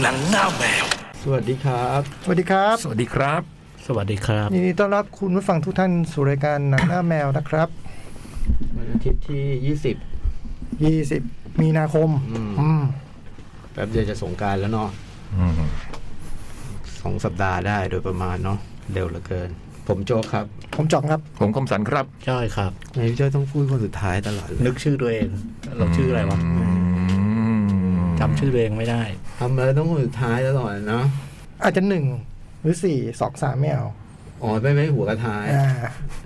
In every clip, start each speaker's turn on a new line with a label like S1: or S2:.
S1: หนังหน้าแมว
S2: สวัสดีครับ
S3: สวัสดีครับ
S4: สวัสดีครับ
S5: สวัสดีครับ
S3: ยินดีต้อนรับคุณผู้ฟังทุกท่านสู่รายการหนังหน้าแมวนะครับ
S2: วันอาทิตย์ที่ 20
S3: 20 มีนาคม
S2: อืม
S3: อืม
S2: แป๊บเดียวจะสงกรารแล้วเนาะ
S4: อืม
S2: สองสัปดาห์ได้โดยประมาณเนาะเร็วเหลือเกิน ผมโจกครับ
S3: ผมจองครับ
S4: ผมคมสันครับ
S5: จ้อยครับ
S2: นายพี่เจ้าต้องพูดคนสุดท้ายตลอดเลย
S5: นึกชื่อตัวเอง เราชื่ออะไรวะจำชื่อตัวเองไม่ได้
S2: ทำอะไรต้องคนสุดท้ายตลอดเนาะ
S3: อาจจะหนึ่งหรือสี่สองสามไม่เอา
S2: อ๋อไม่ไม่หัวกระท้าย
S3: อ่า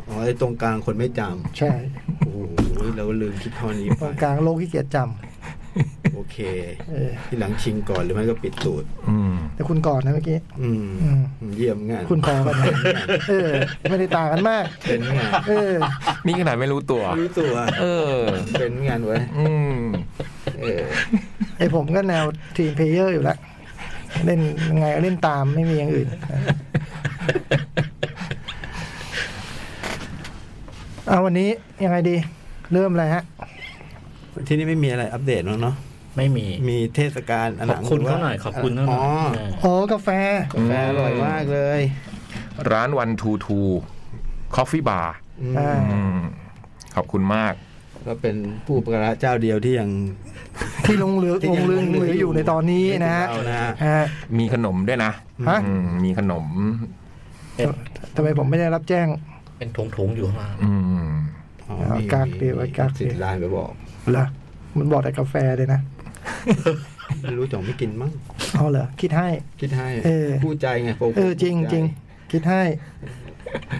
S2: อ๋อไอ้ตรงกลางคนไม่จ
S3: ใช่
S2: ำโอ้โหเราลืมคิดเท่านี้
S3: ต
S2: ไป
S3: รงกลางโลกที่เกียจจ
S2: โอเค
S3: ำเออ
S2: ที่หลังชิงก่อนหรือไม่ก็ปิดตูด
S4: อืม
S3: แต่คุณก่อนนะเมื่อกี้
S2: อืม
S3: อืม
S2: เยี่ยมงาน
S3: คุณพอกันนะเออ ไม่ได้ต่างกันมาก
S2: เป็นงาน
S3: เออ
S4: นี่ขนาดไม่รู้ตัว
S2: รู้ตัว
S4: เออ
S2: เป็นงานไว้ย
S4: อืม
S2: เออ
S3: ไอผมก็แนวทีมเพลเยอร์อยู่ละเล่นยังไงก็เล่นตามไม่มีอย่างอื่น เอาวันนี้ยังไงดี เริ่มอะไรฮะ
S2: ที่นี่ไม่มีอะไรอัปเดตมั้งเนาะ
S5: ไม่มี
S2: มีเทศกาลน
S5: ขอบคุณ
S2: รืว่
S5: เขาหน่อย ขอบคุณเขาห
S2: อ๋อ
S5: น่อย
S3: โอ้กาแฟ
S2: กาแฟอร่อยมากเลย
S4: ร้านวันทูทูคอฟฟี่บาร์
S3: อ่า
S4: ขอบคุณมาก
S2: ก็เป็นผู้ประกาศเจ้าเดียวที่ยัง
S3: ที่ลงเหลือ
S2: ที่
S3: ล
S2: ยังง
S3: เรืองเหลืออยู่ในตอนนี้นะฮะ
S2: เอานะฮะ
S3: ฮะ
S4: มีขนมด้วยนะ
S3: ฮะ
S4: อืมมีขนม
S5: เป็น
S3: ทำไมผมไม่ได้รับแจ้ง
S5: เป็นถุงๆอยู่ข้างล่าง
S4: อืม
S2: อ๋อ
S3: เอา
S2: มี
S3: กากเดียวไว้กากเดี
S2: สิ
S3: ยว
S2: ทธิ์ลานไปบอก
S3: เหรอมันบอกแต่กาแฟเลยนะ
S2: ไม่รู้จ่องไม่กินมั้ง
S3: เอาเหรอคิดให้
S2: คิดให้
S3: เออ
S2: ผู้ใจไงผม
S3: เออจริง
S2: ผู้ใ
S3: จริงคิดให้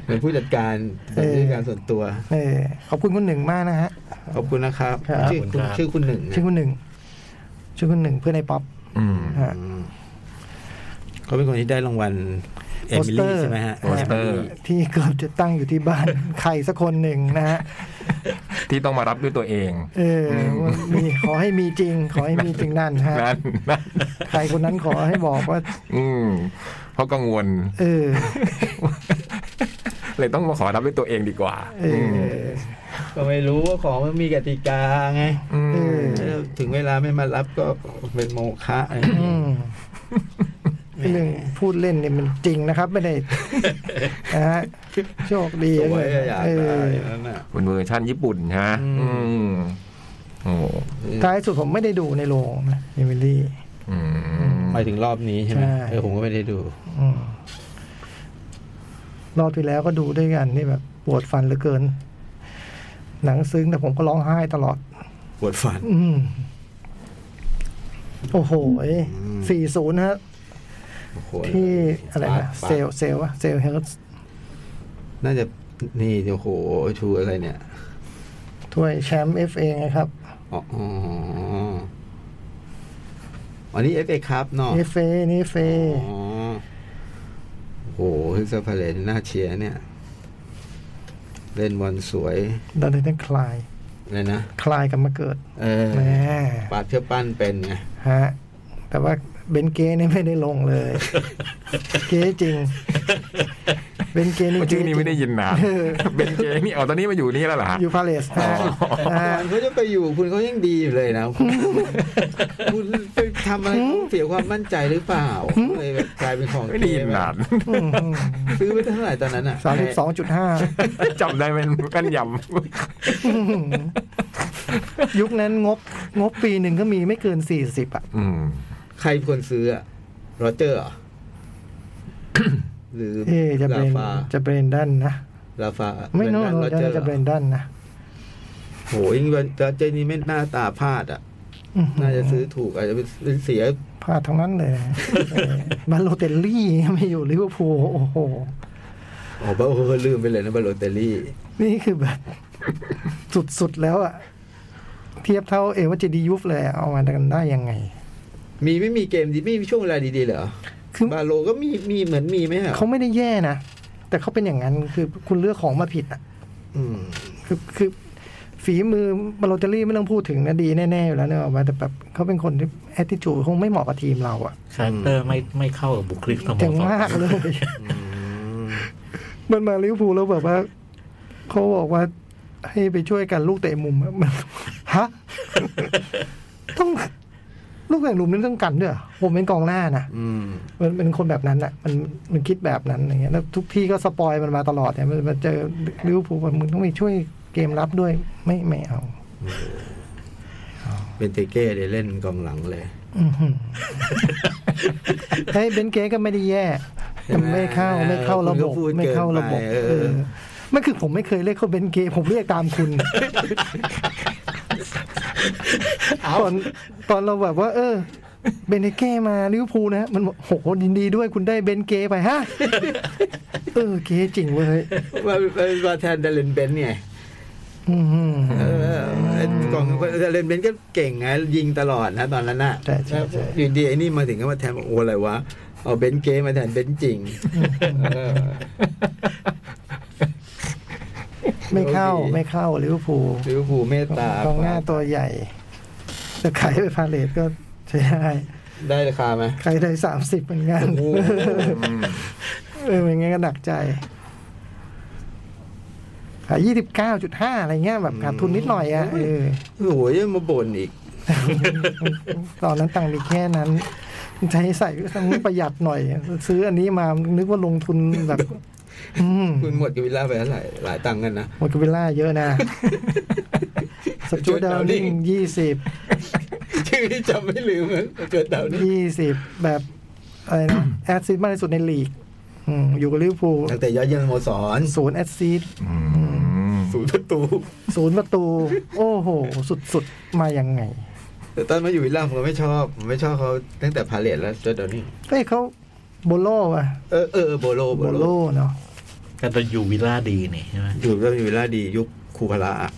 S2: เป็นผู้จัดการ
S3: เออ
S2: ผู้จัดการส่วนตัว
S3: เออขอบคุณคุณหนึ่งมากนะฮะ
S2: ขอบคุณนะครับ
S3: ครับ
S2: ชื่อ
S5: ขอบ
S2: คุ
S5: คุ
S2: ณ ณ
S5: ครับ
S2: ชื่อคุณหนึ่ง
S3: ชื่อคุณหนึ่งชื่อคุณหนึ่งเพื่อนในป๊อป
S4: อืม
S3: ฮะ
S2: อืมเขาเป็นคนที่ได้รางวัลเอมิลี่
S3: Poster
S2: ใช่ไหมฮะ
S4: โปสเตอร์
S3: ที่เกือบจะตั้งอยู่ที่บ้าน ใครสักคนหนึ่งนะฮะ
S4: ที่ต้องมารับด้วยตัวเอง
S3: เออว่ามีขอให้มีจริง ขอให้มีจริงนั่นฮะ
S4: นั่นนะ
S3: ใครคนนั้นขอให้บอกว่า
S4: อืมเพราะกังวล
S3: เออ
S4: เลยต้องมาขอรับด้วยตัวเองดีกว่า
S3: เอออ
S2: ก็ไม่รู้ว่าของมันมีกติกาไง
S4: อื
S3: เอ
S4: ม
S3: อ
S2: ถึงเวลาไม่มารับก็เป็นโมฆะอะไรอย่าง
S3: อื
S2: เงี้ย
S3: มเรื่องพูดเล่นเนี่ยมันจริงนะครับ ไม่ได้ นะฮะโชคดี
S2: สวยอะอยาก
S3: เอ
S2: ได้
S3: อ
S2: นั่นน่ะ
S4: เป็นเวอร์ชั่นญี่ปุ่นฮะ
S2: อืม
S4: อืมโอ้โห
S3: ท้ายสุดผมไม่ได้ดูในโรงนะเอมิลี่
S4: อืม
S2: หมายถึงรอบนี้ใช่ไหม
S3: ใช่
S2: เออผมก็ไม่ได้ดู
S3: อืมรอบที่แล้วก็ดูด้วยกันนี่แบบปวดฟันเหลือเกิน หนังซึ้งแต่ผมก็ร้องไห้ตลอด
S2: ปวดฟัน
S3: อืม โอ้โหสี่ศูนย์ฮะ
S2: โอ้โห
S3: ที่อะไร
S2: ปาด
S3: นะ
S2: ปาด
S3: เซลเซลอะเซลเฮลส์
S2: น่าจะนี่โอ้โหชูอะไรเนี่ย
S3: ถ้วยแชมป์เอฟเองครับ
S2: อ๋ออ๋ออันนี้เอฟเอครับเนาะ
S3: เอฟเอนี่เฟ
S2: อ๋อโอ้โหฮิสซาพาเลนน่าเชียร์เนี่ย เล่นบอลสวย
S3: ดันเดนคลาย
S2: เลยนะ
S3: คลายกันมาเกิด
S2: เออ
S3: แหม่
S2: ปาดเชือกปั้นเป็นไง
S3: ฮะ แต่ว่าเบนเก้นี่ไม่ได้ลงเลย เก้จริง เบนเก้นี่
S4: ชื่อนี้ไม่ได้
S3: เก้จริง
S4: ยินนาน
S3: เออ
S4: เป็นเกย์นี่เอาตอนนี้มาอยู่นี่แล้วเหรอฮะ
S3: อยู่พาเลสนะฮะ
S2: ก่
S3: ฮะ
S2: อนเขาจะไปอยู่คุณเขายังดีอยู่เลยนะ คุณคุณไปทำอะไรเสียความมั่นใจหรือเปล่าเลยแบบกลายเป็นของ
S4: ไม่ได้ยินนาน
S3: อืม
S2: ซื้อไปเท่าไหร่ตอนนั้นอ่ะ
S3: สามสิบสองจุดห้า
S4: จำได้เป็นกันย
S3: ยุคนั้นงบงบปีหนึ่งก็มีไม่เกินสี่สิบอ่ะ
S4: ำอืม
S2: ใครเป็นคนซื้ออะโรเจอร์เหรอ หรือ
S3: เอะจะ
S2: ลา
S3: เป็น
S2: ฟา
S3: จะเป็นด้านนะ
S2: ลาฟา
S3: ไม่โน่
S2: โรเจอร์
S3: จะเป็นด้านนะ
S2: โหยิ่งโรเจอร์นี่ไม่น่าตาพลาดอ่ะ
S3: อื้อหื
S2: น่าจะซื้อถูกอาจจะเป็นเสีย
S3: พลาดทั้งนั้นเลยนะ เออบาโลเตลลี่ไม่อยู่ลิเวอร์พูลโอ้โห
S2: โอ้โหโอ้โหลืมไปเลยนะบาโลเตลลี่
S3: นี่คือแบบ สุด ๆ แล้วอ่ะ เทียบเท่าเอวาเจดียุฟเลยอะเอามากันได้ยังไง
S2: มีไม่มีเกมดีไม่มีช่วงเวลาดีๆเหรอ
S3: คือ
S2: บาโลก็มีมีเหมือนมีไหมฮะ
S3: เขาไม่ได้แย่นะ แต่เขาเป็นอย่างนั้นคือคุณเลือกของมาผิดอ่ะ
S2: อืม
S3: คือคือฝีมือบาโลเตลลี่ไม่ต้องพูดถึงนะดีแน่ๆอยู่แล้วเนี่ยออกมาแต่แบบเขาเป็นคนที่แอติจูคงไม่เหมาะกับทีมเราอ่ะ
S5: คาแรคเตอร์ไม่ไม่เข้ากับบุคลิกสโมสร
S3: เก่งมากเลย มันมาลิเวอร์พูลแล้วแบบว่าเขาบอกว่า ให้ไปช่วยกันลูกเตะมุมอะมัน ฮะ ต้อง ลูกแข่งหลุมนี่ต้องกันด้วยเหรอผมเป็นกองหน้านะ
S2: อืม
S3: มันเป็นคนแบบนั้นอ่ะมันมันคิดแบบนั้นอย่างเงี้ยแล้วทุกที่ก็สปอยมันมาตลอดเนี่ยมันมันเจอลิเวอร์พูลว่ามึงต้องไปช่วยเกมรับด้วยไม่ไม่เอา
S2: เป็นเตเก้เลยเล่นกองหลังเลย
S3: อื้อหือเฮ้ยเบนเก้ก็ไม่ได้แย่แต่ไม่เข้า
S2: เออ
S3: ไม่เข้าระบ
S2: คุณก็
S3: บ
S2: พูด
S3: ไม่เข้าระบบ
S2: เกินไปเออ
S3: เออไม่คือผมไม่เคยเรียกเขาเบนเก้ผมเรียกตามคุณ ตอนตอนเราแบบว่า เออ เบนเก้มาลิเวอร์พูลนะมันบอกโหยินดีด้วยคุณได้เบนเก้ไปฮะเออเก้จริงเว้ย
S2: มาเป็นมาแทนเดลินเบนซ์ไง
S3: อืม
S2: เออไอ้กองเดลินเบนซ์ก็เก่งไงยิงตลอดนะตอนนั้นน่ะ
S3: ใช่ใช่ใช่
S2: อยู่ดีไอ้นี่มาถึงก็มาแทนบอกโอ้อะไรวะ เอาเบนซ์เก้มาแทนเบนซ์จริงเออ
S3: ไม่เข้า
S2: โอเค
S3: ไม่เข้าลิเวอร์พูล
S2: ลิเวอร์พูลเมตตาก
S3: องหน้าตัวใหญ่จะขายไปพาเลทก็ใช้ได้
S2: ได้ราคาไหม
S3: ขายได้สามสิบเหมือนกัน
S2: โอ้โห
S3: เออเป็นไงก็หนักใจขายยี่สิบเก้าจุดห้าอะไรเงี้ยแบบขาดทุนนิดหน่อยอ่ะเออ
S2: โอ้โหยังมาบ่นอีก
S3: ตอนนั้นตังค์มีแค่นั้นใช้ใส่ต้องประหยัดหน่อย ซื้ออันนี้มานึกว่าลงทุนแบบ อืม
S2: คุณหมดกับวิลล่าไปเท่าไหร่หลายตังค์กันนะ
S3: โมดกวิลล่าเยอะนะสจวตดาวนิ่งยี่สิบ
S2: ชื่อที่จำไม่ลืมเลยเกิดเดานี่
S3: ยี่สิบแบบอะไรนะ แอดซิสมากที่สุดในลีกอืมอยู่กับลิเวอร์พูล
S2: ตั้งแต่ยอดเยี่ยมสโมสร
S3: ศูนย์แอดซิส
S2: ศูนย์ประตู
S3: ศูนย์ประตู โอ้โห สุดๆ มายังไง
S2: แต่ตอนมาอยู่วิลล่าผมก็ไม่ชอบ ผมไม่ชอบเขาตั้งแต่พาเลตแล้วจนเดี๋ยวนี้
S3: เอ้ยเขาโบโลอะ
S2: เออเออเออโบโล
S3: โบโลเนาะ
S5: แต่ตอนอยู่วิลล่าดีนี่ใช่ไหม
S2: อยู่เริ่มอยู่วิลล่าดียุคคูพาระอะ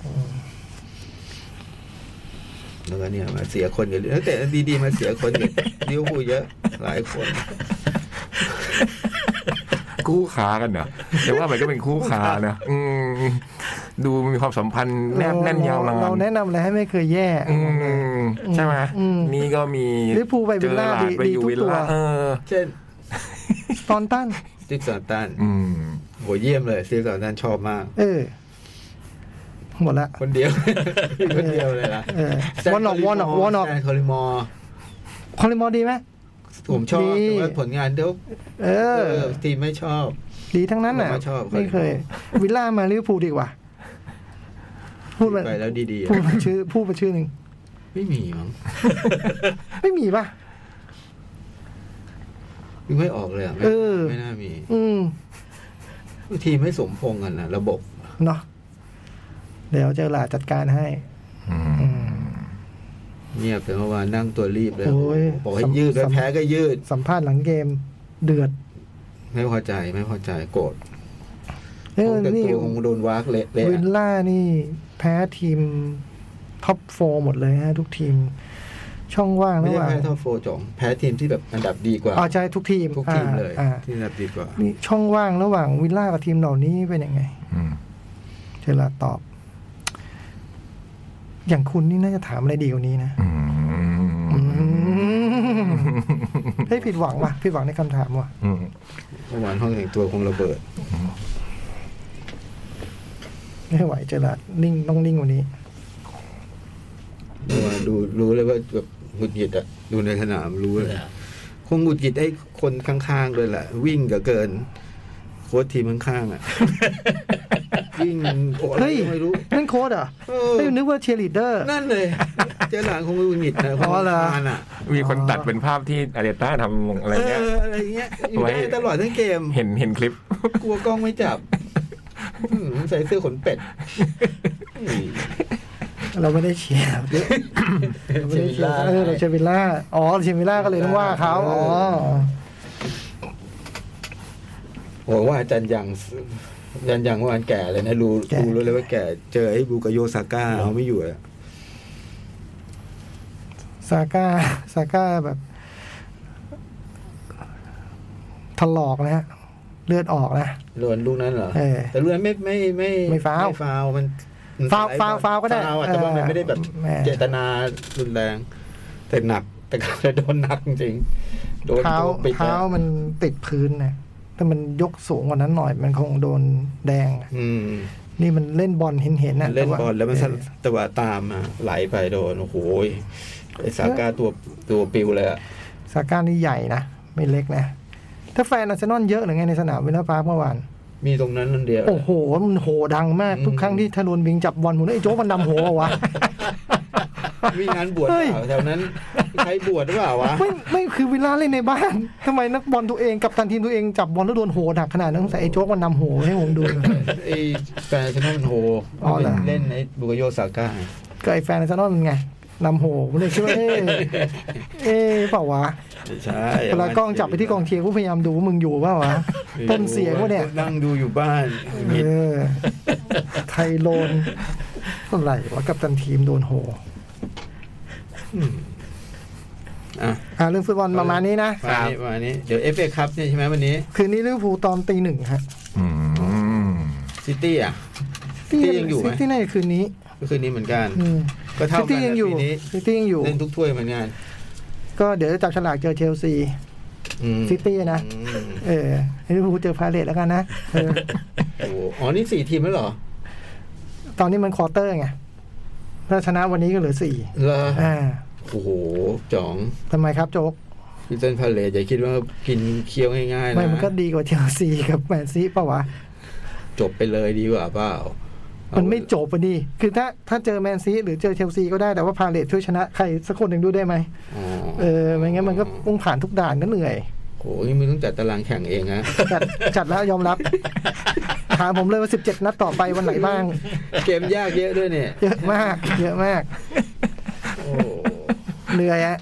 S2: แล้วก็เนี่ยมาเสียคนอยู่เรื่อยแต่ดีๆมาเสียคนอยู่ลิเวอร์พูลเยอะหลายคน
S4: คู่ค้ากันเหรอแต่ว่ามันก็เป็นคู่ค้านะอืมดูมีความสัมพันธ์แนบแน่นยาวนา
S3: เราแนะ
S4: น
S3: นำอะไรให้ไม่เคยแย่
S4: อืมใช่ไหม
S3: อืม
S4: นี่ก็มี
S3: ลิเวอร์พูลไปวิลล่า
S4: เจอร์ดไป
S3: ดี
S4: อ
S3: ดีทุ
S4: ยู่
S3: ก
S4: วิลล่า
S3: ตัว
S4: เออ
S2: เช่น
S3: ตอนตั้น
S2: สตีฟสันตัน
S4: อืม
S2: โหเยี่ยมเลยสตีฟสันตันชอบมาก
S3: เออ หมดละ
S2: คนเดียว คนเดียวเลยล่ะ
S3: เออ Warnock Warnock Warnock
S2: แซนคอริมอร์
S3: คอลิมอร์ดีไหม
S2: ผมชอบ
S3: ดี
S2: แต่ว่าผลงานเดี๋ยว
S3: เอ
S2: เอ
S3: อ
S2: อทีมไม่ชอบ
S3: ดีทั้งนั้นน่ะ
S2: ผมว่าชอบ
S3: ไม่เคย วิลล่ามาลิเวอร์พูลดีกว่า พูดมา
S2: ไปแล้วดีๆอะ
S3: พูดมาชื่อ พูดมาชื่อหนึ่ง
S2: ไม่มีมั้ง
S3: ไม่มีป่ะ
S2: ยังไม่ออกเลยอะไม่
S3: เออ
S2: ไม่น่ามี
S3: อืม
S2: ทีมไม่สมพงกันนะระบบ
S3: เนาะเดี๋ยวเจอหลาดจัดการให้
S4: อืม
S3: อืม
S2: เงียบแต่เมื่อวานนั่งตัวรีบเลย
S3: โอ้ย
S2: บอกให้
S3: สำ
S2: ยืดแล้ว
S3: สำ
S2: แพ้ก็ยืด
S3: สัมภาษณ์หลังเกมเดือด
S2: ไม่พอใจไม่พอใจโกรธ
S3: เออ
S2: แต่
S3: นี่
S2: ตัวคงโดนวากเละเละ
S3: วิลล่านี่แพ้ทีมท็อปโฟหมดเลยฮะ ทุกทีม ช่องว่าง
S2: ไม่
S3: ระห
S2: ได้
S3: ว่าง
S2: แพ้ท็อปโฟร์จองแพ้ทีมที่แบบอันดับดีกว่า
S3: อ๋อใช่ทุกทีม
S2: ทุกทีมเลย
S3: อ่า
S2: ที่อันดับดีกว่า
S3: อ่านี่ช่องว่างระหว่างวิลล่ากับทีมเหล่านี้เป็นยังไง
S4: อืม
S3: เทลาตอบ อย่างคุณนี่น่าจะถามอะไรดีกว่านี้นะ
S4: อืม
S3: เฮ้ยผิดหวังว่ะผิดหวังในคำถามว่ะ
S4: อืม
S2: เมื่อวานห้องแต่งตัวคงระเบิด
S3: ไม่ไหวเจลาดนิ่งต้องนิ่งกว่านี้
S2: เมื่อวานดูรู้เลยว่าแบบหงุดหงิดอะดูในสนามรู้เลย คงหงุดหงิดไอ้คนข้างๆด้วยแหละ วิ่งเหลือเกิน โค้ชทีมข้ างๆอ่ะ วิ่งโอ้อะไร
S3: เฮ้ย
S2: ก็ไม่รู้
S3: นั่นโค้ดเหรอ
S2: เออ
S3: เฮ้ยนึกว่าเชียร์ลีดเดอร์
S2: นั่นเลย เจ้าหลานคงหงุดหงิดนะ
S3: อ๋อเหรอ
S2: คงรำคาญอ่ะ
S4: มีคนตัดเป็นภาพที่อาเดต้าทำอะไร
S2: เอ
S4: เงี้ย
S2: ออะไรเงี้ยอยู่
S4: ไว้
S2: ได้ตลอดทั้งเกม
S4: เห็นเห็นคลิป
S2: กลัวกล้องไม่จับอืมใส่เสื้อขนเป็ดอืม
S3: เราไม่ได้เชียร์เราไม่ได้เชียร์เออเราเชียร์วิลล่าอ๋อเชียร์วิลล่าก็เลยต้องว่าเขาอ๋อ
S2: โอ้ว่าอาจารย์ยังอาจารย์ยังว่าอันแก่เลยนะรู้
S3: แก่
S2: รู้เลยว่าแก่ เจอไอ้บูกาโยซาก้าเอาไม่อยู่อะ
S3: ซาก้าซาก้าแบบถลอกนะฮะเลือดออกนะ
S2: โดนลูกนั้นเหรอ
S3: เออ
S2: แต่ลูกนั้นไม่ไม่ไม่
S3: ไม่ฟาวล์
S2: ไม่ฟาวล์มันมัน
S3: ฟาว
S2: ส
S3: ล์
S2: ลด์
S3: ฟาวล์ฟาวล์ก็ได้
S2: ฟาวล์อะแต่ว่ามันไม่ได้แบบ
S3: แม่
S2: เจตนารุนแรง แต่หนัก แต่ก็เลยโดนหนักจริงๆโดน
S3: เท้า
S2: ตัวปิดอะ
S3: เท้ามันติดพื้นนะถ้ามันยกสูงกว่านั้นหน่อย มันคงโดนแดงอะ
S2: อืม
S3: นี่มันเล่นบอลเห็นเห็นนะ
S2: เล่นบอลแล้วมัน
S3: เ
S2: ตะวะตามมาไหลไปโดนโอ้โหยไอสาก้าตัวตัวปิวเลยอะ
S3: ซาก้านี่ใหญ่นะ ไม่เล็กนะ ถ้าแฟนอาร์เซนอลเยอะหรือไงในสนามวิลล่าพาร์คเมื่อวาน
S2: มีตรงนั้นนั่นเดียว
S3: โอ้โห มันโหดังมาก ทุกครั้งที่ธนนบิงจับบอลผมนึกไอ้โจ๊กมันดำหัวเปล่าวะ
S2: มีงานบวช
S3: เฮ้ย
S2: เปล่าแถวนั้นใครบวชหรือเปล่าวะ
S3: ไม่ไม่คือเวลาเล่นในบ้าน ทำไมนักบอลตัวเองกับตันทีมตัวเองจับบอลแล้วโดนโหดักขนาดนั้นสงสัยไอ้โจ๊กมันนำโหให้ผมดู
S2: ไอแฟนฉันนั่นโห
S3: อ๋อเหรอ
S2: เล่นไอบุกโยสาก้า
S3: ก็ไอ้แฟนอาร์เซนอลมันไงนำโหผมเลยคิดว่าเอ๊ะ เอ๊ะเปล่าวะ
S2: ใช่
S3: เวลากล้องจับไปที่กองเชียร์กูพยายามดูว่ามึงอยู่เปล่าวะต้นเสียงวะเนี่ย
S2: นั่งดูอยู่บ้าน
S3: เออ ไทยโลนอะไรวะกับตันทีมโดนโห
S2: อ่ะ
S3: อ่าเรื่องฟุตบอลประมาณนี้นะ
S2: มานี้มานี้เดี๋ยวเอฟเอคัพเนี่ยใช่ไหมวันนี้
S3: คืนนี้ลิเวอร์พูลตอนตีหนึ่งฮะ
S4: อืม
S2: ซิตี้อ่ะ ซิตี้ยังอยู่ไหม
S3: ซิตี้น่าจะคืนนี้
S2: ก็คืนนี้เหมือนกัน
S3: อืม
S2: ก็เท่า
S3: ซิ
S2: กัน
S3: ตี้ยัง
S2: นะ
S3: อยู่
S2: ปีนี้
S3: ซิตี้ยังอยู่
S2: เล่นทุกถ้วยเหมือนกัน
S3: ก็เดี๋ยวจะจับฉลากเจอเชลซี
S2: อืม
S3: ซิตี้นะ
S2: อืม
S3: เออลิเวอร์พูลเจอพาเลตแล้วกันนะเอ อ
S2: โอ้โหอ๋อนี่สี่ทีมแล้วเหรอ
S3: ตอนนี้มันควอเตอร์ไงถ้าชนะวันนี้ก็เหลือสี่
S2: เหรอ
S3: อ่า
S2: โอ้โหจ๋อง
S3: ทำไมครับโจ๊ก
S2: พิเซนพาเลตอย่าคิดว่ากินเคี้ยวง่ายๆนะ
S3: ไม่มันก็ดีกว่าเชลซีกับแมนซีเปล่าวะ
S2: จบไปเลยดีกว่าเปล่า มั
S3: มันไม่จบอ่ะดิคือถ้าถ้าเจอแมนซีหรือเจอเชลซีก็ได้แต่ว่าพาเลตช่วยชนะใครสักคนหนึ่งด้วยได้ไหมเออไม่งั้นมันก็ต้องผ่านทุกด่านก็เหนื่อย
S2: โหนี่มึงต้องจัดตารางแข่งเองนะ
S3: จัดจัดแล้วยอมรับ ถามผมเลยว่า 17 นัดต่อไปวันไหนบ้าง
S2: เกมยากเยอะด้วยเนี่ย
S3: เยอะมาก เยอะมาก
S2: โอ้
S3: เหนื่อยอะ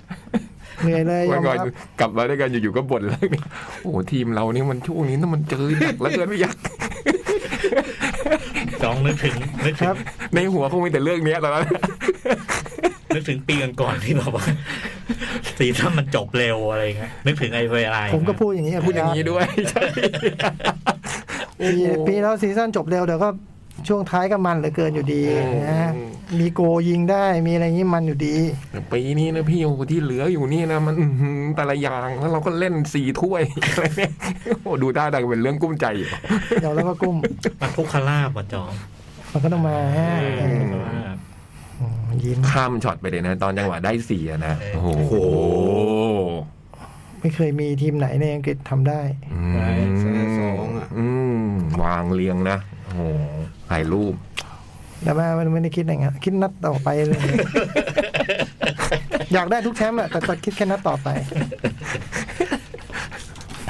S3: เหนื่อยเลยย
S4: วัน
S3: อม
S4: ก่อน
S3: รับ
S4: กลับมาด้วยกันอยู่ๆก็บ่นแล้วเนี่ย โอ้โหทีมเรานี่มันช่วงนี้นะมันเจอหนักแล้วเกินไม่อยาก
S5: สองนึกถึงนึก
S3: ค
S5: ถึ
S3: รั
S5: ง
S3: บ
S4: ในหัวคงมีแต่เรื่องเนี้ยตอนนั้น
S5: นึกถึงปีก่อนๆที่แบบว่า สีถ้ามันจบเร็วอะไรอย่างเงี้ยนึกถึงไอ้เวลา
S3: ผมก็พูดอย่างนี้อะ
S4: พูดอย่าง
S3: นี้
S4: นี้ด้วย ใช่
S3: ปีปีแล้วซีซั่นจบเร็วเดี๋ยวก็ช่วงท้ายก็มันเหลือเกินอยู่ดี
S4: โอ้
S3: นะมีโกยิงได้มีอะไรอย่างนี้มันอยู่ดี
S4: ปีนี้นะพี่โอ้โหที่เหลืออยู่นี่นะมันอื้อหือแต่ละอย่างแล้วเราก็เล่นสี่ถ้วย อะไรเนี่ยโอ้โหดูท่าดังเป็นเรื่องกุ้มใจอยู่
S3: เดี๋ยวแล้วก็กุ้ม
S5: มาพุกคาราบมาจอง
S3: มันก็ต้องมาฮะเออ
S5: คาราบ
S3: อืมยิ้ม
S4: ข้ามช็อตไปเลยนะ ตอนจังหวะได้สี่อะนะโอ้โห
S3: ไม่เคยมีทีมไหนในอังกฤษทำได้
S4: อื
S2: ไป
S4: ม
S2: เซนสองอ่ะ
S4: อืมวางเรียงนะโอ้โหถ่ายรูป
S3: แต่ว่ามันไม่ได้คิดอย่างนั้นคิดนัดต่อไปเลย อยากได้ทุกแชมป์อะแต่จะคิดแค่นัดต่อไป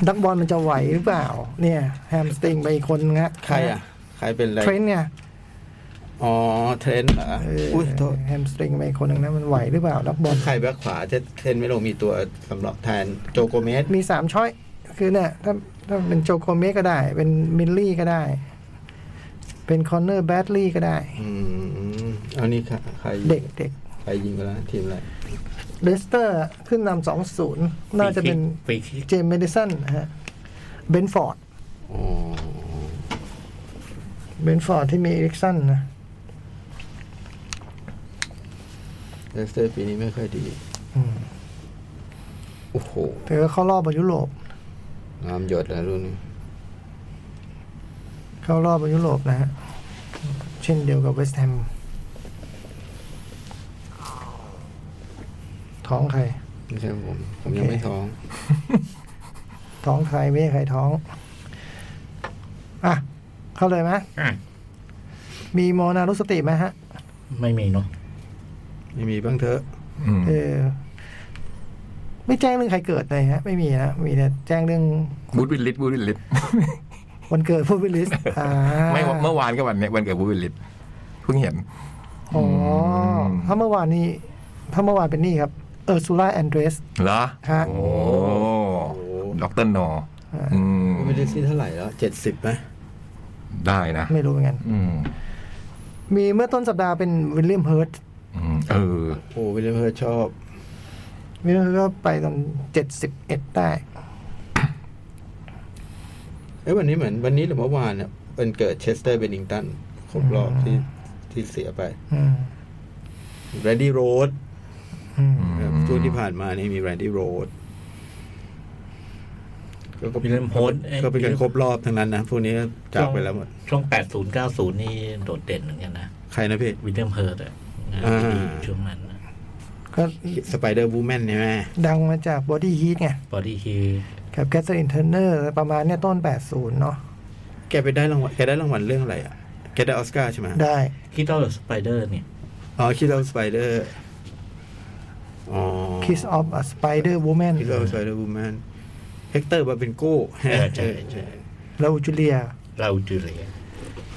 S3: นักบอลมันจะไหวหรือเปล่า เนี่ย แฮมสตริงไปอีกคนนึงฮะ
S2: ใครอ่ะ ใครเป็นอะไร
S3: เทรนต์ไง
S2: อ๋อ เทรนด์เหรอ
S3: เออ
S2: อุ้ยโทษ
S3: แฮมสตริงไปอีกคนนึงนะมันไหวหรือเปล่านักบอล
S2: ใครแบ็คขวาเทเทรนด์ไม่ลงมีตัวสำหรับแทนโจโกเมส
S3: มีสามช้อย คือเนี่ย ถ้าถ้าเป็นโจโกเมสก็ได้ เป็นมิลลี่ก็ได้ เป็นคอนเนอร์แบดลี่ก็ได้
S2: อืมเอานี่ค่ะใครยิง
S3: เด็กเด็ก
S2: ใครยิงไปแล้วทีมอะไร
S3: เลสเตอร์ขึ้นนำสองศูนย์น่าจะเป็น
S5: ฟรีคิก
S3: เจมส์เมดิสันนะฮะเบนฟอร์ด
S2: อ๋อ
S3: เบนฟอร์ดที่มีเอริกสันนะ
S2: เลสเตอร์ปีนี้ไม่ค่อยดี
S3: อืม
S2: โอ้โห
S3: แต่ก็เข้ารอบบอลยุโรป
S2: งามหยดแล้วรุ่นนี้
S3: เข้ารอบบอลยุโรปนะฮะ เช่นเดียวกับเวสต์แฮม ท้องใคร
S2: ไม่ใช่ผม ผมยังไม่ท้อง
S3: ท้องใครไม่ใช่ใครท้อง อ่ะ เข้าเลยไหม
S5: อ่ะ
S3: มีโมนารุสติไหมฮะ
S5: ไม่มีเนาะ
S2: ไม่มีบ้างเถอะ
S4: อืม
S3: เออ ไม่แจ้งเรื่องใครเกิดเลยฮะ ไม่มีนะ มีแต่แจ้งเรื่อง
S4: บูธวิลลิตบูธวิลลิต
S3: วันเกิดผู้ วิลลิสอ่า
S4: ไม่ว่าเมื่อวานก็วันเนี้ยวันเกิดบูธวิลลิตเพิ่งเห็น
S3: อ๋ออ
S4: ม
S3: ถ้าเมื่อวานนี้ ถ้าเมื่อวานเป็นนี่ครับ เออร์ซูล่าแอนเดรส
S4: เหรอ
S3: ฮะ
S4: โอ้ด็อกเตอร์นออืม
S2: ไม่ได้ซื้อเท่าไหร่แล้วเจ็ดสิบไหม
S4: ได้นะ
S3: ไม่รู้เหมือนกัน
S4: อืม
S3: มีเมื่อต้นสัปดาห์เป็นวิลเลียมเฮิร์ต
S4: อืมเออ
S2: โอ้วิลเลยมเพิร์ชอบ
S3: วิลเลียมเฮิร์ตก็ไปตอนเจ็ดสิบเอ็ดได้
S2: เอ้ยวันนี้เหมือนวันนี้หรือเมื่อวานเนี่ยเป็นเกิดเชสเตอร์เบนนิงตันครบรอบที่ที่เสียไป
S3: อืม
S2: แรดดี้โรด
S3: อืม
S2: ช่วงที่ผ่านมานี่มีแรดดี้โรด แล้วก็
S5: วิลเลียมโฮสต์เอ้ย
S2: ก็เป็นการครบรอบทั้งนั้นนะพวกนี้จากไปแล้วหมด
S5: ช่วง 80 90 นี่โดดเด่นเหมือนกันนะ
S2: ใครนะพี่
S5: วิลเลียมเฮิร์ตอะงาน
S2: อ่า
S5: ดีช่วงนั้น
S3: ก็
S2: สไปเดอร์บูแมนใช่ไหม
S3: ดังมาจากบอดี้ฮีทไง
S5: บอดี้ฮี
S3: กับแคสเซอร์อินเทอร์เนอร์ประมาณเนี่ยต้น 80 เนาะ
S2: แกไปได้รางวัลแกได้รางวัลเรื่องอะไรอ่ะ แกได้ออสการ์ใช่ไหม
S3: ได้
S5: คิดเอาสไปเดอร์เนี่ย
S2: อ๋อคิดเราสไปเดอร์อ๋อ
S3: Kiss of a Spider Woman
S2: คิดเราสไปเดอร์บูแมนเฮกเตอร์บาเป็นโก้
S5: เออใช่ใช่
S3: เราจูเลีย
S5: เราจูเลีย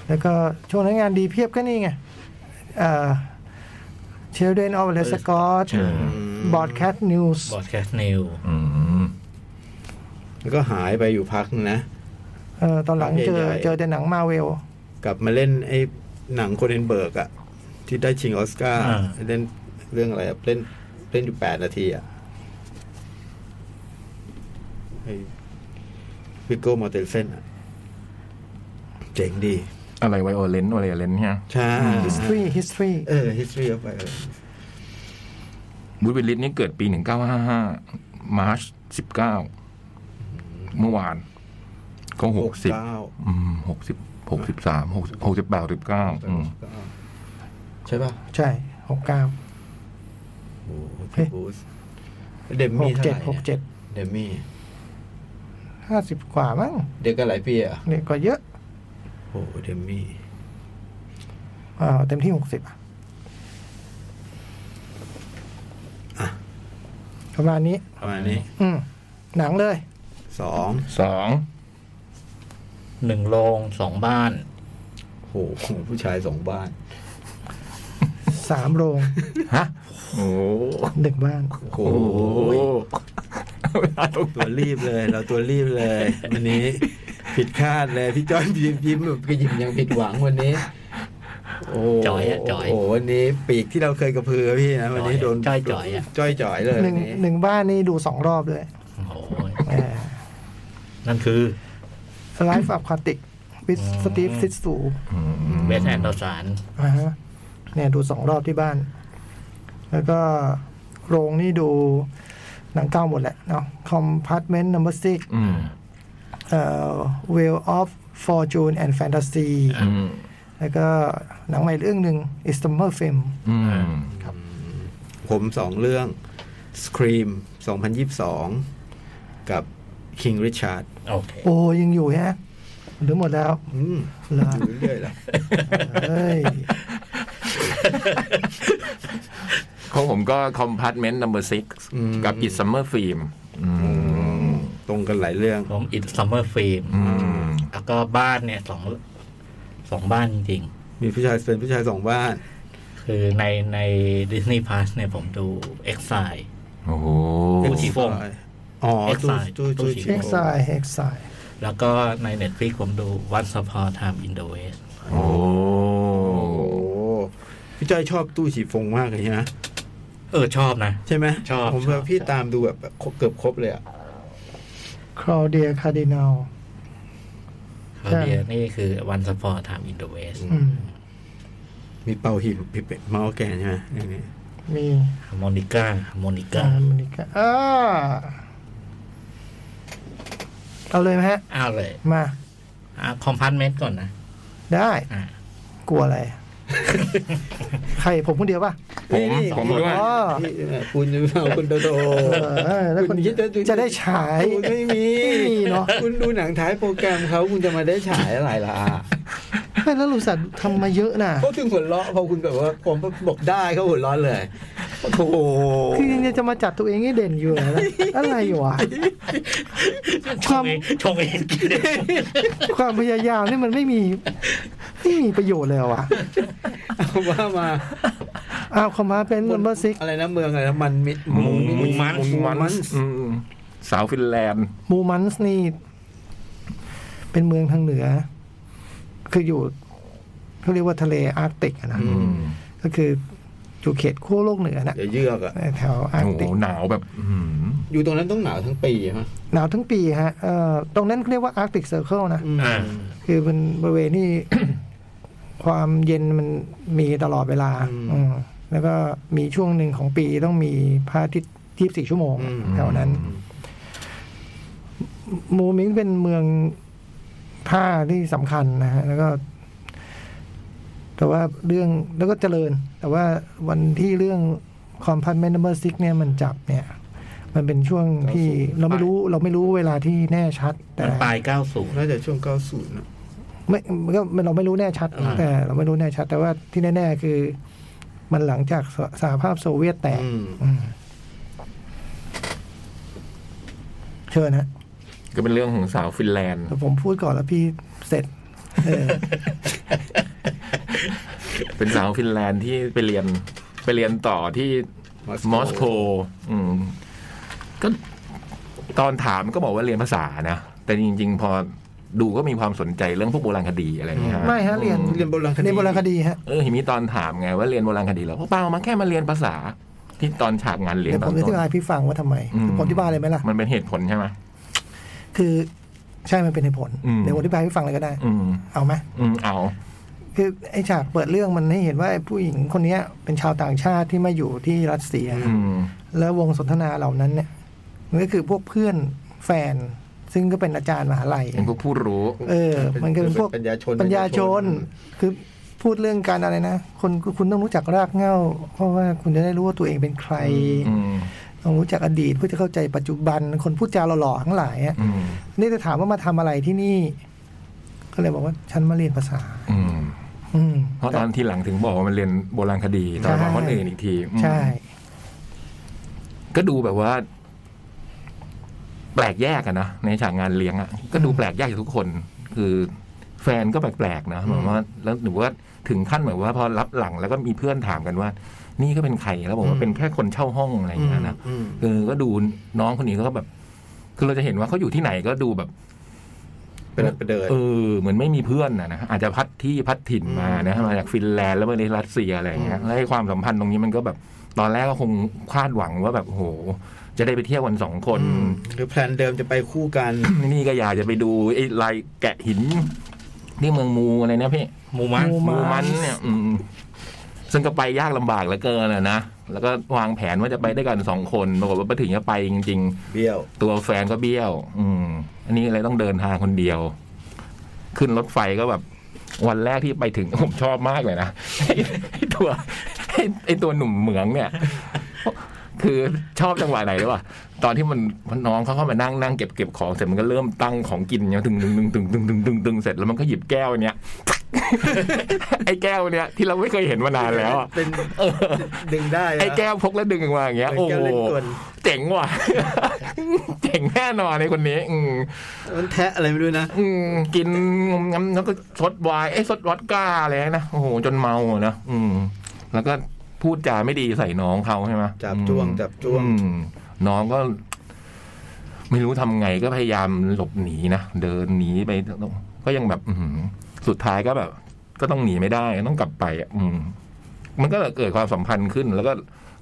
S3: แล้วก็ช่วงนั้นงานดีเพียบก็นี่ไงเชลเดนออฟเลสกอต
S5: ใช่
S3: บอดแคสต์นิวส์
S5: บอดแคสต์นิว
S4: อืม
S2: แล้วก็หายไปอยู่พักนึงนะ
S3: ตอนหลังเจอ
S2: ใหญ่ๆ
S3: เจอแต่หนังมาเวล
S2: กลับมาเล่นไอ้หนังโคเดนเบิร์กอะที่ได้ชิงออสการ์เล่นเรื่องอะไรอะเล่นเล่นอยู่แปดนาทีอะวิโก้มอเตลเซนอะเจ๋งดี
S4: อะไรไวโอเลนอะไรเลนเนี่ย
S2: ใช่
S3: history history
S2: เออ history of เออ
S4: บูธวิลลิสนี่เกิดปี 1955 มาร์ช19 เมื่อวาน ก็
S2: หก
S4: 60
S2: เก้า
S4: อืมหกสิบหกสิบสามหกหกสิบแปดหกสิบเก้าอืม
S2: ใช่ป่ะ
S3: ใช่หกเก้า
S2: โอ้โหพี่บูสเดมมี่เท่าไหร่
S3: หกเจ็ด
S2: เดมมี่ย Demi
S3: ห้าสิบกว่ามั้ง
S2: เด็กกันหลายปีอ่ะ
S3: เนี่ยก็เยอะ
S2: โอ้โหเดมมี่
S3: อ่าเต็มที่หกสิบประมาณนี้
S2: ประมาณนี้
S3: อืม หนังเลย
S2: สอง
S4: สอง
S5: หนึ่งโรงสองบ้าน
S2: โอ้โหผู้ชายสองบ้าน
S3: สามโรง
S4: ฮะ โอ้
S3: หนึ่งบ้าน
S2: โอ้โห
S4: โหเวลาตรง
S2: ตัวรีบเลย เราตัวรีบเลย วันนี้ ผิดคาดเลย พี่จ้อยยิ้มยิ้มแบบกระยิมยังผิดหวังวันนี้ โอ้
S5: จ่อยอะจ่อย
S2: โอ้โหวันนี้ปีกที่เราเคยกระพือพี่นะวันนี้โดน
S5: จ่อยจ่อยอะ
S2: จ้อยจ่อยเลย
S3: ห
S2: วั
S3: นึ่ง
S2: นนี้
S3: หนึ่งบ้านนี่ดูสองรอบเลย
S5: โอ้โห
S3: อ่า
S5: นั่นคือ
S3: Life Aquatic with
S5: อืม
S3: Steve Zissou
S5: เวสแอนด์สาร
S3: อ่าฮะเนี่ยดูสองรอบที่บ้าน แล้วก็โรงนี่ดูหนังเก้าหมดแหละเนาะ Compartment Number Six
S4: อืม
S3: เอ่อ Wheel of Fortune and Fantasy
S4: อืม
S3: แล้วก็หนังใหม่เรื่องหนึ่ง i s t a m e r Film
S4: อืม
S2: ผมสองเรื่อง Scream 2022 กับ King Richard
S5: โอเค
S3: โอ้ยังอยู่ฮะหรือหมดแล้ว
S2: อืม
S3: เหรอ
S2: อยู่เรื่อยๆล่ะ
S3: เอ้ย
S4: ของผมก็ compartment number six กับ it's summer film อืม
S2: ตรงกันหลายเรื่อง
S5: ผมอินซัมเมอร์ฟิล์ม
S4: อืม
S5: แล้วก็บ้านเนี่ยสองสองบ้านจริง
S2: มีผู้ชายเป็นผู้ชายสองบ้าน
S5: ๆ คือในใน Disney Plus เนี่ยผมดู Exile
S4: โอ้โห
S5: ผู้ชี้ฟง
S2: อ๋อ
S5: X
S2: ตู้
S5: สาย
S2: ตู้
S5: ตู้
S2: ตู้
S5: ชี้
S2: ชี้
S3: Exile Exile
S5: แล้วก็ใน Netflix ผมดู Once Upon a Time in the West
S4: โอ้โห
S2: โอ้โหพี่จ้อยชอบตู้ฉีฟงมากเลยนะ
S5: เออชอบนะ
S2: ใช่ไหม
S5: ชอบ
S2: ผมแบ
S5: ชอ
S2: บบ พี่ตามดูแบบครบเกือบครบเลยอ่ะ
S3: Claudia Cardinal
S5: คาเดียนี่คือ Once Upon a Time in the West
S3: อืม
S2: มีเป่าหิมพี่เป็ดเมาส์แกนใช่ไหมอย่างนี้
S3: มี
S5: Harmonica Harmonica
S3: อเมริกาอ่าเอาเลยไหมฮะ
S5: อ้าวเลย
S3: มา
S5: อ่ะ Compartment ก่อนนะ
S3: ได้
S5: อ่ะ
S3: กลัวอะไร ใครผมคนเดียวป่ะ
S4: ผมผมด้วย
S3: อ๋อ
S2: พี่เนี่ยคุณเอาคุณโดโด
S3: เออแล้วคุณ
S2: คุณคิดจะ
S3: จะได้ฉาย
S2: คุณไม่มี
S3: ไม่มีเนอะ
S2: คุณดูหนังท้ายโปรแกรมเขาคุณจะมาได้ฉายอะไรล่ะ
S3: ไม่แล้วลูกสัตว์ทำมาเยอะน่ะ
S2: เขาถึงหัวเราะพอคุณแบบว่าผมบอกได้เขาหัวเราะเลยโอ้โห
S3: คือยังจะมาจัดตัวเองให้เด่นอยู่นะอะไรวะ
S5: ชงเองชงเองกินเอง
S3: ความพยายามนี่มันไม่มีไม่มีประโยชน์เลยเหรอวะ
S2: เอาว่ามา
S3: อ้าวคอมมาเป็นนัมเบอร์ซิก
S2: อะไรนะเมืองอะไรนะมันมิด
S4: มุง
S5: มุงมัน
S4: มันอืมสาวฟินแลนด์
S3: มูมันส์นี่ เป็นเมืองทางเหนือ คืออยู่เขาเรียกว่าทะเลอาร์กติกอะนะ
S4: อืม
S3: ก็คืออยู่เขตขั้วโลกเหนือนะ
S2: เดี๋ยวเยือกอ่ะ
S3: แถวอาร์ก
S4: โอ้โห
S3: ติก
S4: หนาวแบบ อืม
S2: อยู่ตรงนั้นต้องหนาวทั้งปีฮะ
S3: หนาวทั้งปีฮะเอ่อตรงนั้นเรียกว่าอาร์กติกเซอร์เคิลนะ
S5: อ่า
S3: คือเป็นบริเวณที่ ความเย็นมันมีตลอดเวลา อืมแล้วก็มีช่วงหนึ่งของปีต้องมีพระอาทิตย์24 ชั่วโมงแถวนั้น มูมิงเป็นเมืองท่าที่สำคัญนะฮะ แล้วก็ แต่ว่าเรื่องแล้วก็เจริญ แต่ว่าวันที่เรื่อง compartment number six เนี่ยมันจับเนี่ย มันเป็นช่วงที่เราไม่รู้เราไม่รู้เวลาที่แน่ชัด แต่
S5: มันปลายเก้าสูง
S2: น่าจะช่วงเก้าศูนย์นะ
S3: ไม่มันก็มันเราไม่รู้แน่ชัด
S5: อ่า
S3: แต่เราไม่รู้แน่ชัด แต่ว่าที่แน่ๆคือ มันหลังจากสสหภาพโซเวียตแตก
S2: อืม
S3: อืมเชิญฮะ
S4: ก็เป็นเรื่องของสาวฟินแลนด์
S3: แต่ผมพูดก่อนแล้วพี่เสร็จ เออ
S4: เป็นสาวฟินแลนด์ที่ไปเรียนไปเรียนต่อที่มอสโกอืมก็ตอนถามก็บอกว่าเรียนภาษานะ แต่จริง ๆ พอดูก็มีความสนใจเรื่องพวกโบราณคดีอะไรอย่างเงี้ย
S3: ไม่ฮะเรียน
S2: เรียนโบราณคดี
S3: เรียนโบราณคดีฮะ
S4: เออทีนี้ตอนถามไงว่าเรียนโบราณคดีแล้วเปล่ามันแค่มาเรียนภาษา ที่ตอนฉากงานเรียน
S3: เดี๋ยว
S4: ต
S3: ผ
S4: อ
S3: ม
S4: น
S3: จะอ
S4: ต้
S3: ธิ
S4: น
S3: บายให้พี่ฟังว่าทำไม
S4: อื
S3: ผมอธิบายเลยไหมล่ะ
S4: มันเป็นเหตุผลใช่ไหม
S3: คือใช่มันเป็นเหตุผล
S4: อืม
S3: เดี๋ยวผมอธิบายให้พี่ฟังเลยก็ได้
S4: อืม
S3: เอาไหม
S4: อืม เอา
S3: คือไอ้ฉากเปิดเรื่องมันให้เห็นว่าไอ้ผู้หญิงคนเนี้ย เป็นชาวต่างชาติที่มาอยู่ที่รัสเซีย
S4: อืม
S3: แล้ววงสนทนาเหล่านั้นเนี่ยมันก็คือพวกเพื่อนแฟน ซึ่งก็เป็นอาจารย์มหาลัย
S4: เป็นพวกผู้รู้
S3: เออ มันก็เป็นพวก
S2: เป็นปัญญาชน
S3: ปัญญาชน
S2: ปัญญาช
S3: คือพูดเรื่องการอะไรนะคนคุณต้องรู้จักรากเหง้า เพราะว่าคุณจะได้รู้ว่าตัวเองเป็นใคร
S4: อืม
S3: ต้องรู้จักอดีตเพื่อจะเข้าใจปัจจุบัน คนพูดจาหล่อๆทั้งหลายอะ
S4: อืม
S3: นี่จะถามว่ามาทำอะไรที่นี่ ก็เลยบอกว่าฉันมาเรียนภาษา
S4: อืม
S3: อืม
S4: เพราะตอนที่หลังถึงบอกว่ามันเรียนโบราณคดีตอนมาคนอื่นอีกทีอืม
S3: ใช่
S4: ก็ดูแบบว่า แปลกแยกอะนะในฉากงานเลี้ยงอะก็ดูแปลกแยกจากทุกคน คือแฟนก็แปลกๆนะแบบว่า แล้วหรือว่าถึงขั้นแบบว่าพอรับหลังแล้วก็มีเพื่อนถามกันว่า นี่ก็เป็นใครแล้วบอกว่าเป็นแค่คนเช่าห้องอะไรอย่างเงี้ยนะ
S2: อืม
S4: เออก็ดูน้องคนนี้ก็แบบ คือเราจะเห็นว่าเขาอยู่ที่ไหนก็ดูแบบ
S2: เป็นประเดิน
S4: เออ เหมือนไม่มีเพื่อนนะนะอาจจะพัดที่พัดถิ่นมานะมาจากฟินแลนด์แล้วมาในรัสเซียอะไรอย่างเงี้ยแล้วไอ้ความสัมพันธ์ตรงนี้มันก็แบบ ตอนแรกก็คงคาดหวังว่าแบบโอ้โห จะได้ไปเที่ยวกันสองคน
S2: คือแพลนเดิมจะไปคู่กัน
S4: นี่ก็อยากจะไปดูไอ้ลายแกะหินที่เมืองมูอะไรนะพี่
S5: มูมัน
S3: มู
S4: มูมันเนี่ยอืมซึ่งก็ไปยากลำบากเหลือเกินอะนะ แล้วก็วางแผนว่าจะไปด้วยกันสองคนปรากฏว่าไปถึงก็ไปจริง ๆ
S2: เบี้ยว
S4: ตัวแฟนก็เบี้ยว อืม อันนี้เลยต้องเดินทางคนเดียว ขึ้นรถไฟก็แบบ วันแรกที่ไปถึง ผมชอบมากเลยนะ ไอ้ไอ้ตัวไอ้ไอตัวหนุ่มเหมืองเนี่ย คือชอบจังหวะไหนรู้ป่ะตอนที่มันมันน้องเขาเข้ามานั่งนั่งเก็บเก็บของเสร็จมันก็เริ่มตั้งของกินเนี่ยตึงตึงตึงตึงตึงตึงตึงตึงเสร็จแล้วมันก็หยิบแก้วอันเนี้ย ไอ้แก้วเนี้ยที่เราไม่เคยเห็นมานานแล้วอะ
S2: เป็น
S4: เออ
S2: ดึงได้นะ
S4: ไอ้แก้วพกแล้วดึงออกมาอย่างเงี้ย
S2: เป็น
S4: โอ้
S2: แก้ว
S4: โห
S2: เล่นกล
S4: เจ๋งว่ะ เจ๋งแน่นอนในคนนี้ อืม
S2: มันแทะอะไรไม่รู้นะ
S4: อืมกินงั้นแล้วก็ซดไวายไอ้ยซดวอดก้าอะไรนะ โอ้โห จนเมาอะนะอืม แล้วก็พูดจาไม่ดีใส่น้องเขาใช่ไหม
S2: จับจ้วงจับจ้วง
S4: อืมน้องก็ ไม่รู้ทำไงก็พยายามหลบหนีนะ เดินหนีไป ก็ยังแบบ อือหือสุดท้ายก็แบบ ก็ต้องหนีไม่ได้ต้องกลับไปอะอืม มันก็เกิดความสัมพันธ์ขึ้น แล้วก็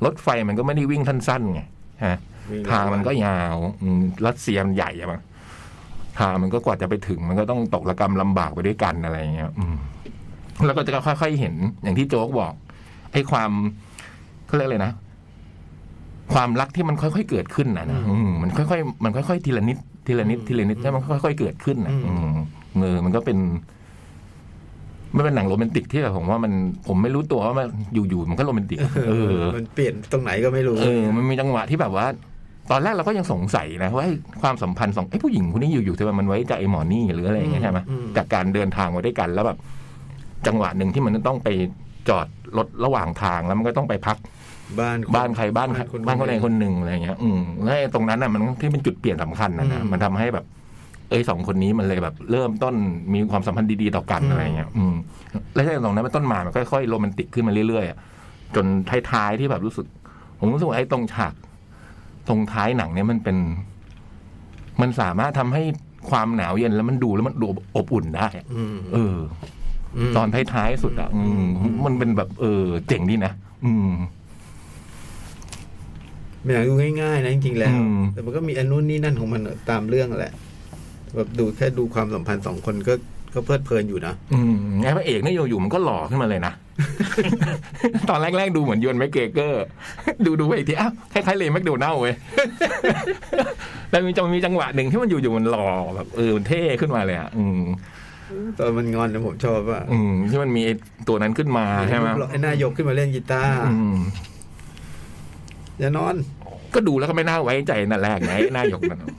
S4: รถไฟมันก็ไม่ได้วิ่งสั้นๆไงฮะ ทางมันก็ยาวอืมรัสเซียมันใหญ่อะมั้งทางมันก็กว่าจะไปถึง มันก็ต้องตกระกรรมลำบากไปด้วยกันอะไรอย่างเงี้ย อืม แล้วก็จะค่อยๆเห็นอย่างที่โจ๊กบอกไอ้ความเขาเรียกเลยนะ ความรักที่มันค่อยๆเกิดขึ้นนะนะอืมมันค่อยๆมันค่อยๆทีละนิดทีละนิดทีละนิดแล้วมันค่อยๆเกิดขึ้นนะอืมเออมันก็เป็น ไม่เป็นหนังโรแมนติกที่แบบผมว่ามันผมไม่รู้ตัวว่ามันอยู่ๆมันก็โรแมนติกเออ
S2: มันเปลี่ยนตรงไหนก็ไม่รู้
S4: เออ มันมีจังหวะที่แบบว่า ตอนแรกเราก็ยังสงสัยนะว่าไอ้ความสัมพันธ์สองไอ้ผู้หญิงคนนี้อยู่ๆทำไมมันไว้ใจไอ้หมอนี่หรืออะไรอย่างเงี้ยใช่ไหม
S2: อืม
S4: จากการเดินทางมาด้วยกันแล้วแบบ จังหวะหนึ่งที่มันต้องไปจอดรถระหว่างทางแล้วมันก็ต้องไปพัก
S2: บ้าน
S4: บ้านใครบ้านใครบ้านคนใดคนหนึ่งอะไรอย่างเงี้ย อืมแล้วไอ้ตรงนั้นน่ะมันที่เป็นจุดเปลี่ยนสำคัญนะนะ
S2: อืม
S4: มันทำให้แบบ เอ้ยสองคนนี้มันเลยแบบ เริ่มต้นมีความสัมพันธ์ดีๆต่อกันอะไรอย่างเงี้ย อืม แล้วจากตรงนั้นมันต้นมามันค่อยๆโรแมนติกขึ้นมาเรื่อยๆอะจนท้ายๆที่แบบรู้สึก ผมรู้สึกว่าไอ้ตรงฉาก ตรงท้ายหนังเนี่ยมันเป็น มันสามารถทำให้ความหนาวเย็นแล้วมันดูแล้วมันดูอบอุ่นได้อะ
S2: อืม
S4: เออ
S2: ม
S4: ตอนท้ายๆสุดอะอืมมันเป็นแบบ เออ เจ๋งดีนะอืม
S2: เป็นหนังดูง่ายๆนะจริงๆแล้ว
S4: อืม
S2: แต่มันก็มีอันนู้นนี่นั่นของมันตามเรื่องแหละ แบบดูแค่ดูความสัมพันธ์สองคนก็ก็เพลิดเพลินอยู่นะ
S4: อืมไอ้พระเอกนี่อยู่ๆมันก็หล่อขึ้นมาเลยนะ ตอนแรกๆดูเหมือนยวนแมกเกรเกอร์ ดูดูไปอีกทีอ้าวคล้ายๆเลยแมกโดนัลด์เว้ย แล้วมีจังมีจังหวะหนึ่งที่มันอยู่ๆมันหล่อแบบเออมันเท่ขึ้นมาเลยอ่ะอืม
S2: ตอนมันงอนนะผมชอบว่า
S4: อืมที่มันมีไอ้ตัวนั้นขึ้นมาใช่ไหม
S2: ไอ้หน้ายกขึ้นมาเล่นกีตาร์
S4: อืม
S2: อย่านอน
S4: ก็ดูแล้วก็ไม่น่าไว้ใจนั่นแรกไงหน้าหยกนั่นอะ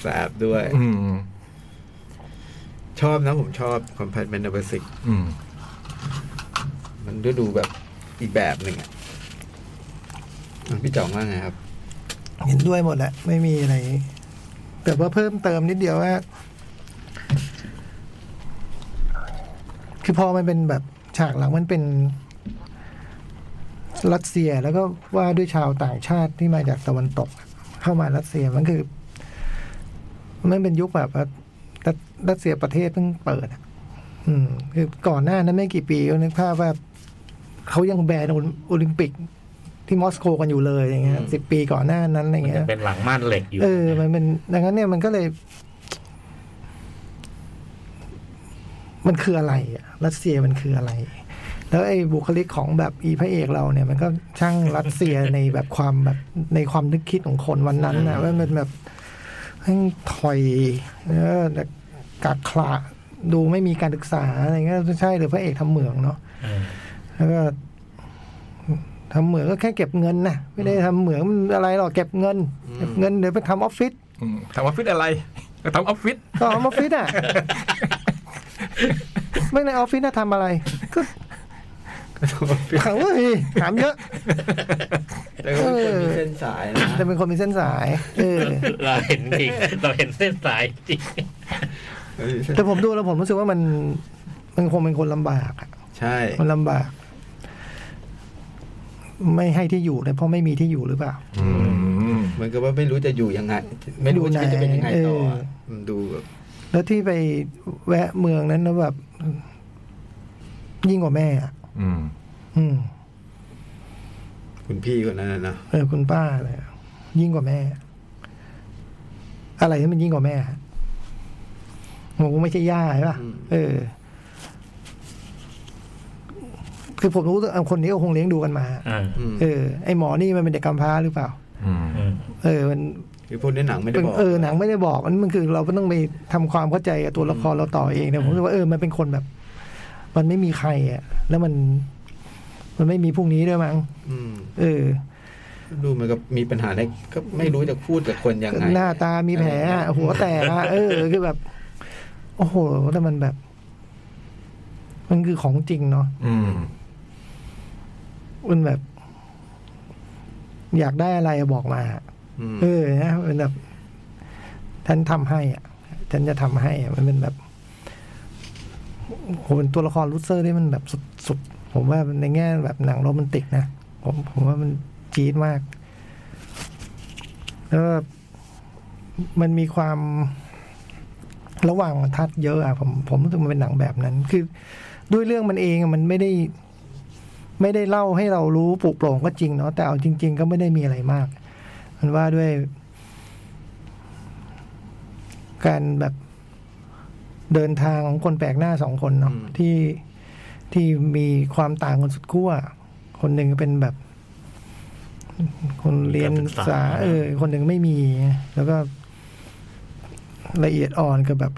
S2: แสบด้วย
S4: อืม
S2: ชอบนะผมชอบคอม p พ t เมนต์เบสิก
S4: อืม
S2: มันดูดูแบบอีกแบบหนึ่งอ่ะอ่ะพี่จ่องว่าไงครับ
S3: เห็นด้วยหมดแหละ ไม่มีอะไร แต่ว่าเพิ่มเติมนิดเดียวว่า คือพอมันเป็นแบบฉากหลังมันเป็น รัสเซียแล้วก็ว่าด้วยชาวต่างชาติที่มาจากตะวันตก เข้ามารัสเซียมันคือ มันเป็นยุคแบบว่ารัสรัสเซียประเทศเพิ่งเปิดอะอืม คือก่อนหน้านั้นไม่กี่ปีก็นึกภาพว่าเขายังแบนโอลิมปิกที่มอสโกกันอยู่เลยอย่างเงี้ยสิบปีก่อนหน้านั้นอะไร
S5: มัน
S3: เงี้
S5: ยั
S3: ย
S5: งเป็นหลังม่านเหล็กอยู่
S3: เออ มันเป็นดังนั้นเนี่ยมันก็เลย มันคืออะไรอะรัสเซียมันคืออะไร แล้วไอ้บุคลิกของแบบอีพระเอกเราเนี่ย มันก็ช่างรัสเซีย ในแบบความแบบในความนึกคิดของคนวันนั้นนะว่ามันแบบแม่งถอยเออแบบกักขระดูไม่มีการศึกษาอะไรเงี้ยไม่ใช่หรือพระเอกทำเหมืองเนาะ
S5: เออ
S3: แล้วก็ทำเหมืองก็แค่เก็บเงินนะไม่ได้ทำเหมืองมันอะไรหรอกเก็บเงินเก็บเงินเดี๋ยวไปทำออฟฟิศ
S4: อืมทำออฟฟิศอะไรทำออฟฟิศ
S3: ก็ทำออฟฟิศอ่ะ ไม่ในออฟฟิศน่ะทำอะไร ก็ขังเลยถามเยอะ
S2: แต่ก็เป็นคนมีเส้นสายนะ
S3: แต่เป็นคนมีเส้นสาย เออ
S5: เราเห็นจริงเราเห็นเส้นสายจริง
S3: แต่ผมดูแล้วผมรู้สึกว่ามัน มันคงเป็นคนลำบากอะ
S2: ใช่
S3: มันลำบาก ไม่ให้ที่อยู่เลยเพราะไม่มีที่อยู่หรือเปล่า
S4: อืม
S2: เหมือนกับว่าไม่รู้จะอยู่ยังไง ไม่รู้ชีวิตจะเป็นยังไงต่ออะ
S3: เออ
S2: มันดูแบบ
S3: แล้วที่ไปแวะเมืองนั้นนะแบบ ยิ่งกว่าแม่อะ
S4: อืม
S3: อืม
S2: คุณพี่คนนั้นนะนะ
S3: เออคุณป้าเลยอะยิ่งกว่าแม่ อะไรที่มันยิ่งกว่าแม่ฮะหมูไม่ใช่ย่าใช่ป่ะเออ คือผมรู้ว่าเอาคนนี้ก็คงเลี้ยงดูกันมา
S5: เออ
S2: อืม
S3: เออไอหมอนี่มันเป็นเด็กกำพร้าหรือเปล่า
S4: อืม
S5: เออ
S3: เออ มัน
S2: คือพูดในหนังไม่ได้
S3: มัน
S2: บอก
S3: เออหนังไม่ได้บอกมันมันคือ เราก็ต้องไปทำความเข้าใจกับตัวละครเราต่อเองนะผมรู้สึกว่าเออมันเป็นคนแบบ มันไม่มีใครอ่ะ แล้วมัน มันไม่มีพวกนี้ด้วยมั้ง
S2: อืม
S3: เออ
S2: ดูเหมันก็มีปัญหาในก็ไม่รู้จะพูดกับคนยังไง
S3: หน้าตามีแผลอะหัวแตกอะเออ คือแบบ โอ้โหแต่มันแบบ มันคือของจริงเนาะ
S4: อืม
S3: มันแบบ อยากได้อะไรบอกมา
S2: อืม
S3: เออนะมันแบบท่านทำให้อ่ะท่านจะทำให้อะมันเป็นแบบโอ้โหเป็นตัวละครลูเซอร์ที่มันแบบสุดสุดผมว่าในแง่แบบหนังโรแมนติกนะผมผมว่ามันจี๊ดมาก แล้วแบบมันมีความระหว่างบรรทัดเยอะอะผมผมรู้สึกมันเป็นหนังแบบนั้น คือด้วยเรื่องมันเองอะมันไม่ได้ ไม่ได้เล่าให้เรารู้ปลุกโปร่งก็จริงเนาะแต่เอาจริง ๆ ก็ไม่ได้มีอะไรมาก มันว่าด้วย การแบบเดินทางของคนแปลกหน้าสองคนเนาะที่ที่มีความต่างกันสุดขั้วคนหนึ่งเป็นแบบ คนเรียนศึกษา เออ คนหนึ่งไม่มี แล้วก็ละเอียดอ่อนกับแบบ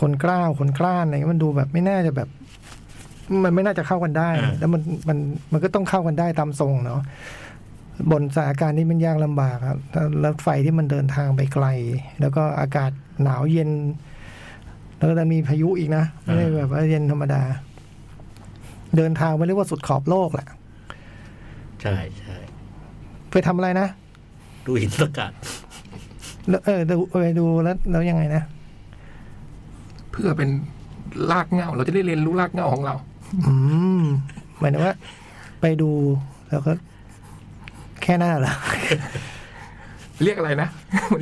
S3: คนกล้าวคนกล้านอะไรเงี้ยมันดูแบบไม่น่าจะแบบ มันไม่น่าจะเข้ากันได้ แล้วมันมันมันก็ต้องเข้ากันได้ตามทรงเนาะ บนสถานการณ์ที่มันยากลำบากครับถ้ารถไฟที่มันเดินทางไปไกล แล้วก็อากาศหนาวเย็น แล้วก็จะมีพายุอีกนะ ไม่ได้แบบว่าเย็นธรรมดา เดินทางไปเรียกว่าสุดขอบโลกแหละ
S5: ใช่ใช่
S3: ไปทำอะไรนะ
S5: ดูหินสกัด
S3: แล้วเออดูไปดูแล้วแล้วยังไงนะ
S4: เพื่อเป็นรากเหงาเราจะได้เรียนรู้รากเหงาของเรา
S3: อืมหมายถึงว่า ไปดูแล้วก็ แค่หน้าเห รอ
S4: เรียกอะไรนะ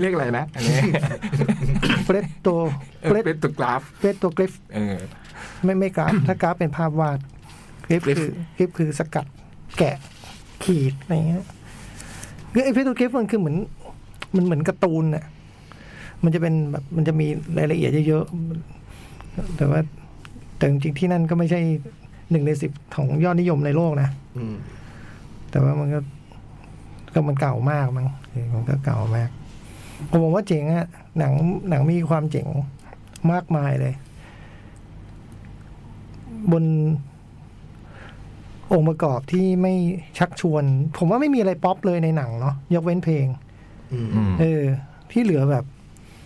S4: เรียกอะไรนะอันนี้
S3: เปรตโต
S4: เออ
S3: เปรต
S4: เป็นตัวกราฟ
S3: เปรตโตกริฟ
S4: เออ
S3: ไม่ไม่กราฟ ถ้ากราฟเป็นภาพวาดกริฟ
S4: Glyph
S3: คือกริฟคือสกัด แกะ ขีดอะไรเงี้ยคือไอ้เปรตโตกริฟมันคือเหมือน มันเหมือนการ์ตูนน่ะ มันจะเป็นแบบมันจะมีรายละเอียดเยอะๆแต่ว่า แต่จริงๆที่นั่นก็ไม่ใช่หนึ่งในสิบของยอดนิยมในโลกนะ
S2: อืม
S3: แต่ว่ามันก็ก็มันเก่ามากมั้งเออมันก็เก่ามากผมบอกว่าเจ๋งอะหนังหนังมีความเจ๋งมากมายเลย บนองค์ประกอบที่ไม่ชักชวน ผมว่าไม่มีอะไรป๊อปเลยในหนังเนาะยกเว้นเพลง
S2: อืม
S4: อืม
S3: เออ ที่เหลือแบบ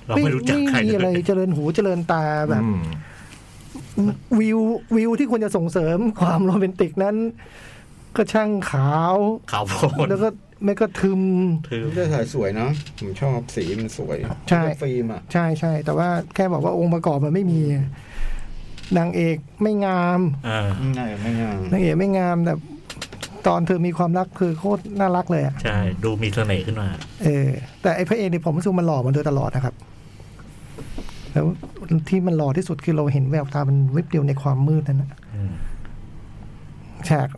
S5: เราไม่รู้จักใคร
S3: ไม่มีอะ
S5: เล
S3: ไร
S5: ย
S3: เจริญหูเจริญตาแบบ
S4: อืม
S3: วิววิวที่ควรจะส่งเสริมความโรแมนติกนั้น ก็ช่างขาว
S5: ข่าวโพด
S3: แล้วก็ไม่ก็ทึม
S5: คือ
S2: มันจะถ่ายสวยเนาะผมชอบสีมันสวย
S3: ใช่
S2: แล้วก็ฟิล์มอ่ะ
S3: ใช่ใช่แต่ว่าแค่บอกว่าองค์ประกอบมันไม่มีนางเอกไม่งาม
S5: อ่า
S2: ง่ายไม่งาม
S3: นางเอกไม่งามแต่ตอนเธอมีความรักคือโคตรน่ารักเลยอะ
S5: ใช่ ดูมีเสน่ห์ขึ้นมา
S3: เออ แต่ไอ้พระเอกเนี่ยผมรู้สึกมันหล่อมาโดยตลอดนะครับ แล้วที่มันหล่อที่สุดคือเราเห็นแววตามันวิบเดียวในความมืดนั่นนะ
S5: อืม
S3: ฉาก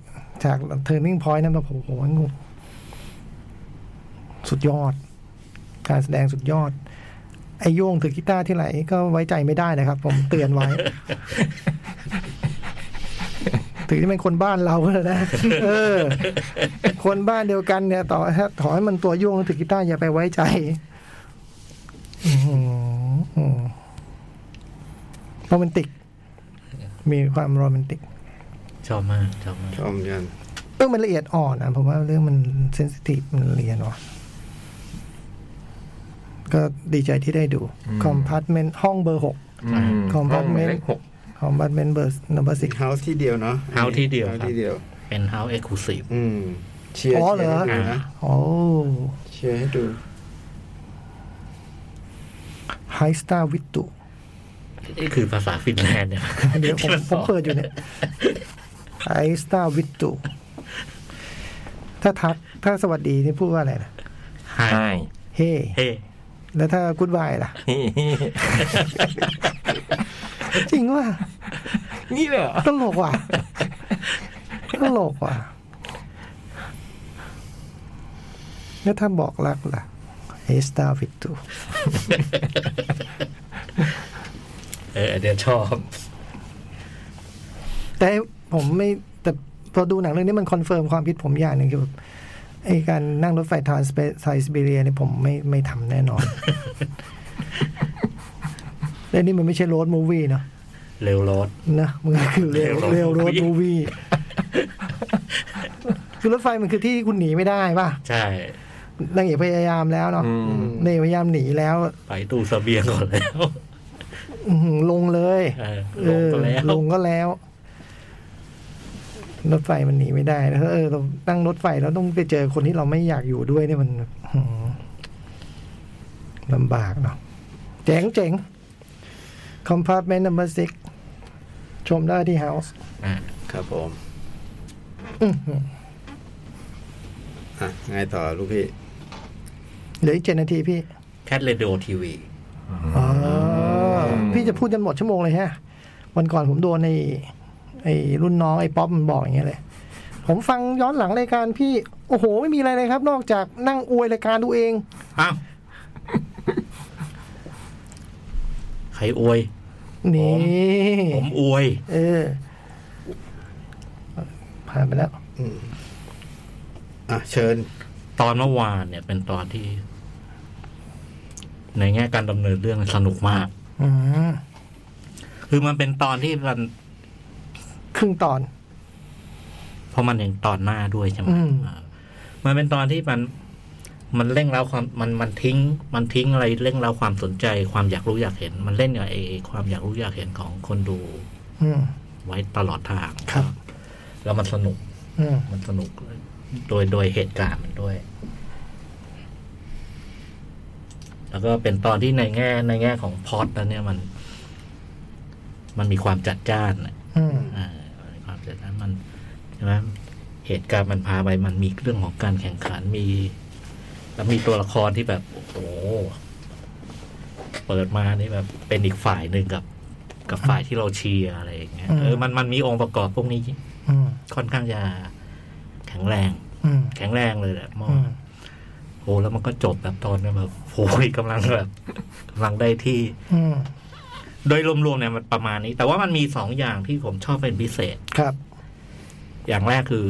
S3: ฉากเทอร์นิ่งพอยต์นั้นแบบโอ้โหสุดยอด การแสดงสุดยอด ไอโย่งถือกีตาร์ที่ไหนก็ไว้ใจไม่ได้นะครับ ผมเตือนไว้ ถึงจะเป็นคนบ้านเราก็แล้วนะ เออ คนบ้านเดียวกันเนี่ยต่อถ้าถอให้มันตัวโย่งถือกีตาร์อย่าไปไว้ใจอื้อหือโรแมนติก มีความโรแมนติก
S5: ชอบมากชอบมาก
S2: ชอบเหมือนกัน
S3: เออมันละเอียดอ่อนนะผมว่าเรื่องมันเซนซิทีฟมันละเอียดอ่อนก็ดีใจที่ได้ดูคอมพาร์ตเมนต์ห้องเบอร์หก
S4: อืม
S3: ของ
S4: ห้องหมาย
S3: Batman
S4: เลขหก
S3: คอมพาร์ตเมนต์เบอร์นัมเบอร์สิ
S2: เฮาส์ที่เดียวเนาะ
S5: House ที่เดียว
S2: เฮา
S5: ครับ
S2: ที่เดียว
S5: เป็นเฮาเอ็กซ์คลูซีฟ
S2: อืม เชียร์
S3: อ๋อ
S2: เชียร์
S3: เหร
S2: ให้
S3: อ
S2: ดูนะ
S3: โอ้
S2: เชียร์ให้ดู
S3: ไฮสตาร์วิตุ
S5: นี่คือภาษาฟินแลนด์เนี่ย
S3: เดี๋ยวผม
S5: ที่น
S3: ผ
S5: ส
S3: ม
S5: อน
S3: เปิดอยู่เนี่ยไฮสตาร์วิตุถ้าทักถ้าสวัสดีนี่พูดว่าอะไรนะ
S5: ไฮ
S4: ใช่
S3: เฮ้
S5: เฮ้
S3: แล้วถ้ากูดบายล่ะ จริงว่า
S4: นี่เลยเหรอ
S3: ตลกว่ะ ตลกว่ะ แล้วถ้าบอกรักล่ะเอสตาฟิตู
S5: เออเดี๋ยวชอบ
S3: แต่ผมไม่แต่พอดูหนังเรื่องนี้มันคอนเฟิร์มความคิดผมอย่างหนึ่งคือแบบไอการนั่งรถไฟทรานส์ไซสเบเรียเนี่ยผมไม่ไม่ทำแน่นอน และนี่มันไม่ใช่โรดมูวี่เนาะ
S5: เร็วรถ
S3: นะมันก็คือเร็วเร็วโรด
S5: Railroad
S3: มูวี่ คือรถไฟมันคือที่คุณหนีไม่ได้ป่ะ
S5: ใช่
S3: นางเอกพยายามแล้วเนาะ
S4: อืม
S3: เนยพยายามหนีแล้ว
S5: ไปตู้เสเบียงก่อนแล้ว
S3: อื้อหือลงเลย
S5: เออ
S3: เอ
S5: ล
S3: อ
S5: งไปแล้ว
S3: ลงก็แล้ว รถไฟมันหนีไม่ได้แล้วเออเราตั้งรถไฟแล้วต้องไปเจอคนที่เราไม่อยากอยู่ด้วยเนี่ยมันอื้อหือลำบากเนาะเจ๋งเจ๋งคอมพาร์ตเมนต์นัมเบอร์ซิกชมได้ที่เฮาส์
S5: อ่ะ
S2: ครับผมอ่ะไงต่อลูกพี่
S3: เหลืออีกเจ็ดนาทีพี่
S5: แคทเรดิโอทีวี
S3: อ๋อพี่จะพูดจนหมดชั่วโมงเลยฮะ วันก่อนผมโดนไอ้ไอ้รุ่นน้องไอ้ป๊อปมันบอกอย่างเงี้ยเลย ผมฟังย้อนหลังรายการพี่ โอ้โห ไม่มีอะไรเลยครับ นอกจากนั่งอวยรายการตัวเอง
S5: อ้าวใครอวย
S3: นี่
S5: ผมอวย
S3: เออ ผ่านไปแล้ว
S2: อืมอ่ะเชิญ
S5: ตอนเมื่อวานเนี่ยเป็นตอนที่ ในแง่การดำเนินเรื่องสนุกมาก
S3: อืม
S5: คือมันเป็นตอนที่มัน
S3: ครึ่งตอน
S5: เพราะมันเองตอนหน้าด้วยใช่ไหม
S3: อืม
S5: อ่ามันเป็นตอนที่มัน มันเร่งเร้าความมันมันทิ้ง มันทิ้งอะไรเร่งเร้าความสนใจ ความอยากรู้อยากเห็น มันเล่นกับไอความอยากรู้อยากเห็นของคนดู
S3: อืม
S5: ไว้ตลอดทาง
S3: ครับ
S5: แล้วมันสนุก
S3: อืม
S5: มันสนุกโดยโดยเหตุการณ์มันด้วย แล้วก็เป็นตอนที่ในแง่ในแง่ของพล็อตแล้วเนี่ยมัน มันมีความจัดจ้านอะ
S3: อืม
S5: อ่ามันมีความจัดจ้านมันใช่ไหมเหตุการณ์มันพาไปมันมีเรื่องของการแข่งขันมี แล้วมีตัวละครที่แบบ โอ้โหเปิดมานี่แบบ เป็นอีกฝ่ายหนึ่งกับ กับฝ่ายที่เราเชียร์อะไรอย่างเงี้ยเออมันมันมีองค์ประกอบพวกนี้
S3: อืม
S5: ค่อนข้างจะแข็งแรง
S3: อืม
S5: แข็งแรงเลยแหละหมอ
S3: อืม
S5: โห แล้วมันก็จบแบบตอนนั้นแบบโหยกำลังแบบกำลังได้ที่
S3: อืม
S5: โดยรวมๆเนี่ยมันประมาณนี้ แต่ว่ามันมีสองอย่างที่ผมชอบเป็นพิเศษ
S3: ครับ
S5: อย่างแรกคือ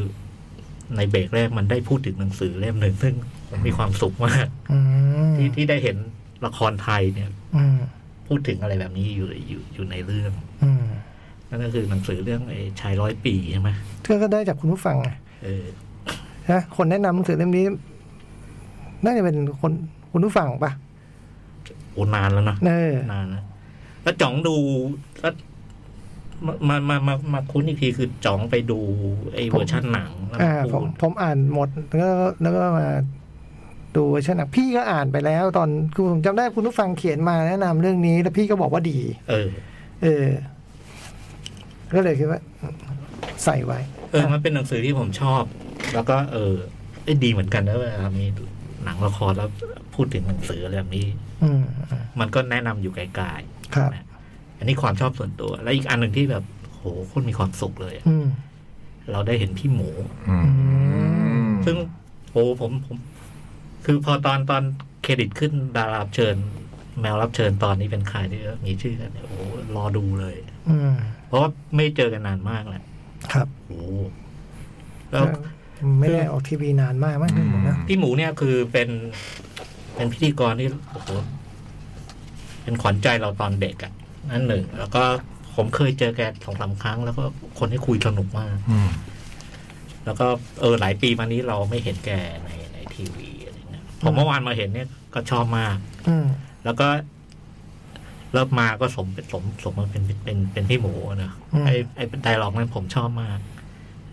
S5: ในเบรกแรกมันได้พูดถึงหนังสือเล่มหนึ่งซึ่งผมมีความสุขมาก
S3: อืม
S5: ที่ที่ได้เห็นละครไทยเนี่ย
S3: อืม
S5: พูดถึงอะไรแบบนี้อยู่อยู่อยู่ในเรื่อง
S3: อืม
S5: นั่นก็คือหนังสือเรื่องไอ้ชายร้อยปีใช่ไหม
S3: ก็ก็ได้จากคุณผู้ฟังไง
S5: เออ
S3: นะคนแนะนำหนังสือเล่มนี้ น่าจะเป็นคนคุณผู้ฟังปะ
S5: โอนานแล้วนะ
S3: เออ
S5: นานนะแล้วจ๋องดูแล้วมามามามาคุ้นอีกทีคือจ๋องไปดูไอ้เวอร์ชันหนังแล้ว
S3: อ่า
S5: มา
S3: ผม
S5: พูด
S3: ผมอ่านหมดแล้วก็แล้วก็มาดูเวอร์ชันหนังพี่ก็อ่านไปแล้ว ตอนคือผมจำได้คุณผู้ฟังเขียนมาแนะนำเรื่องนี้ แล้วพี่ก็บอกว่าดี
S5: เออ
S3: เออ ก็เลยคิดว่า ใส่ไว้
S5: เออ มันเป็นหนังสือที่ผมชอบ แล้วก็เออเอ้ยดีเหมือนกันนะเวลามีหนังละครแล้วพูดถึงหนังสืออะไรแบบนี้
S3: อืม
S5: มันก็แนะนำอยู่ไกล
S3: ครับ
S5: ๆอันนี้ความชอบส่วนตัว และอีกอันหนึ่งที่แบบโหโคนมีความสุขเลยอะ
S3: อืม
S5: เราได้เห็นพี่หมู
S4: อืม
S5: ซึ่งโอ้ผมผม คือพอตอนตอนเครดิตขึ้นดารารับเชิญ แมวรับเชิญตอนนี้เป็นใครที่มีชื่อกันเนี่ยโอ้รอดูเลย
S3: อืม
S5: เพราะว่าไม่เจอกันนานมากแหละ
S3: ครับ
S5: โอ้แล้ว
S3: ไม่ได้ออกทีวีนานมากมั้งพี่หมูนะ
S5: พี่หมูเนี่ยคือเป็น เป็นพิธีกรที่โอ้โหเป็นขวัญใจเราตอนเด็กอะ่ะนั่นหนึ่ง แล้วก็ผมเคยเจอแกสองสามครั้ง แล้วก็คนที่คุยสนุกมาก
S4: อืม
S5: แล้วก็เออหลายปีมานี้เราไม่เห็นแกในในทีวีอะไรเงี้ยผมเมื่อวานมาเห็นเนี่ยก็ชอบมาก
S3: อืม
S5: แล้วก็เริ่มมาก็สมเป็นสมสมมาเป็นเป็นเป็นพี่หมูนะ
S3: อืม
S5: ไอไอไดร็อกนั้นผมชอบมาก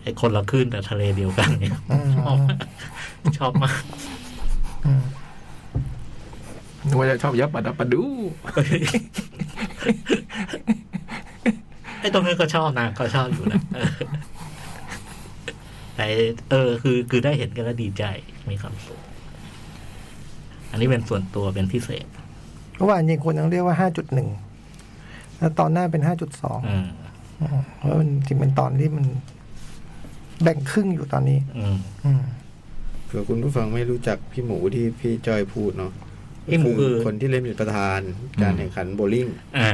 S5: ไอคนละคลื่นแต่ทะเลเดียวกันเนี่ย
S3: อืม
S5: ชอบมากชอบมาก
S3: อืม
S4: นึกว่าจะชอบยับปัดบปัดดู
S5: ไอตรงนั้นก็ชอบนะก็ชอบอยู่นะ เออแต่เออ คือคือได้เห็นกันแล้วดีใจมีความสุขอันนี้เป็นส่วนตัวเป็นพิเศษ
S3: เมื่อวานยิงคนยังเรียกว่าห้าจุดหนึ่งแล้วตอนหน้าเป็นห้าจุดสอง
S5: อืม
S3: เพราะมันจริงเป็นตอนที่มัน แบ่งครึ่งอยู่ตอนนี้
S5: อืม
S3: อืม
S2: เผื่อคุณผู้ฟังไม่รู้จักพี่หมูที่พี่จอยพูดเนาะ
S5: พี่หมูคือ
S2: คนที่เล่นเป็นประธานการแข่งขันโบว์ลิ่ง
S5: อ่า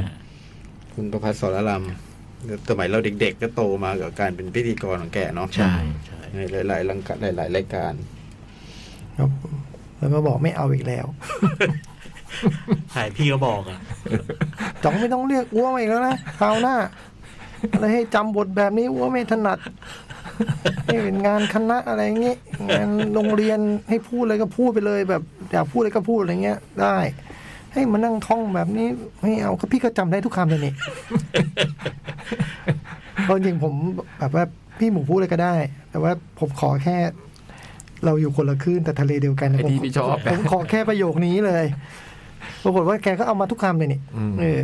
S2: คุณประพัฒน์สรลำสมัยเราเด็กๆ ก็โตมากับการเป็นพิธีกรของแกเนาะ
S5: ใช่ใช่
S2: ในหลายๆรายการหลาย ๆ รายการ
S3: ครับแล้วก็บอกไม่เอาอีกแล้ว
S5: ใช่พี่ก็บอกอ่ะ
S3: จ๋องไม่ต้องเรียกอ้วมาอีกแล้วนะคราวหน้าอะไรให้จำบทแบบนี้อ้วไม่ถนัดให้เป็นงานคณะอะไรอย่างงี้งานโรงเรียนให้พูดอะไรก็พูดไปเลย แบบอยากพูดอะไรก็พูดอะไรเงี้ย ได้ ให้มานั่งท่องแบบนี้ไม่เอาก็พี่ก็จำได้ทุกคำเลยนี่ตอนจริงผมแบบว่าพี่หมูพูดอะไรก็ได้ แต่ว่าผมขอแค่ เราอยู่คนละคลื่นแต่ทะเลเดียวกัน
S4: ไอ้ที่
S3: ผม
S4: พี่ชอบ
S3: ผมขอแค่ประโยคนี้เลย ปรากฏว่าแกก็เอามาทุกคำเลยนี่
S4: อืม
S3: เออ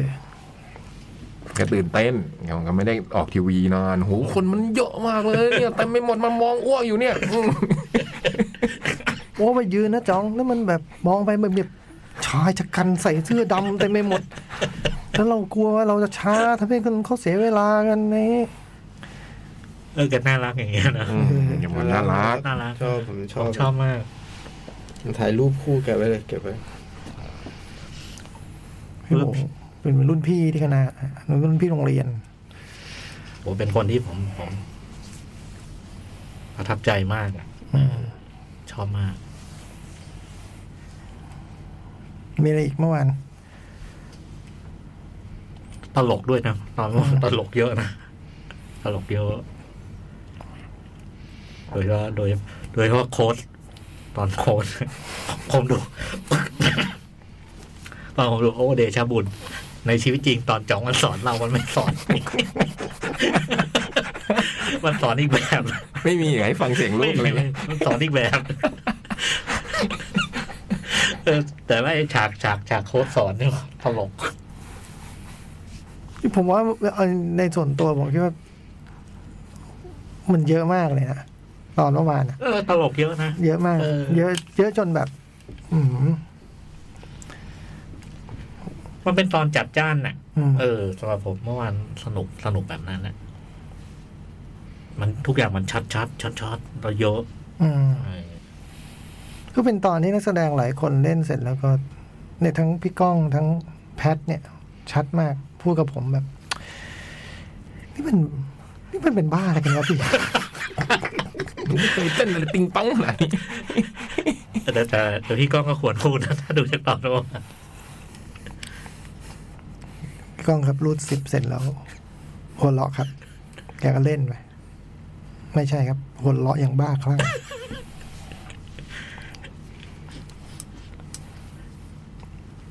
S4: แกตื่นเต้นแกก็ไม่ได้ออกทีวีนานโหคนมันเยอะมากเลยเนี่ยเต็มไปหมดมามองอ้วกอยู่เนี่ยอืม
S3: โอ้ไปยืนนะจองแล้วมันแบบมองไปแบบเนี่ยชายชะกันใส่เสื้อดำเต็ไมไปหมด แล้วเรากลัวว่าเราจะช้าทำให้คนเขาเสียเวลากันนี่
S5: เออแกน่ารักอย่างเงี้ยนะ
S4: อืมอย่างมันน่ารัก
S5: น่ารัก
S2: ชอบผมช
S5: ผ
S2: อบ
S5: มชอบมาก
S2: ถ่ายรูปคู่แกไว้เลยเก็บไว้
S3: พี่หมูเป็นรุ่นพี่ที่คณะรุ่นพี่โรงเรียน
S5: ผมเป็นคนที่ผมผมประทับใจมากอะ
S3: อืม
S5: ชอบมาก
S3: มีอะไรอีกเมื่อวาน
S5: ตลกด้วยนะ ตอนตลกเยอะนะ ตลกเยอะ โดยเฉพาะโดย โดยเฉพาะโค้ดตอนโค้ดผมดู ตอนผมดูโอ้เดชะบุญ ในชีวิตจริง ตอนจ๋องมันสอนเรามันไม่สอน มันสอนอีกแบบ
S4: ไม่มีให้ฟังเสียงลูกเลย
S5: ไม่ไม่สอนอีกแบบเออแต่ว่าไอ้ฉากฉากฉากโค้ดสอนนี่ตลก
S3: ที่ผมว่าเอาในส่วนตัวผมคิดว่า มันเยอะมากเลยนะตอนเมื่อวานอะ
S5: เออตลกเยอะนะ
S3: เยอะมาก
S5: เออ
S3: เยอะ เยอะจนแบบ อืม
S5: มันเป็นตอนจัดจ้านน่ะ
S3: อืม
S5: เออสำหรับผมเมื่อวานสนุกสนุกแบบนั้นนะมันทุกอย่างมันชัดชัดช็อตช็อตเราเยอะ
S3: อืม
S5: เออ
S3: ก็เป็นตอนที่นักแสดงหลายคนเล่นเสร็จแล้วก็เนี่ยทั้งพี่ก้องทั้งแพทเนี่ย ชัดมาก พูดกับผมแบบ นี่มัน นี่มันเป็นบ้าอะไรกันครับพี่
S4: หนูไม่เคยเต้นอะไรปิงปังอะไร
S5: แต่แต่แต่พี่ก้องก็ควรพูดนะถ้าดูจากตอนโน้น
S3: พี่ก้องครับรูดสิบเสร็จแล้วหัวเราะครับ แกก็เล่นไปไม่ใช่ครับหัวเราะอย่างบ้าคลั่ง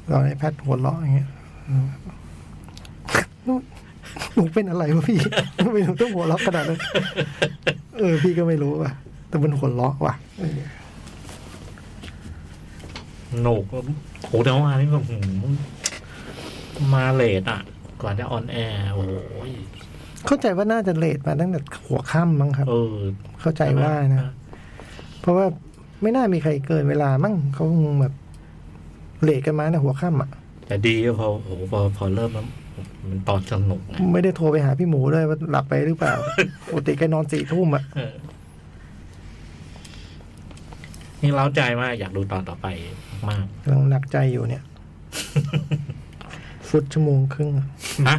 S3: เราในแพทย์หัวเราะอย่างเงี้ยหนูหนูเป็นอะไรวะพี่ทำไมหนูต้องหัวเราะขนาดนั้นเออ พี่ก็ไม่รู้ว่ะแต่มันหัวเราะว่ะ
S5: หนุกโหแต่ว่านี่แบบหืมมาเลทอ่ะ ก่อนจะออนแอร์โอ้ย
S3: เข้าใจว่าน่าจะเลทมาตั้งแต่หัวค่ำมั้งครับ
S5: เออ
S3: เข้าใจว่านะ เพราะว่าไม่น่ามีใครเกินเวลามั้งเขาคงแบบเลทกันมาในหัวค่ำอ่ะ
S5: แต่ดีอะพอโอ้โหพอพอเริ่มแล้วมันตอนสนุกไง
S3: ไม่ได้โทรไปหาพี่หมูด้วยว่าหลับไปหรือเปล่า ปกติแกนอนสี่ทุ่มอ่ะ
S5: เออนี่เล้าใจมากอยากดูตอนต่อไปมาก
S3: กำลังหนักใจอยู่เนี่ย ฟุตชั่วโมงครึ่งอะ
S5: ฮะ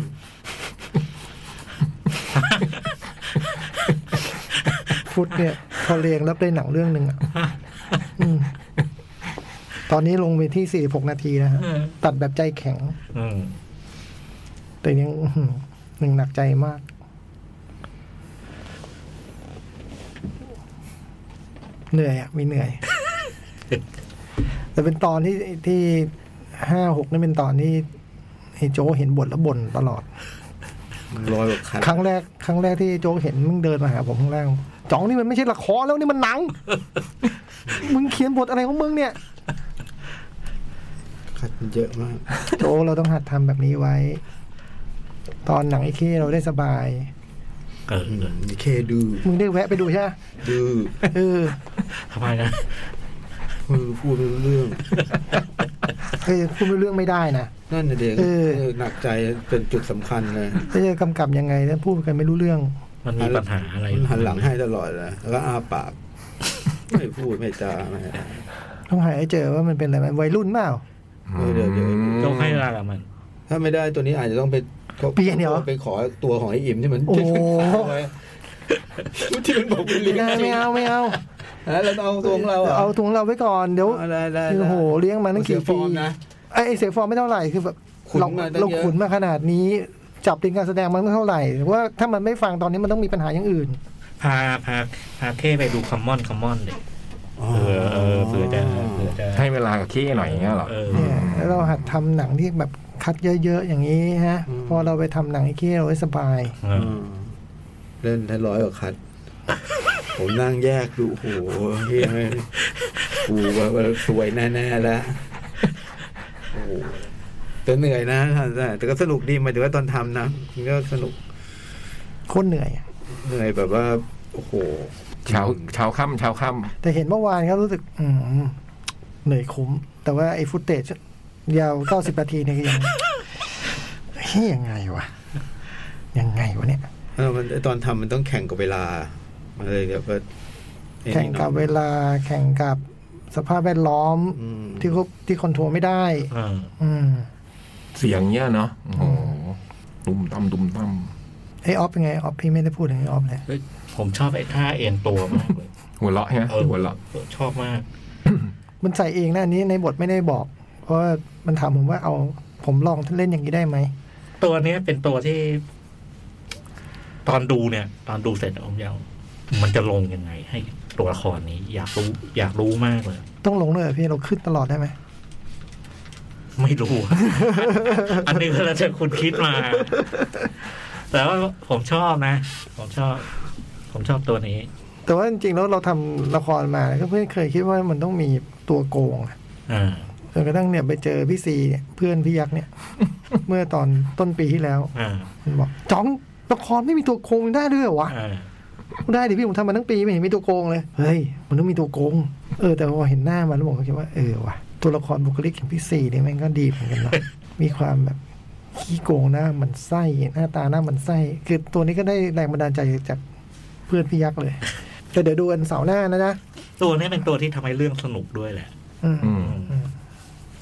S3: ฟุตเนี่ย พอเรียงแล้วได้หนังเรื่องหนึ่งอ่ะอืมตอนนี้ลงไปที่สี่หกนาทีนะฮะ
S5: เออ
S3: ตัดแบบใจแข็ง
S5: อืม
S3: แต่ยังอื้อหือยังหนักใจมาก เหนื่อยอ่ะมีเหนื่อย แต่เป็นตอนที่ที่ห้าหกนี่เป็นตอนที่ไอ้โจกเห็นบทแล้วบ่นตลอด
S2: ร้อยกว่าคัน
S3: ครั้งแรก ครั้งแรกที่โจกเห็นมึงเดินมาหาผมข้างล่างจ๋องนี่มันไม่ใช่ละครแล้วนี่มัน หนัง มึงเขียนบทอะไรของมึงเนี่ย
S2: คันเยอะมาก
S3: โจกเราต้องหัดทำแบบนี้ไว้ ตอนหนังไอ้ขี้เราได้สบาย
S5: เออเออ
S2: เคดู
S3: มึงได้แวะไปดูใช่ไหม
S2: ดู
S3: เออ
S5: ทำไมนะ
S2: พูดพูดไม่รู้เรื่อง
S3: เออพูดไม่เรื่องไม่ได้นะ
S2: นั่นน่ะเด็ก
S3: เออ
S2: หนักใจเป็นจุดสำคัญเลย
S3: จะจะกำกับยังไงถ้าพูดกันไม่รู้เรื่อง
S5: มันมีปัญหาอะไร
S2: มันหันหลังให้ตลอดเลยแล้วก็อ้าปาก ไม่พูดไม่จาไม่อะไร
S3: ต้องหาให้เจอว่ามันเป็นอะไรไหมวัยรุ่นเปล่า
S2: เออเดี๋ยวเดี๋ยว
S5: ต้องให้เวลากับมัน
S2: ถ้าไม่ได้ตัวนี้อาจจะต้องไปขา
S3: เปลี่ยนเหรอ
S2: ไปขอตัวของไอ้อิ่มที่มัน
S3: โอ้โห
S2: ไว้ที่มันบอกเป็น
S3: ไม่
S2: เลี้ยง
S3: ได้
S2: จริ
S3: ไม่
S2: ง
S3: เอาไม่เอา
S2: นะแล้วเอาตัวของเราะ
S3: เอาถุงเราไว้ก่อนเดี๋ยว
S2: เอาได้ได้ได้
S3: โอ้โหเลี้ยงมาตั้งกี่
S2: เสียฟอร์ม
S3: ปี
S2: นะ
S3: ไอ้ไอ้เสียฟอร์มไม่เท่าไหร่คือแบบ
S2: ขุน
S3: เรา
S2: มาตั้งเยอะ
S3: เราขุนมาขนาดนี้ จับติงการแสดงมันไม่เท่าไหร่ว่าถ้ามันไม่ฟังตอนนี้มันต้องมีปัญหาอย่างอื่น
S5: พาพาพาเท่ไปดูคัมมอนคัมมอนเด็กเออเออเผื่อจะเผื่อจะ
S4: ให้เวลากับขี้หน่อยอย่างเงี้ยเหรอ
S5: เออ
S3: เนี่ยแล้วเราหัดทำหนังที่แบบคัดเยอะๆอย่างนี้ฮะ
S2: อืม
S3: พอเราไปทำหนังไอ้เคี้ยเราไว้สบาย
S5: เอ
S2: อื
S5: อ
S2: มเล่นได้ร้อยกว่าคั ด ผมนั่งแยกดูโอ้โหเฮียแม่งกูว่าว่าสวยแน่ๆแล้วโอ้โหแต่เหนื่อยนะแต่ก็สนุกดีหมายถึงว่าตอนทำนะมันก็สนุก
S3: โคตรเหนื่อยอะ
S2: เหนื่อยแบบว่า โอ้โห
S4: เช้าเช้าค่ำเช้าค่
S3: แต่เห็นเมื่อวานก็รู้สึก อืมเหนื่อยคุ้ม แต่ว่าไอ้ฟุตเตจยาวเก้าสิบนาทีเนี่ยก็ยัง เฮ้ยยังไงวะ ยังไงวะเนี่ย
S2: เออมันตอนทำมันต้องแข่งกับเวลามันเลยแบบว่าไอ้
S3: แข่ง
S2: นี่
S3: กับเวลาแข่งกับสภาพแวดล้อม
S2: อืม
S3: ที่ควบที่คอนโทรลไม่ได้
S5: เออ
S3: อืม
S4: ำเสียงเงี้ยเนาะโอ้โหตุ้มตั้มตุ้มตั้ม
S3: ไอออฟเป็นไงออฟพี่ไม่ได้พูดถึงไอออฟเลย
S5: เฮ้ยผมชอบไอ้ท่าเอ็นตัวมากเลย
S4: หัวเราะใช่ไหม
S5: เออ
S4: หัวเราะ
S5: ชอบมาก
S3: มันใส่เองนะอันนี้ในบทไม่ได้บอก เพราะว่ามันถามผมว่าเอาผมลองเล่นอย่างนี้ได้ไหม
S5: ตัวเนี้ยเป็นตัวที่ ตอนดูเนี่ย ตอนดูเสร็จผมอยากมันจะลงยังไง ให้ตัวละครนี้ อยากรู้ อยากรู้มากเลย
S3: ต้องลงเลยเหรอพี่เราขึ้นตลอดได้ไหม
S5: ไม่รู้ อันนี้ก็แล้วแต่คุณคิดมา แต่ว่าผมชอบนะ ผมชอบ ผมชอบตัวนี้
S3: แต่ว่าจริงๆแล้วเราทำละครมาก็เพื่อเคยคิดว่ามันต้องมีตัวโกงอะ
S5: อ่า
S3: จนกระทั่งเนี่ยไปเจอพี่ซีเนี่ยเพื่อนพี่ยักษ์เนี่ย เมื่อตอนต้นปีที่แล้ว
S5: อ่า
S3: มันบอกจ้องละครไม่มีตัวโกงได้ด้วยเหรอวะ
S5: อ่า
S3: ได้ดิพี่ผมทำมาทั้งปีไม่เห็นมีตัวโกงเลยเฮ้ยมันต้องมีตัวโกงเออแต่พอเห็นหน้ามันแล้วผมก็คิดว่าเออว่ะตัวละครบุคลิกอย่างพี่ซีเนี่ยแม่งก็ดีเหมือนกันเนาะ มีความแบบขี้โกงหน้ามันไส้หน้าตาหน้ามันไส้คือตัวนี้ก็ได้แรงบันดาลใจจากเพื่อนพี่ยักษ์เลยแต่เดี๋ยวดูกันเสาร์หน้านะนะ
S5: ตัวเนี้ยเป็นตัวที่ทำให้เรื่องสนุกด้วยแหละ
S3: อืม
S4: อืม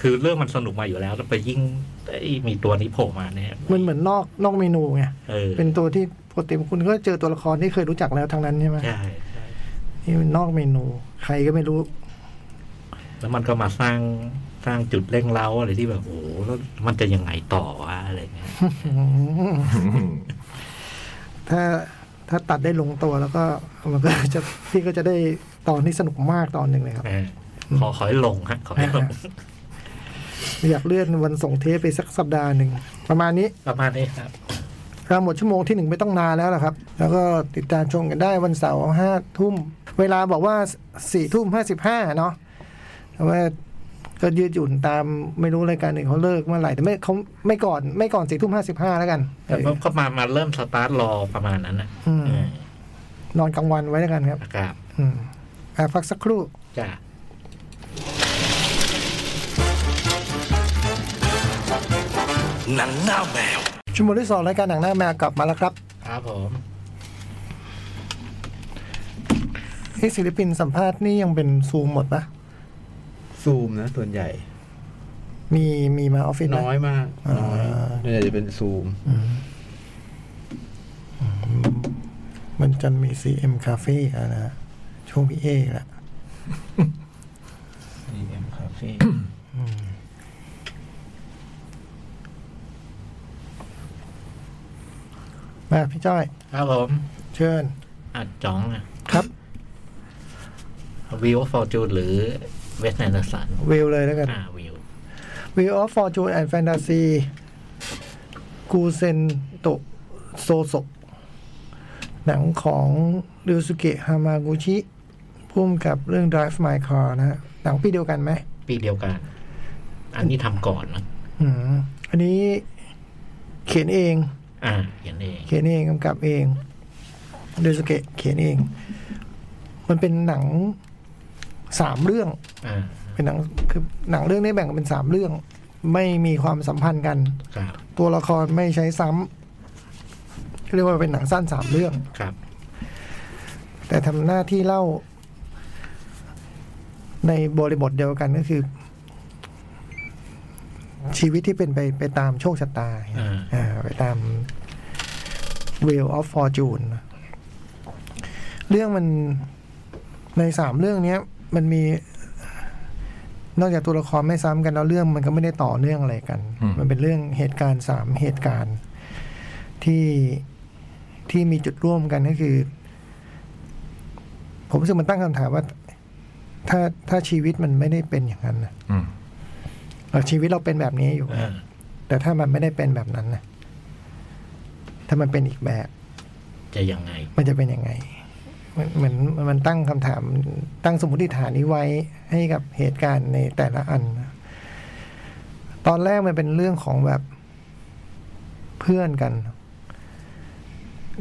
S5: คือเรื่องมันสนุกมาอยู่แล้ว แล้วไปยิ่งไอ้มีตัวนี้โผล่มาเนี่ย
S3: มันเหมือนนอกนอกเมนูไง
S5: เออ
S3: เป็นตัวที่ปกติคุณก็เจอตัวละครที่เคยรู้จักแล้วทางนั้นใช่ไหม
S5: ใช่ใช่
S3: นี่มันนอกเมนู ใครก็ไม่รู้
S5: แล้วมันก็มาสร้างสร้างจุดเร่งเร้าอะไรที่แบบโอ้โหแล้วมันจะยังไงต่อวะอะไรเงี้ย
S3: ถ้าถ้าตัดได้ลงตัวแล้วก็มันก็จะพี่ก็จะได้ตอนที่สนุกมากตอนหนึ่งเลยครับ
S5: เออขอขอให้ลงฮะ ขอให้ลง
S3: อยากเลื่อนวันส่งเทปไปสักสัปดาห์หนึ่งประมาณนี้
S5: ประมาณนี้ครับ
S3: ครับหมดชั่วโมงที่หนึ่งไม่ต้องนานแล้วล่ะครับ แล้วก็ติดตามชมกันได้วันเสาร์ห้าทุ่ม เวลาบอกว่าสี่ทุ่มห้าสิบห้าเนาะแต่ว่าก็ยืดหยุ่นตามไม่รู้รายการอื่นเขาเลิกเมื่อไหร่แต่ไม่เขาไม่ก่อนไม่ก่อนสี่ทุ่มห้าสิบห้าแล้วกัน
S5: แต่ก็ก็มามาเริ่มสตาร์ทรอประมาณนั้นนะ
S3: อืม
S5: เออน
S3: อนกลางวันไว้แล้วกันครับ
S5: อากาศ
S3: อืมอ่ะพักสักครู่
S5: จ้า
S1: หนังหน้าแมว
S3: ชั่วโมงที่สองรายการหนังหน้าแมวกลับมาแล้วครับ
S5: ครับผม
S3: ที่ศิลปินสัมภาษณ์นี่ยังเป็นซูมหมดปะ
S2: ซูมนะส่วนใหญ่
S3: มีมีมาออฟฟิศไหม
S2: น้อยมาก น้อย
S3: อ่า
S2: ส่วนใหญ่จะเป็นซูม
S3: มันจะมี CM Cafe อ่ะนะฮะช่วงพี่เอกละ
S4: CM Cafe
S3: มาพี่จ้อย
S5: ครับผม
S3: เชิญ
S5: อัดจ้องอะ
S3: ครับ
S5: วิวฟอร์จูนหรือเวสแอนเดอร์สัน
S3: วิวเลยแล้วกัน
S5: อ่าวิว
S3: Wheel of Fortune and Fantasy กูเซนโตโซโซหนังของริวสุเกะฮามากุชิพุ่มกับเรื่อง Drive My Car นะฮะหนังปีเดียวกันไหม
S5: ปีเดียวกัน อันนี้ทำก่อนนะ
S3: อืมอันนี้เขียนเอง
S5: อ่าเขียนเอง
S3: เขียนเองกำกับเองเดซุเกะเขียนเอง มันเป็นหนังสามเรื่อง
S5: อ่า
S3: เป็นหนังคือหนังเรื่องนี้แบ่งเป็นสามเรื่อง ไม่มีความสัมพันธ์กัน
S5: ครับ
S3: ตัวละครไม่ใช้ซ้ำเรียกว่าเป็นหนังสั้นสามเรื่อง
S5: ครับ
S3: แต่ทำหน้าที่เล่า ในบริบทเดียวกันก็คือ ชีวิตที่เป็นไปไปตามโชคชะตาอย่างเงี้ยอ่าไปตาม Wheel of Fortune เรื่องมันในสามเรื่องเนี้ย มันมี นอกจากตัวละครไม่ซ้ำกันแล้วเรื่องมันก็ไม่ได้ต่อเนื่องอะไรกัน
S4: อืม
S3: มันเป็นเรื่องเหตุการณ์สามเหตุการณ์ที่ที่มีจุดร่วมกันก็คือ ผมรู้สึกมันตั้งคำถามว่า ถ้าถ้าชีวิตมันไม่ได้เป็นอย่างนั้นนะ
S4: อืม
S3: เอ่อชีวิตเราเป็นแบบนี้อยู่
S5: อ่า
S3: แต่ถ้ามันไม่ได้เป็นแบบนั้นนะถ้ามันเป็นอีกแบบ
S5: จะยังไง
S3: มันจะเป็นยังไง มันเหมือนมันตั้งคำถาม ตั้งสมมติฐานนี้ไว้ให้กับเหตุการณ์ในแต่ละอันนะตอนแรกมันเป็นเรื่องของแบบเพื่อนกัน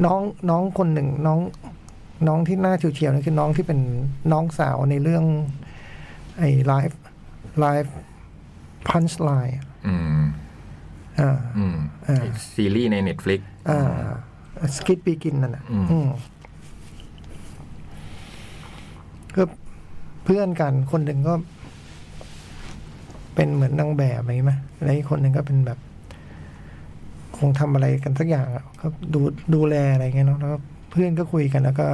S3: น้องน้องคนหนึ่งน้องน้องที่หน้าเฉียวๆนี่คือน้องที่เป็นน้องสาวในเรื่อง ไอ้ไลฟ์ไลฟ์พันช์ไลน์
S4: อืม
S3: อ่า
S4: อืม
S3: อ่า
S4: ซีรีส์ใน Netflix
S3: อ่าสกิทปีกินนั่นน่ะ
S4: อืม
S3: อืมก็เพื่อนกันคนหนึ่งก็ เป็นเหมือนนางแบบอะไรอย่างงี้ไหมแล้วอีกคนหนึ่งก็เป็นแบบ คงทำอะไรกันสักอย่างอ่ะก็ดูดูแลอะไรอย่างเงี้ยเนาะแล้วก็เพื่อนก็คุยกันแล้วก็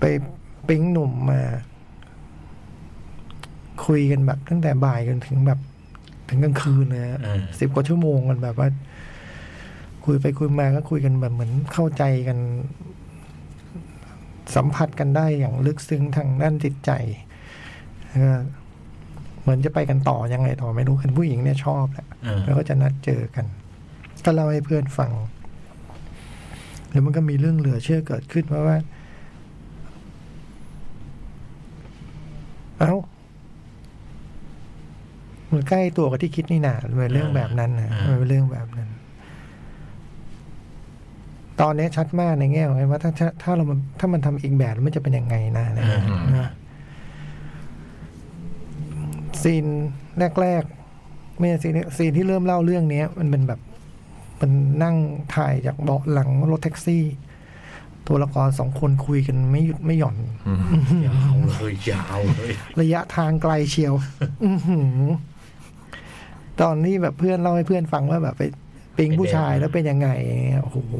S3: ไปปิ๊งหนุ่มมา คุยกันแบบตั้งแต่บ่ายจนถึงแบบ ถึงกลางคืนเลย
S5: เออ
S3: สิบกว่าชั่วโมงกันแบบว่า คุยไปคุยมาก็คุยกันแบบเหมือนเข้าใจกัน สัมผัสกันได้อย่างลึกซึ้งทางด้านจิตใจแล้วก็เหมือนจะไปกันต่อยังไงต่อไม่รู้เป็นผู้หญิงเนี่ยชอบแหละ
S5: เออ
S3: แล้วก็จะนัดเจอกัน ก็เล่าให้เพื่อนฟัง แล้วมันก็มีเรื่องเหลือเชื่อเกิดขึ้นเพราะว่า เอ้า มันใกล้ตัวกับที่คิดนี่นามันเป็นเรื่องแบบนั้นนะมันเป็นเรื่องแบบนั้น ตอนนี้ชัดมากในแง่ของว่าถ้าถ้าถ้าเรามันถ้ามันทำอีกแบบมันจะเป็นยังไงนะอะไรอย่างเงี้ยนะซีนแรกๆ ไม่ใช่ซีนนี้ซีนที่เริ่มเล่าเรื่องเนี้ย มันเป็นแบบ มันนั่งถ่ายจากเบาะหลังรถแท็กซี่ ตัวละครสองคนคุยกันไม่หยุดไม่หย่อน
S4: อื
S5: ยาวเลยยาวเลย
S3: ระยะทางไกลเชียว อื้อหือตอนนี้แบบเพื่อนเล่าให้เพื่อนฟังว่าแบบไปปิงผู้ชายแล้วเป็นยังไงอย่างเงี้ยโอ้โห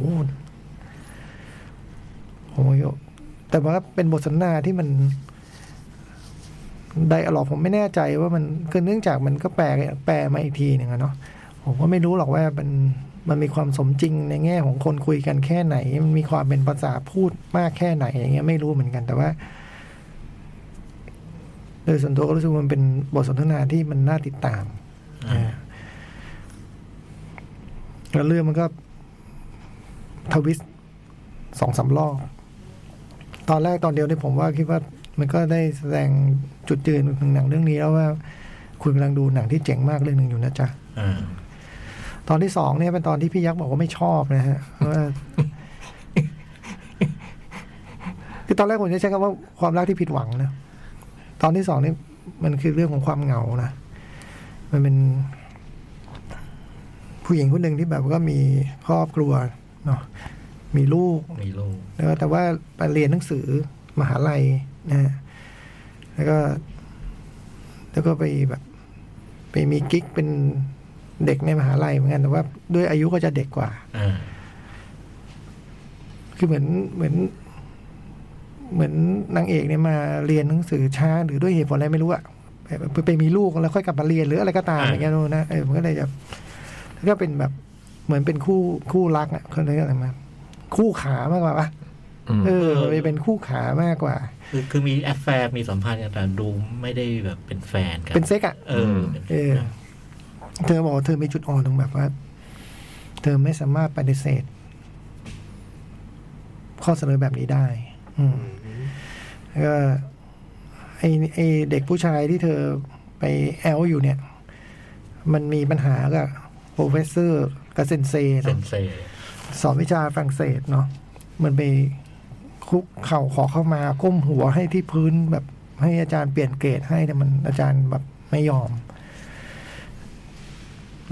S3: โอ้ยแต่มันก็เป็นบทสนทนาที่มันไดอะล็อกผมไม่แน่ใจว่ามันคือเนื่องจากมันก็แปลแปลมาอีกทีหนึ่งอะเนาะผมก็ไม่รู้หรอกว่ามันมันมีความสมจริงในแง่ของคนคุยกันแค่ไหน มันมีความเป็นภาษาพูดมากแค่ไหน อย่างเงี้ยไม่รู้เหมือนกันแต่ว่า โดยส่วนตัวก็รู้สึกว่ามันเป็นบทสนทนาที่มันน่าติดตามอ่าแล้วเรื่องมันก็ทวิสต์สองสามรอบตอนแรกตอนเดียวเนี่ยผมว่าคิดว่ามันก็ได้แสดงจุดยืนของหนังเรื่องนี้แล้วว่า คุณกำลังดูหนังที่เจ๋งมากเรื่องหนึ่งอยู่นะจ๊ะ
S5: อ่า
S3: ตอนที่สองเนี่ยเป็นตอนที่พี่ยักษ์บอกว่าไม่ชอบนะฮะว่าคือตอนแรกผมจะใช้คำว่าความรักที่ผิดหวังนะ ตอนที่สองนี่มันคือเรื่องของความเหงานะ มันเป็น ผู้หญิงคนหนึ่งที่แบบก็มีครอบครัวเนาะมีลูก
S5: มีลูก
S3: แล้วก็แต่ว่าไปเรียนหนังสือมหาลัยนะฮะแล้วก็ แล้วก็ไปแบบ ไปมีกิ๊กเป็นเด็กในมหาลัยเหมือนกัน แต่ว่าด้วยอายุก็จะเด็กกว่า
S5: อ่า
S3: คือเหมือนเหมือน เหมือนนางเอกเนี่ยมาเรียนหนังสือช้าหรือด้วยเหตุผลอะไรไม่รู้อะไปไปไปมีลูกแล้วค่อยกลับมาเรียนหรืออะไรก็ตามอย่างเงี้ยโน่นนะเออมันก็เลยจะแล้วก็เป็นแบบเหมือนเป็นคู่คู่รักอะเขาเรียกอะไรมาคู่ขามากกว่าปะ
S4: อืม
S3: เออมันจะเป็นคู่ขามากกว่า
S5: คือคือมีแอฟแฟร์มีสัมพันธ์กันแต่ดูไม่ได้แบบเป็นแฟนกัน
S3: เป็นเซ็กอะ
S5: เออเป็น
S3: เออ เธอบอกว่าเธอมีจุดอ่อนตรงแบบว่า เธอไม่สามารถปฏิเสธ ข้อเสนอแบบนี้ได้ อืมแล้วก็ไอไอเด็กผู้ชายที่เธอไปแอลอยู่เนี่ย มันมีปัญหากับโปรเฟสเซอร์กับเซนเซ
S5: เซ
S3: เนาะ
S5: นเซ
S3: สอนวิชาฝรั่งเศสเนาะมันไปคุกเข่าขอเข้ามาก้มหัวให้ที่พื้นแบบให้อาจารย์เปลี่ยนเกรดให้แต่มันอาจารย์แบบไม่ยอม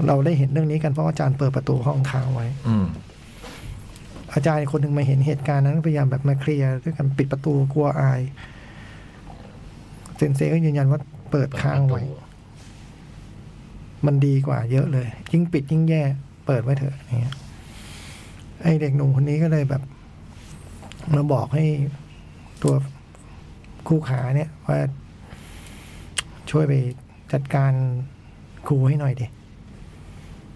S3: เราได้เห็นเรื่องนี้กันเพราะอาจารย์เปิดประตูห้องค้างไว้
S4: อืม
S3: อาจารย์คนหนึ่งมาเห็นเหตุการณ์นั้นก็พยายามแบบมาเคลียร์ด้วยกันปิดประตูกลัวอายเซนเซก็ยืนยันว่าเปิดค้างไว้ มันดีกว่าเยอะเลย ยิ่งปิดยิ่งแย่ เปิดไว้เถอะอย่างเงี้ยไอเด็กหนุ่มคนนี้ก็เลยแบบมาบอกให้ตัวคู่ขาเนี่ย ว่า ช่วยไปจัดการครูให้หน่อยดิ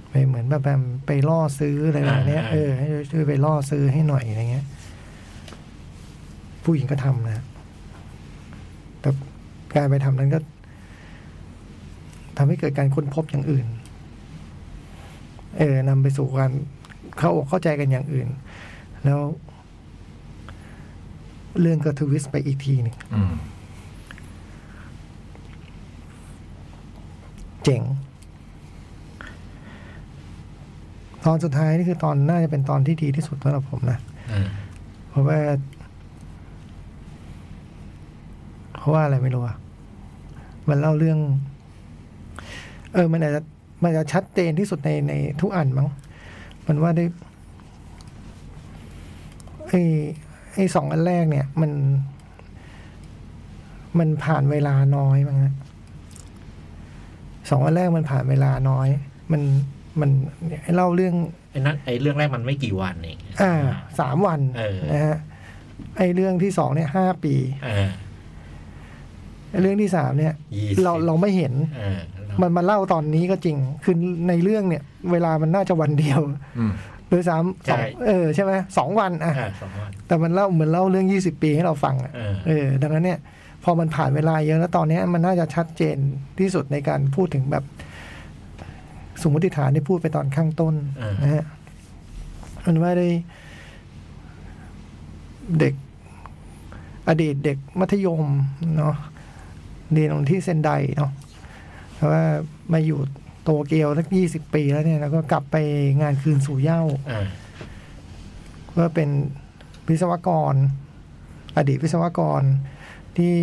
S3: ไปเหมือนแบบแบบไปล่อซื้ออะไรแบบเนี้ย
S5: อ่า
S3: เออให้ช่วยไปล่อซื้อให้หน่อยอะไรเงี้ย ผู้หญิงก็ทำนะ แต่การไปทำนั้นก็ทำให้เกิดการค้นพบอย่างอื่น เออนำไปสู่การเข้าอกเข้าใจกันอย่างอื่น แล้ว เรื่องก็ทวิสต์ไปอีกทีหนึ่ง
S4: อืม
S3: เจ๋ง ตอนสุดท้ายนี่คือตอนน่าจะเป็นตอนที่ดีที่สุดสำหรับผมนะ
S5: อ่า
S3: เพราะว่าเพราะว่าอะไรไม่รู้อะมันเล่าเรื่อง เออ มันอาจจะมันอาจจะชัดเจนที่สุดในในทุกอันมั้ง มันว่าได้ไอ้ไอ้สองอันแรกเนี่ย มัน มันผ่านเวลาน้อยมั้งนะสองอันแรกมันผ่านเวลาน้อย มันมันเล่าเรื่อง
S5: ไอ้นั่นไอ้เรื่องแรกมันไม่กี่วันเอง
S3: อ่าสามวัน
S5: เออ
S3: นะฮะไอเรื่องที่สองเนี่ยห้าปี
S5: อ่า
S3: ไอ้เรื่องที่สามเนี่ย
S5: 20
S3: เราเราไม่เห็น
S5: อ่าแล้ว
S3: มันมาเล่าตอนนี้ก็จริง คือในเรื่องเนี่ย เวลามันน่าจะวันเดียว
S4: อืม
S3: หรือสามสองเออใช่ไหมสองวันอ่ะ
S5: อ่าสองวัน
S3: แต่มันเล่าเหมือนเล่าเรื่องยี่สิบปีให้เราฟังอ่ะ
S5: เออ
S3: เออ ดังนั้นเนี่ย พอมันผ่านเวลาเยอะแล้วตอนเนี้ยมันน่าจะชัดเจนที่สุดในการพูดถึงแบบ สมมติฐานที่พูดไปตอนข้างต้น
S5: เออ
S3: นะฮะมันว่าได้เด็ก อดีตเด็กมัธยมเนาะเรียนที่เซนไดเนาะแต่ว่ามาอยู่โตเกียวสักยี่สิบปีแล้วเนี่ย แล้วก็กลับไปงานคืนสู่เหย้า
S5: อ่า
S3: ว่าเป็นวิศวกร อดีตวิศวกรที่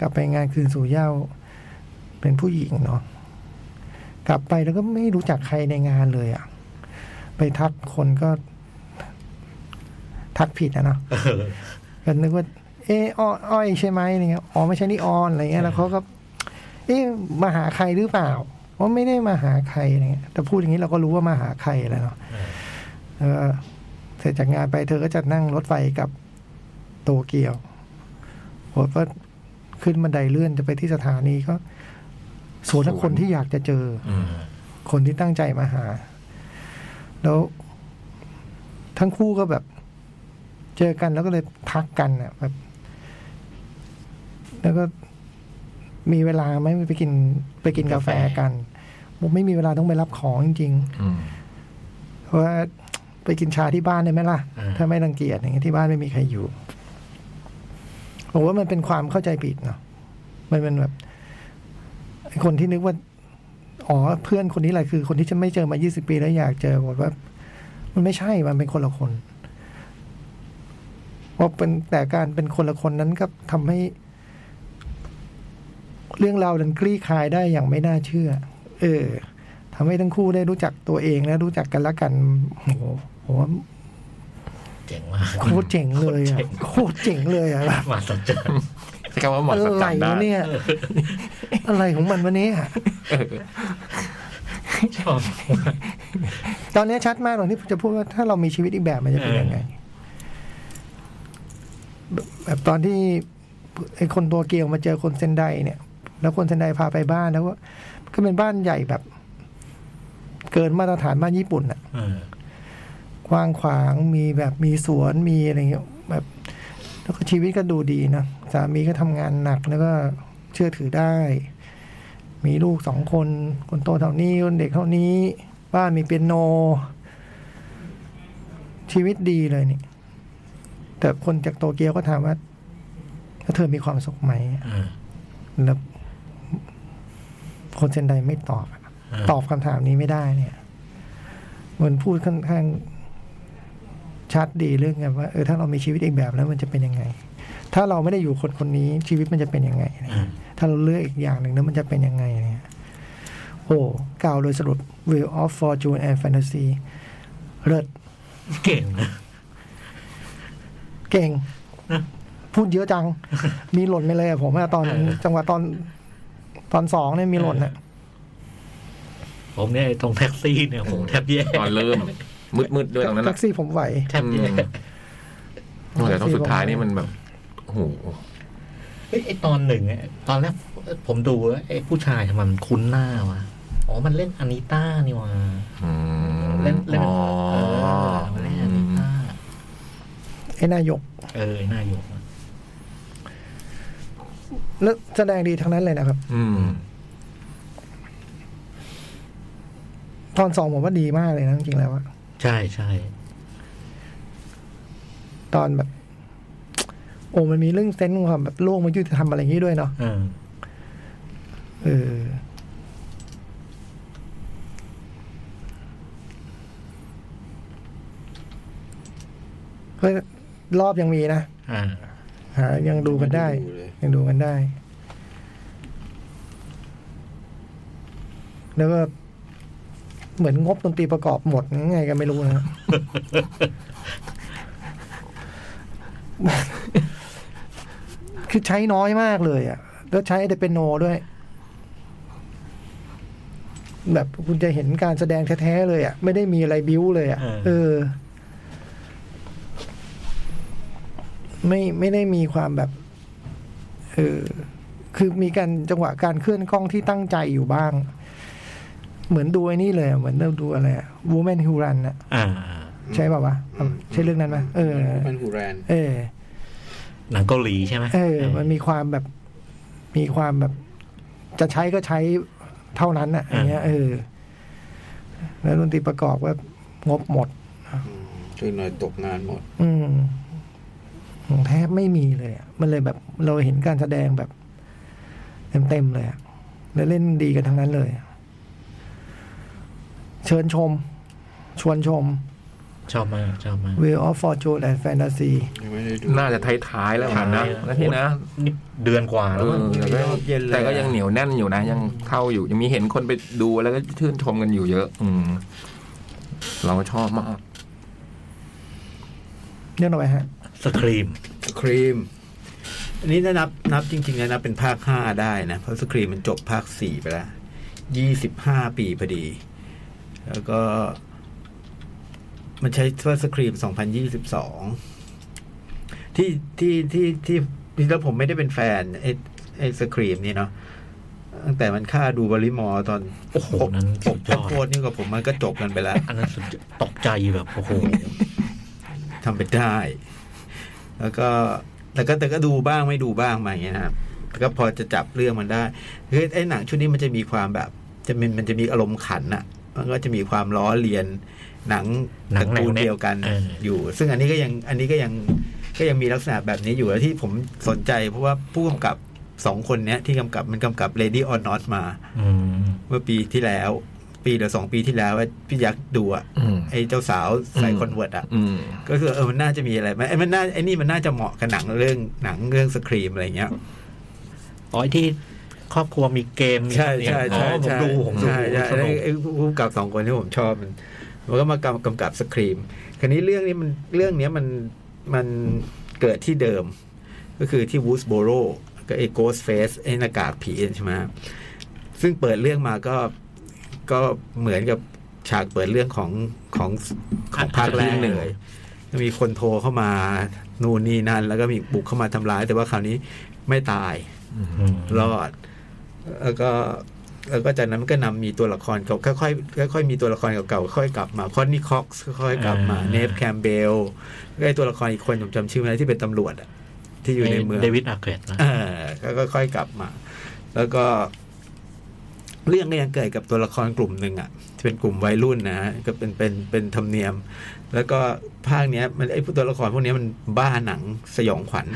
S3: กลับไปงานคืนสู่เหย้า เป็นผู้หญิงเนาะกลับไปแล้วก็ไม่รู้จักใครในงานเลยอะไปทักคนก็ ทักผิดอะเนาะ
S5: เออ
S3: ก็นึกว่า เออออ้อยใช่ไหมอะไรเงี้ยอ๋อไม่ใช่นี่ออนอะไรเงี้ยแล้วเขาก็ เอ๊ะมาหาใครหรือเปล่าว่าไม่ได้มาหาใครอะไรเงี้ยแต่พูดอย่างนี้เราก็รู้ว่ามาหาใครแล้วเนาะเออเสร็จจากงานไปเธอก็จะนั่งรถไฟกลับโตเกียวโหก็ขึ้นบันไดเลื่อนจะไปที่สถานีก็สวนกับคนที่อยากจะเจอ
S4: อืม
S3: คนที่ตั้งใจมาหา แล้ว ทั้งคู่ก็แบบ เจอกันแล้วก็เลยทักกันอ่ะแบบ แล้วก็มีเวลาไหมไปกินไปกินกาแฟกันผมไม่มีเวลาต้องไปรับของจริง
S4: อืม
S3: ๆเพราะว่าไปกินชาที่บ้านได้ไหมล่ะ
S5: อ่า
S3: ถ้าไม่รังเกียจอย่างเงี้ยที่บ้านไม่มีใครอยู่ผมว่ามันเป็นความเข้าใจผิดเนาะมันเป็นแบบไอ้คนที่นึกว่า อ๋อเพื่อนคนนี้แหละคือคนที่ฉันไม่เจอมา 20 ปีแล้วอยากเจอบอกว่า มันไม่ใช่ มันเป็นคนละคนเพราะเป็นแต่การเป็นคนละคนนั้นก็ทำให้ เรื่องราวดันคลี่คลายได้อย่างไม่น่าเชื่อ เออทำให้ทั้งคู่ได้รู้จักตัวเองและรู้จักกันและกันโอ้โหผมว่า
S5: เจ๋งมาก
S3: โคตรเจ๋งเลยอ่ะโคตรเจ๋งเลยอ่ะแบบ
S5: มาสนใจรรย์
S4: ใช้คำว่าหมด
S3: อะ
S4: สัจ
S3: ไร
S4: จันได้
S3: วะเนี่ย อะไรของมันวะเนี่ย
S5: ชอบ
S3: ตอนนี้ชัดมากตอนที่จะพูดว่าถ้าเรามีชีวิตอีกแบบมันจะเป็นยังไง แบบแบบตอนที่ไอ้คนตัวเกียวมาเจอคนเซนไดเนี่ย แล้วคนเซนไดพาไปบ้านแล้วก็ก็เป็นบ้านใหญ่แบบ เกินมาตรฐานบ้านญี่ปุ่นอะ
S5: เออก
S3: ว้างขวางมีแบบมีสวนมีอะไรเงี้ยแบบ แล้วก็ชีวิตก็ดูดีนะสามีก็ทำงานหนักแล้วก็เชื่อถือได้ มีลูกสองคน คนโตเท่านี้คนเด็กเท่านี้ บ้านมีเปียโน ชีวิตดีเลยนี่ แต่คนจากโตเกียวก็ถามว่าแล้วเธอมีความสุขไหม
S5: เออ
S3: แล้วคนเซนไดไม่ตอบอะตอบคำถามนี้ไม่ได้เนี่ยเหมันพูดค่อนข้างชัดดีเรื่องไงว่าเออถ้าเรามีชีวิตอีกแบบแล้วมันจะเป็นยังไง ถ้าเราไม่ได้อยู่คนคนนี้ชีวิตมันจะเป็นยังไงเนี่ย
S5: เออ
S3: ถ้าเราเลือกอีกอย่างหนึ่งแล้วมันจะเป็นยังไงเนี่ย โอ้กล่าวโดยสรุป Wheel of Fortune and Fantasy เลิศ
S5: เก่งนะ
S3: เก่ง
S5: นะ
S3: พูดเยอะ จัง มีหล่นไปเลยอะผมอะตอน
S5: เออ
S3: จังหวะตอนตอนสองเนี่ยมีหล่นอะ
S5: ผมเนี่ยไอ้ตรงแท็กซี่เนี่ยโหแทบแย่
S4: ตอนเริ่ม มืดๆด้วยตรงนั้น
S3: แท็
S4: นะ
S3: กซี่ผมไหว
S5: แทบแย่
S4: แต่ตรงสุดท้ายนี่มันแบบโอ้โห
S5: เฮ้ยไอตอนหนึ่งเนี่ยตอนแรกผมดูแล้วไอผู้ชายทำไมมันคุ้นหน้าวะอ๋อมันเล่นอานิต้านี่วะ
S4: อืม
S5: เล่นเล่น
S4: อ๋อ
S5: เออมันเล่นอานิต้า
S3: ไอ้นายก
S5: เออไอ้นายกอะ
S3: แล้วแสดงดีทั้งนั้นเลยนะครับ
S4: อืม
S3: ตอนสองผมว่าดีมากเลยนะจริงๆแล้วอะ
S5: ใช่ใช่
S3: ตอนแบบ โอ้มันมีเรื่องเซนส์ของความแบบโลกมันยุติธรรมอะไรอย่างนี้ด้วยเนาะ
S5: เออ
S3: เออ ก็รอบยังมีนะ
S5: อ่า
S3: หายังดูกันได้
S2: ไม่ได้ดูเลย
S3: ยังดูกันได้ แล้วก็เหมือนงบดนตรีประกอบหมดยังไงกันไม่รู้นะคือใช้น้อยมากเลยอ่ะ แล้วใช้แต่เป็นโนด้วย แบบคุณจะเห็นการแสดงแท้ๆเลยอ่ะ ไม่ได้มีอะไรบิ้วเลยอ่ะ
S5: เออ
S3: เออ ไม่ไม่ได้มีความแบบ เออ คือมีการจังหวะการเคลื่อนกล้องที่ตั้งใจอยู่บ้าง เหมือนดูไอ้นี่เลยอะเหมือนเราดูอะไรวูแมนฮิวรันอะ
S5: อ่า
S3: ใช่ป่าววะใช่เรื่องนั้นไหมเออ
S2: มันหูแรน
S3: เออ
S5: หนังเกาหลีใช่ไหม
S3: เออ มันมีความแบบ มีความแบบ จะใช้ก็ใช้เท่านั้นอะอย่างเงี้ย เออ แล้วดนตรีประกอบว่างบหมด
S2: ช่วยหน่อยตกงานหมด
S3: อืมแทบไม่มีเลยอะมันเลยแบบ เราเห็นการแสดงแบบ เต็มๆเลยอะแล้วเล่นดีกันทั้งนั้นเลยอะเชิญชม ชวนชม
S5: ชอบมาก ชอบมาก
S3: Wheel of Fortune and Fantasy
S2: ยังไม่ได้ดู
S4: น่าจะท้ายๆแล้วนะนะพี่นะ
S5: นี่เดือนกว่า
S4: เออ
S5: แล้วมั้ง
S4: แต่ก็
S2: เย็นเลย
S4: แต่ก็ยังเหนียวแน่นอยู่นะ ยังเข้าอยู่ ยังมีเห็นคนไปดูแล้วก็ชื่นชมกันอยู่เยอะ อืม เราชอบมาก
S3: เรื่องอะไรฮะ
S5: สครีม
S2: ครีม อันนี้ถ้านับนับจริงๆนะนับเป็นภาคห้าได้นะ เพราะสครีมมันจบภาคสี่ไปแล้วยี่สิบห้าปีพอดี แล้วก็ มันใช้ว่าสครีมสองพันยี่สิบสองที่ที่ที่ที่ที่แล้วผมไม่ได้เป็นแฟนไอ้ไอ้สครีมนี่เนาะตั้งแต่มันฆ่าดูบริมอร์ตอน
S5: โอ้โหนั้นสุดย
S2: ถ้า
S5: อด
S2: โคตรนี่กับผมมันก็จบกันไปแล้ว
S5: อันนั้นสุดยอดตกใจแบบโอ้โห
S2: ทำไปได้ แล้วก็แต่ก็แต่ก็ดูบ้างไม่ดูบ้างมาอย่างเงี้ยนะครับแต่ก็พอจะจับเรื่องมันได้คือไอ้หนังชุดนี้มันจะมีความแบบ จะมันมันจะมีอารมณ์ขันอะมันก็จะมีความล้อเลียนหนัง
S5: หนั
S2: ต
S5: ง
S2: ระกูล
S5: แนวเนี้ย
S2: เดียวกัน
S5: เออ
S2: อยู่ ซึ่งอันนี้ก็ยังอันนี้ก็ยังก็ยังมีลักษณะแบบนี้อยู่แล้วที่ผมสนใจ เพราะว่าผู้กำกับสองคนเนี้ยที่กำกับมันกำกับ Lady on Not มา เมื่อปีที่แล้ว ปีหรือสองปีที่แล้วว่าพี่ยักษ์ดูอะ
S4: อืม
S2: ไอ้เจ้าสาวใส่คอนเวิร์ตอะ
S4: อืม
S2: ก็คือเออมันน่าจะมีอะไรไหมไอ้มันน่าไอ้นี่มันน่าจะเหมาะกับหนังเรื่องหนังเรื่องสครีมอะไรเงี้ย
S5: ๋อไอ้ที่ครอบครัวมีเกมมีอะไรอ๋อผมดูผมดู
S2: ใช่ใช่
S5: สนุ
S2: ไอ้
S5: ก
S2: ไอ้ผู้กำกับสองคนที่ผมชอบมันมันก็มากำกำกับสครีมคันนี้เรื่องนี้มันเรื่องเนี้ยมันมันเกิดที่เดิม ก็คือที่วูสโบโรก็ไอ้โกสเฟสไอ้หน้ากากผีใช่ไหมซึ่งเปิดเรื่องมาก็ก็เหมือนกับฉากเปิดเรื่องของของของภาคแรก
S4: หนึ่ง
S2: เลย มีคนโทรเข้ามานู่นนี่นั่น แล้วก็มีบุกเข้ามาทำร้าย แต่ว่าคราวนี้ไม่ตายรอด แล้วก็แล้วก็จากนั้นมันก็นำมีตัวละครเก่าค่อยๆค่อยๆมีตัวละครเก่าๆค่อยๆกลับมาคอนนี่คอกซ์ค่อยๆกลับมา
S5: อ่า
S2: เนฟแคมเบลก็ไอตัวละครอีกคนผมจำชื่อไม่ได้ที่เป็นตำรวจอะที่อยู่ในเมือง
S5: เดวิดอาร์เกตนะ
S2: เออก็ค่อยๆกลับมา แล้วก็ เรื่องก็ยังเกิดกับตัวละครกลุ่มหนึ่งอ่ะที่เป็นกลุ่มวัยรุ่นนะฮะก็เป็นเป็นเป็นธรรมเนียม แล้วก็ภาคเนี้ย มันไอ้พวกตัวละครพวกเนี้ยมันบ้าหนังสยองขวัญ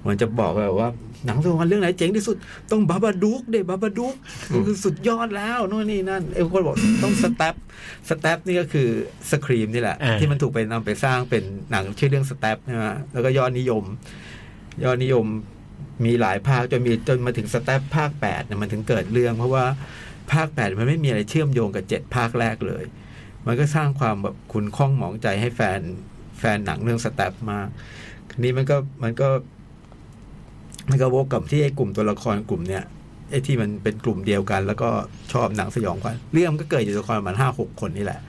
S2: เหมือนจะบอกแบบว่า หนังสยองขวัญเรื่องไหนเจ๋งที่สุดต้องบาบาดุกเดบาบาดุกคือสุดยอดแล้วนู่นนี่นั่นไอ้คนบอกต้องสแตปสแตปนี่ก็คือสครีมนี่แหละ
S5: เออ
S2: ที่มันถูกไปนำไปสร้างเป็นหนังชื่อเรื่องสแตปใช่ไหมแล้วก็ยอดนิยม ยอดนิยมมีหลายภาคจนมีจนมาถึงสแตปภาค8เนี่ยมันถึงเกิดเรื่อง เพราะว่าภาค 8 มันไม่มีอะไรเชื่อมโยงกับ 7 ภาคแรกเลย มันก็สร้างความแบบคุณข้องหมองใจให้แฟนแฟนหนังเรื่องสแตปมากทีนี้มันก็มันก็ มันก็วกกลับที่ไอ้กลุ่มตัวละครกลุ่มเนี้ยไอ้ที่มันเป็นกลุ่มเดียวกัน แล้วก็ชอบหนังสยองขวัญเรื่องมันก็เกิดอยู่ตัวละครประมาณห้าหกคนนี่แหละ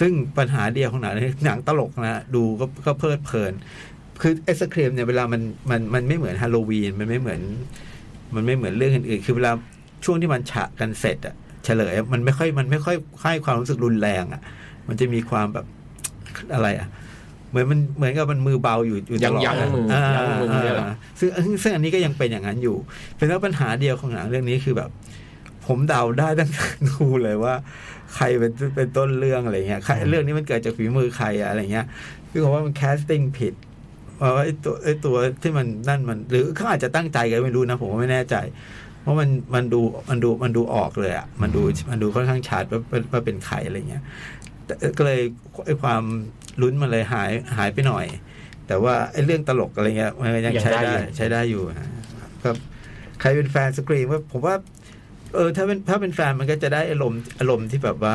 S2: ซึ่งปัญหาเดียวของหนังเรื่องหนังตลกนะดูก็ก็เพลิดเพลิน คือไอ้สครีมเนี่ยเวลามันมันมันไม่เหมือนฮาโลวีนมันไม่เหมือน มันไม่เหมือนเรื่องอื่นๆคือเวลาช่วงที่มันฉะกันเสร็จอะเฉลยอะมันไม่ค่อยมันไม่ค่อยให้ความรู้สึกรุนแรงอะมันจะมีความแบบ อะไรอะเหมือนมันเหมือนกับมันมือเบาอยู่อยู่ตลอด
S4: ยังๆมือ
S2: อะ
S4: ยังมือเนี่ยเหรอ
S2: าซึ่งซึ่งอันนี้ก็ยังเป็นอย่างนั้นอยู่ เป็นแล้วปัญหาเดียวของหนังเรื่องนี้คือแบบ ผมเดาได้ตั้งแต่ดูเลยว่า ใครเป็นเป็นต้นเรื่องอะไรเงี้ยใครเรื่องนี้มันเกิดจากฝีมือใครอะอะไรเงี้ยคือผมว่ามันแคสติ้งผิด เออไอตัวไอตัวที่มันนั่นมัน หรือเขาอาจจะตั้งใจกันไม่รู้นะ ผมก็ไม่แน่ใจ เพราะมันมันดูมันดูมันดูออกเลยอะ่ะมันดูมันดูค่อนข้างชัดว่าว่าว่าเป็นใครอะไรเงี้ยแต่ก็เลยไอความลุ้นมันเลยหายหายไปหน่อย แต่ว่าไอเรื่องตลกอะไรเงี้ยมันก็ยัง
S5: ยัง
S2: ใช้
S5: ได้
S2: ได้
S5: อยู่
S2: ใช้ได้อยู่ฮะครับใครเป็นแฟนสกรีมว่าผมว่า เออถ้าเป็นถ้าเป็นแฟนมันก็จะได้อารมณ์อารมณ์ที่แบบว่า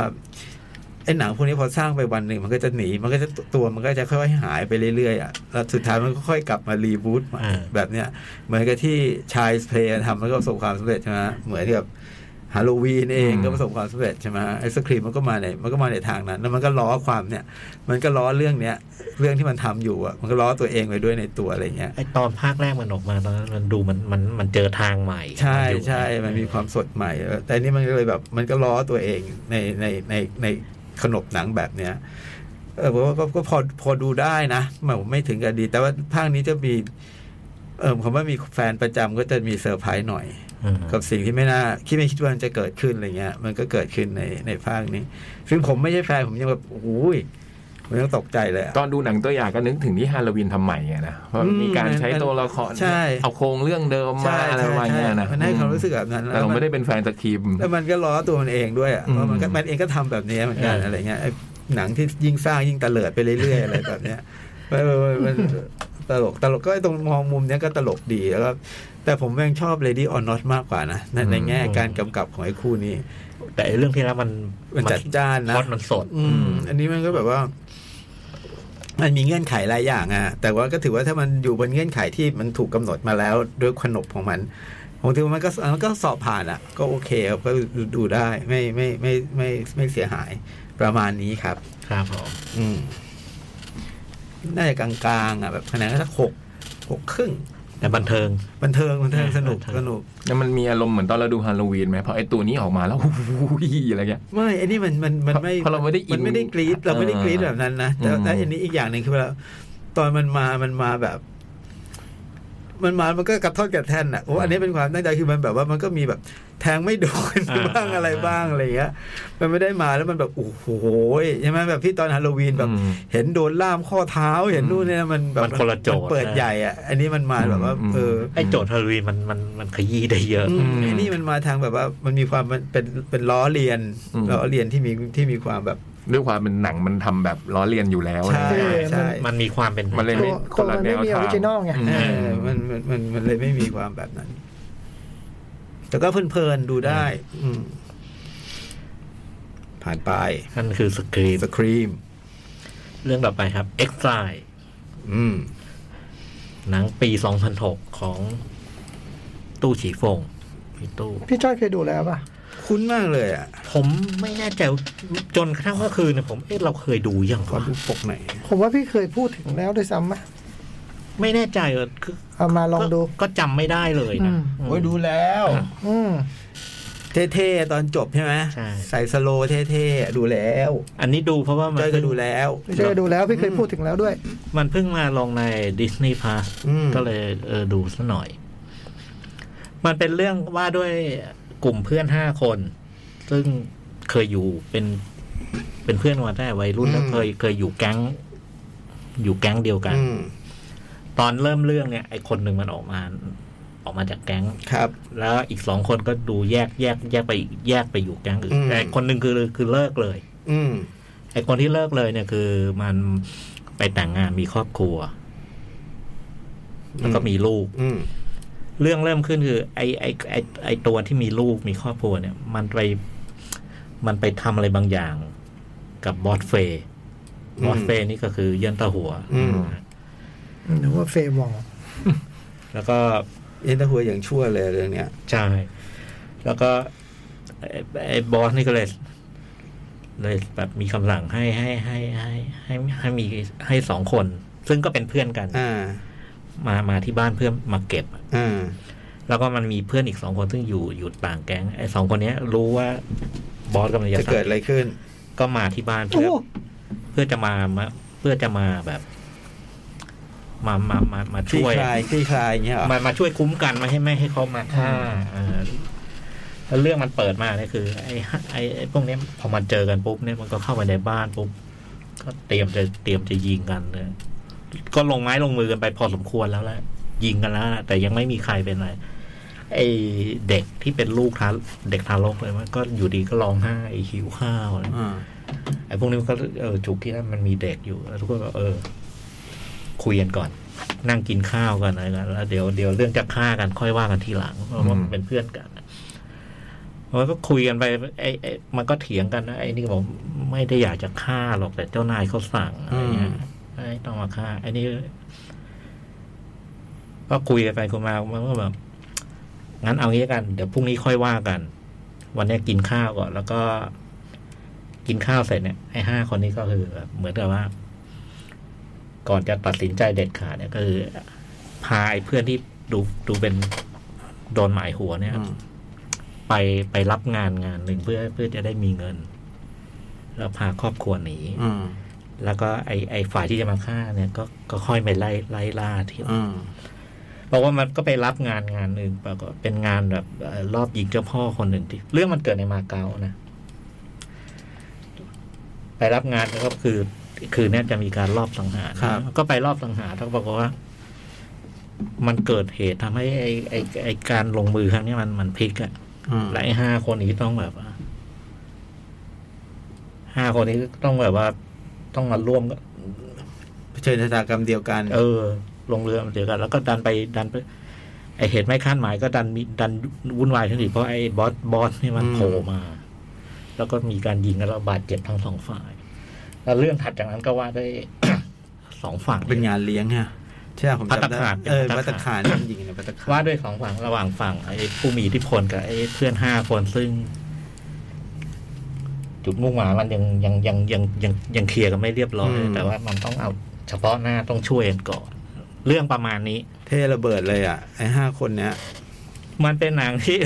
S2: ไอ้หนังพวกนี้พอสร้างไปวันหนึ่งมันก็จะหนี มันก็จะตัวมันก็จะค่อยๆหายไปเรื่อยๆอ่ะแล้วสุดท้ายมันก็ค่อยกลับมารีบูตใหม่
S5: อ่า
S2: แบบเนี้ยเหมือนกับที่ชายเพลย์ทำแล้วก็ประสบความสำเร็จใช่ไหมเหมือนกับฮาโลวีนเอง
S4: อืม
S2: ก็ประสบความสำเร็จใช่ไหมไอ้สครีมมันก็มาในมันก็มาในทางนั้น แล้วมันก็ล้อความเนี่ย มันก็ล้อเรื่องเนี้ยเรื่องที่มันทำอยู่อ่ะมันก็ล้อตัวเองไปด้วยในตัวอะไรเงี้ย
S5: ไอตอนภาคแรกมันออกมาตอนนั้นมันดูมันมันมันเจอทางใหม่
S2: ใช่
S5: อยู่
S2: ใช่ มันมีความสดใหม่ แต่อันนี่มันก็เลยแบบ มันก็ล้อตัวเองในในในในขนบหนังแบบเนี้ย เออผมว่าก็ก็พอพอดูได้นะหมายผมไม่ถึงกับดี แต่ว่าภาคนี้จะมี เออผมว่ามีแฟนประจำก็จะมีเซอร์ไพรส์หน่อย
S5: อืม
S2: กับสิ่งที่ไม่น่าคิดไม่คิดว่ามันจะเกิดขึ้นอะไรเงี้ย มันก็เกิดขึ้นในในภาคนี้ ซึ่งผมไม่ใช่แฟนผมยังแบบโอ้ยผมยังตกใจเลยอะ
S4: ตอนดูหนังตัวอย่างก็นึกถึงที่ฮาโลวีนทำใหม่ไงนะเพราะมันมีการใช้ตัวละคร
S2: ใช่
S4: เอาโครงเรื่องเดิมมา
S2: ใช่
S4: อะไร
S2: ใช่
S4: ประมาณ
S2: ใช่
S4: เนี้ยนะ
S2: มันให้ความรู้สึกแบบนั้น
S4: แต่
S2: แล้ว
S4: เรา
S2: น
S4: ไม่ได้เป็นแฟนสครีม
S2: แล้วมันก็ล้อตัวมันเองด้วยอ่ะ
S4: อืม
S2: เพราะมันก็มันเองก็ทำแบบนี้เหมือนกัน
S5: เอออ
S2: อะไรเงี้ยไอ้หนังที่ยิ่งสร้างยิ่งตะเลิดไปเรื่อยๆ อะไร แบบเนี้ยมันมันมันตลกตลกก็ไอ้ตรงมองมุมเนี้ยก็ตลกดีแล้วก็แต่ผมยังชอบ Lady on Not มากกว่านะในในแง่การกำกับของไอ้คู่นี้
S5: แต่ไอ้เรื่องที่แล้วมัน
S2: มันจัดจ้านนะ
S5: พอดมันสด
S2: อืม อันนี้มันก็แบบว่า มันมีเงื่อนไขหลายอย่างอะแต่ว่าก็ถือว่าถ้ามันอยู่บนเงื่อนไขที่มันถูกกำหนดมาแล้วด้วยขนบของมันผมถือว่ามันก็มันก็สอบผ่านอะก็โอเคครับก็ดูได้ไม่ไม่ไม่ไม่ไม่เสียหายประมาณนี้ครับ
S5: ครับผม
S2: อืมน่าจะกลางๆอ่ะแบบคะแนนก็สักหกหกครึ่ง
S5: แต่บันเทิง
S2: บันเทิงบันเทิง
S5: อ่า
S2: สนุก
S5: บันเทิง
S2: สนุก
S4: แล้วมันมีอารมณ์เหมือนตอนเราดูฮาโลวีนไหมพอไอตัวนี้ออกมาแล้ว อะไรเงี้ย
S2: ไม่อันนี้มันมันมันไม่
S4: เพราะเราไม่ได้อิน
S2: นไม่ได้กรี๊ดเราไม่ได้กรี๊ด
S4: เออ
S2: แบบนั้นนะแต่
S4: อืม
S2: แต่อันนี้อีกอย่างหนึ่งคือเวลาตอนมันมามันมาแบบ มันมามันก็กระทอดกระแทนอ่ะโอ้อันนี้เป็นความตั้งใจคือมันแบบว่ามันก็มีแบบแทงไม่โดน
S5: อ่า
S2: บ้าง
S5: อ่า
S2: อะไรบ้างอะไรอย่างเงี้ย มันไม่ได้มาแล้วมันแบบโอ้โหใช่ไหมแบบที่ตอนฮาโลวีนแบบ
S4: อืม
S2: เห็นโดนล่ามข้อเท้าเห็นนู่นเนี่ยมันแบบ
S5: มันคนละโจทย์
S2: มัเปิดใหญ่อ่ะ อันนี้มันมาแบบว่า
S4: อืม
S2: เออ
S5: ไอ้โจทย์ฮาโลวีนมันมันมันขยี้ได้เยอะ
S2: อืม
S4: อืม
S2: นี่มันมาทางแบบว่ามันมีความมันเป็นเป็นล้อเลียน
S4: อืม
S2: ล้อเลียนที่มีที่มีความแบบ
S4: ด้วยความเป็นหนังมันทำแบบล้อเลียนอยู่แล้ว
S2: ใช่
S4: อะไรเงี้ย
S2: ใช่
S5: มันมีความเป็น
S4: มันเลยไม่
S3: ตัว
S4: คนละ
S3: ตัวมัน
S4: แน
S3: ไม่
S4: ว
S3: มี
S4: ทาง
S3: original ไง
S4: อืม
S2: เออมันมันมันมันเลยไม่มีความแบบนั้น แต่ก็เพลินๆดูได้ อืม ผ่านไป
S5: นั่นคือสกรีน
S2: สครีม
S5: เรื่องต่อไปครับ Exile
S2: อืม
S5: หนังปี 2006 ของตู้ฉีฟงพี่ตู้
S3: พี่จ้อยเคยดูแล้วป่ะ
S2: คุ้นมากเลยอ่ะ
S5: ผมไม่แน่ใจว่าจนกระทั่งเมื่อคืนเนี่ยผมเอ๊ะเราเคยดูยัง
S2: ขอ
S5: วะ
S2: ดูปกไหนอย
S3: ผมว่าพี่เคยพูดถึงแล้วด้วยซ้ำไหม
S5: ไม่แน่ใจเออคือ
S3: เอามาลองดู
S5: ก็ก็จำไม่ได้เลยนะ
S2: โอ้ยดูแล้ว
S3: อืม
S2: เท่ๆ ตอนจบใช่ไหม
S5: ใช่
S2: ใส่สโลว์เท่ๆ ดูแล้ว
S5: อันนี้ดูเพราะว่ามัน
S2: จ้อยก็
S5: เพิ่ง
S2: ดูแล้ว
S3: พี่จ้อยดูแล้วพี่เคยพูดถึงแล้วด้วย
S5: มันเพิ่งมาลงใน Disney Plus
S2: อืม
S5: ก็เลยเออดูซะหน่อย มันเป็นเรื่องว่าด้วยกลุ่มเพื่อนห้าคน ซึ่งเคยอยู่เป็น เป็นเพื่อนกันมาได้งแต่วัยรุ่นแล้ว
S2: อืม
S5: เคยเคยอยู่แก๊ง อยู่แก๊งเดียวกัน
S2: อืม
S5: ตอนเริ่มเรื่องเนี่ยไอคนหนึ่งมันออกมา ออกมาจากแก๊ง
S2: ครับ
S5: แล้วอีกสองคนก็ดูแยกแยกแยกไปอีกแยกไปอยู่แก๊งอื่น
S2: อืม
S5: แต่คนหนึ่งคือคือเลิกเลย
S2: อืม
S5: ไอคนที่เลิกเลยเนี่ยคือมันไปแต่งงานมีครอบครัว แล้วก็มีลูก
S2: อืม
S5: เรื่องเริ่มขึ้นคือ ไอไอไอไอตัวที่มีลูกมีครอบครัวเนี่ย มันไป มันไปทำอะไรบางอย่าง กับบอสเฟย์
S2: อืม
S5: บอสเฟย์นี่ก็คือเยันตาหัว
S2: อืม
S3: หรือว่าเฟย์วอง
S5: แล้วก็
S2: เอ็นเตอร์หัวอย่างชั่วเลยเรื่องเนี้ย
S5: ใช่แล้วก็ไอ้ไอบอสนี่ก็เลย เลยแบบมีคำสั่งให้ให้ให้ให้ให้ให้มีให้สองคน ซึ่งก็เป็นเพื่อนกัน
S2: อ่า
S5: มามาที่บ้านเพื่อมาเก็บ
S2: อ่า
S5: แล้วก็มันมีเพื่อนอีกสองคนซึ่งอยู่อยู่ต่างแก๊งไอ้สองคนเนี้ย รู้ว่าบอสกำลัง
S2: จะ
S5: จะ
S2: เกิ
S5: สั่
S2: ด
S5: ง
S2: อะไรขึ้น
S5: ก็มาที่บ้าน
S3: โอ้
S5: เพื่อเพื่อจะมามาเพื่อจะมาแบบมามามามา
S2: คลี่
S5: ช่วย
S2: คลายคลี่คลายอย่างเงี้ยเหรอ
S5: มามาช่วยคุ้มกันไม่ให้ไม่ให้เขามาฆ่าเออแล้วเรื่องมันเปิดมาเนี่ยคือ ไอ้ฮะไอ้ไอ้พวกเนี้ยพอมันเจอกันปุ๊บเนี่ยมันก็เข้าไปในบ้านปุ๊บก็เตรียมจะเตรียมจะยิงกันเลยก็ลงไม้ลงมือกันไปพอสมควรแล้วแหละยิงกันแล้วล่ะแต่ยังไม่มีใครเป็นอะไรไอ้เด็กที่เป็นลูกทารเด็กทารกเลยมันก็อยู่ดีก็ร้องไห้หิวข้าวอะไร
S2: อ่า
S5: ไอ้พวกนี้มันก็เออจุกที่นั่นมันมีเด็กอยู่แล้วทุกคนก็เออ คุยกันก่อน นั่งกินข้าวกันอะไรกันแล้วเดี๋ยวเดี๋ยวเรื่องจะฆ่ากันค่อยว่ากันทีหลังเพราะว่า
S4: อืม
S5: มันเป็นเพื่อนกันมันก็คุยกันไปไอ้ไอ้มันก็เถียงกันนะไอ้นี่ก็บอกไม่ได้อยากจะฆ่าหรอกแต่เจ้านายเขาสั่งอะไรเงี้ย
S2: อืม
S5: ไอ้ต้องมาฆ่าไอ้นี่ก็คุยกันไปคุยมามันก็แบบงั้นเอางี้ละกัน เดี๋ยวพรุ่งนี้ค่อยว่ากัน วันเนี้ยกินข้าวก่อนแล้วก็ กินข้าวเสร็จเนี่ยไอ้ห้าคนนี้ก็คือแบบเหมือนกับว่า ก่อนจะตัดสินใจเด็ดขาดเนี่ยก็คือพาไอ้เพื่อนที่ดูดูเป็นโดนหมายหัวเนี่ย
S2: อืม
S5: ไปไปรับงานงานหนึ่งเพื่อเพื่อจะได้มีเงิน แล้วพาครอบครัวหนี
S2: อืม
S5: แล้วก็ไอไอฝ่ายที่จะมาฆ่าเนี่ยก็ก็ค่อยไปไล่ไล่ล่าที่
S2: อืม
S5: เพราะว่ามันก็ไปรับงานงานหนึ่งปรากฏเป็นงานแบบเอ่อรอบยิงเจ้าพ่อคนหนึ่งที่ เรื่องมันเกิดในมาเก๊านะ ไปรับงานแล้วก็คือ คือเนี่ยจะมีการรอบสังหารนะก็ไปรอบสังหารแล้วก็บอกฏว่า มันเกิดเหตุทำให้ไอไอไอการลงมือครั้งเนี้ยมันมันพลิกอะ
S2: อืม
S5: หลายห้าคนนี้ต้องแบบว่าห้าคนนี้ต้องแบบว่า ต้องมาร่วมกัน
S2: เผชิญชะตากรรมเดียวกัน
S5: เออ ลงเรือมาเดียวกัน แล้วก็ดันไปดันไป ไอเหตุไม่คาดหมายก็ดันมีดันวุ่นวายขึ้นอีกเพราะไอบอสบอสนี่มันโผล่มา แล้วก็มีการยิงกันแล้วบาดเจ็บทั้งสองฝ่าย แล้วเรื่องถัดจากนั้นก็ว่าด้วย สองฝั่ง
S2: เป็นงานเลี้ยงฮะใช่ไหมผมจำ
S5: ภัตตา
S2: ได้
S5: คาร
S2: เออพัตตาคารจริงๆนะพัตตาคาร
S5: ว่าด้วยสองฝั่งระหว่างฝั่งไอ้ผู้มีอิทธิพลกับไอ้เพื่อนห้าคนซึ่ง จุดมุ่งหมายมันยังยังยังยังยังยังเคลียร์กันไม่เรียบร้อยแต่ว่ามันต้องเอาเฉพาะหน้าต้องช่วยกันก่อน เรื่องประมาณนี้
S2: เท่ระเบิดเลยอ่ะไอ้ห้าคนเนี้ย
S5: มันเป็นหนังที่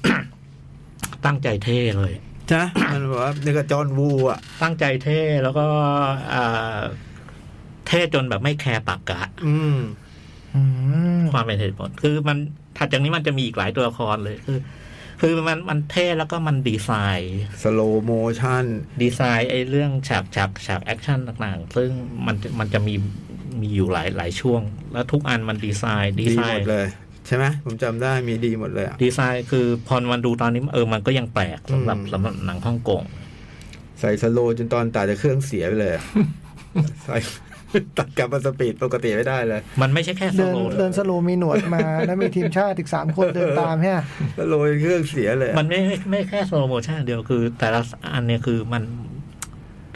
S5: ตั้งใจเท่เลย
S2: จ้ะมันบอกว่านี่ก็จอห์นวูอ่ะ
S5: ตั้งใจเท่แล้วก็อ่าเท่จนแบบไม่แคร์ปากกะ
S2: อืม
S3: อืม
S5: ความเป็นเหตุผลคือมันถัดจากนี้มันจะมีอีกหลายตัวละครเลยคือ คือมันมันเท่แล้วก็มันดีไซน์
S2: สโลโมชั่น
S5: ดีไซน์ไอ้เรื่องฉากฉากฉากแอคชั่นต่างๆ ซึ่งมันจะมันจะมีมีอยู่หลายหลายช่วง แล้วทุกอันมันดีไซน์ ดี
S2: ดี
S5: ไซ
S2: หม
S5: น์
S2: ดเลย ใช่ไหมผมจำได้มีดีหมดเลยอะ
S5: ดีไซน์คือพอมันดูตอนนี้เออมันก็ยังแปลกสำหรับ
S2: อืม
S5: สำหรับหนังฮ่องกง
S2: ใส่สโลจนตอนตัดจะเครื่องเสียไปเลย อะใส่ ตัดกลับมาสปีดปกติไม่ได้เลย
S5: มันไม่ใช่แค่ส
S3: เดิน
S5: โลว์
S3: เดินสโลว์มีหนวดมา แล้วมีทีมชาติอีกสามคนเดินตามเนี่ย
S2: สโลจนเครื่องเสียเลยอะ
S5: มันไม่ไม่ไม่แค่สโลโมชั่นเดียวคือ แต่ละอันเนี่ยคือมัน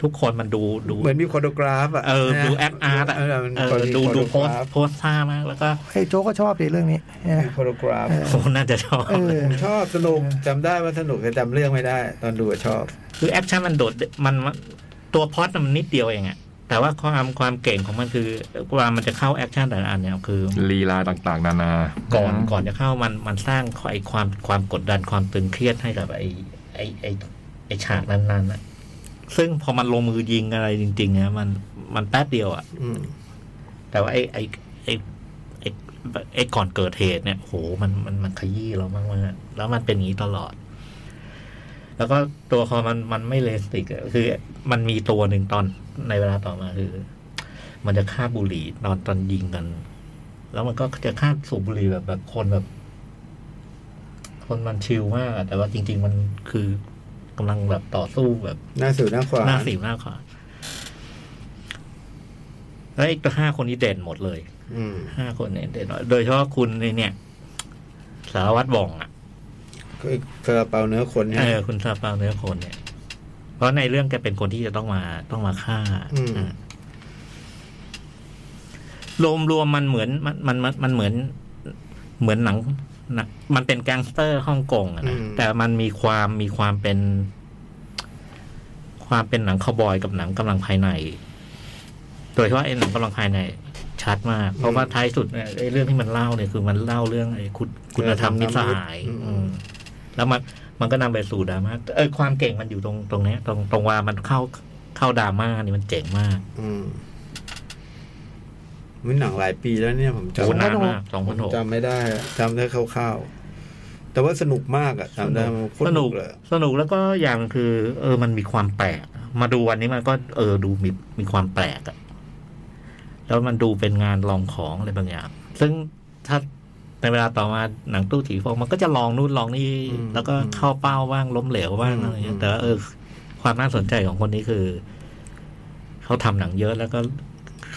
S5: ทุกคนมันดูดู
S2: เหมือนมีคอนโดกราฟอะ
S5: เออดู
S2: นะ
S5: แอคอาร์ตอะ
S2: เอมัน
S5: เออ
S2: มี
S5: ดู
S2: คอน
S5: ดู
S2: โด
S5: โพ
S2: ก
S5: ส
S2: ราฟ
S5: โพสท่ามากแล้วก็
S3: ไอ้โจกก็ชอบดิเรื่องนี้เนี่ย
S2: มีคอนโดกราฟ
S5: โหน่าจะชอบ
S3: เออ
S2: ชอบสนุกจำได้ว่าสนุกแต่จำเรื่องไม่ได้ ตอนดูอะชอบ
S5: คือแอคชั่นมันโดดเด่นมันมันตัวพล็อตมันนิดเดียวเองอะแต่ว่าความความเก่งของมันคือเวลามันจะเข้าแอคชั่นแต่ละอันเนี่ยคือ
S4: ลีลาต่างๆ นานา
S5: ก่อนก่อนจะเข้ามันมันสร้างไอความความกดดันความตึงเครียดให้กับไอไอไอไอฉากนั้นๆอะซึ่งพอมันลงมือยิงอะไรจริงๆนะมันมันแป๊บเดียวอะ
S2: อืม
S5: แต่ว่าไอ้ไอ้ไอ้ไอ้ไอ้ก่อนเกิดเหตุเนี่ยโหมันมันมันขยี้เรามากมากๆแล้วมันเป็นอย่างนี้ตลอด แล้วก็ตัวคอมันมันไม่เลสติกอะคือ มันมีตัวหนึ่งตอนในเวลาต่อมาคือ มันจะฆ่าบบุหรี่ตอนตอนยิงกัน แล้วมันก็จะฆ่าบสูบบุหรี่แบบแบบคนแบบ คนมันชิลมากอะแต่ว่าจริง ๆ มันคือกำลังแบบต่อสู้แบบ
S2: หน้าสื่อหน้าขวา
S5: หน้าสิวหน้าขวาแล้วไอ้ห้าคนนี้เด่นหมดเลย
S2: อืม
S5: ห้าคนเนี่ยเด่นหมดโดยเฉพาะคุณไอ้เนี่ย สารวัตรบ่องอ่ะ
S2: ก็อีกซาลาเปาเนื้อคนเนี่ย
S5: เออ คุณซาปาเนื้อคนเนี่ย เพราะในเรื่องแกเป็นคนที่จะต้องมาต้องมาฆ่า
S2: อืม
S5: อ่ะรวมรวมมันเหมือนมันมันมันมันเหมือน เหมือนหนังหนังมันเป็นแก๊งสเตอร์ฮ่องกงอะนะ
S2: อืม
S5: แต่มันมีความมีความเป็น ความเป็นหนังคาวบอยกับหนังกำลังภายใน โดยเฉพาะไอ้หนังกำลังภายใน ชัดมาก เพราะว่าท้ายสุดเนี่ยไอ้เรื่องที่มันเล่าเนี่ยคือมันเล่าเรื่องไอ้คุณคุณธรรมมิตรสหาย อืม แล้วมันมันก็นำไปสู่ดราม่าเออความเก่งมันอยู่ตรงตรงเนี้ยตรงตรงว่ามันเข้าเข้าดราม่านี่มันเจ๋งมาก
S2: อืมมันหนังหลายปีแล้วเนี่ยผม
S5: โอ้
S2: จำ
S5: นานมากสอง
S2: ผ
S5: พั
S2: ม
S5: นหก
S2: จำไม่ได้อะจำได้คร่าวๆ แต่ว่าสนุกมากอะจำได้มันโคตร
S5: สนุก
S2: เลย
S5: สนุกแล้วก็อย่างคือ เออ มันมีความแปลก มาดูวันนี้มันก็เออดูมีมีความแปลกอะแล้วมันดูเป็นงานลองของอะไรบางอย่าง ซึ่งถ้าในเวลาต่อมาหนังตู้ถีฟองมันก็จะลองนู่นลองนี่แล้วก็เข้าเป้าบ้างล้มเหลวบ้างอะไรอย่างเงี้ยแต่ว่าเออ ความน่าสนใจของคนนี้คือ เขาทำหนังเยอะแล้วก็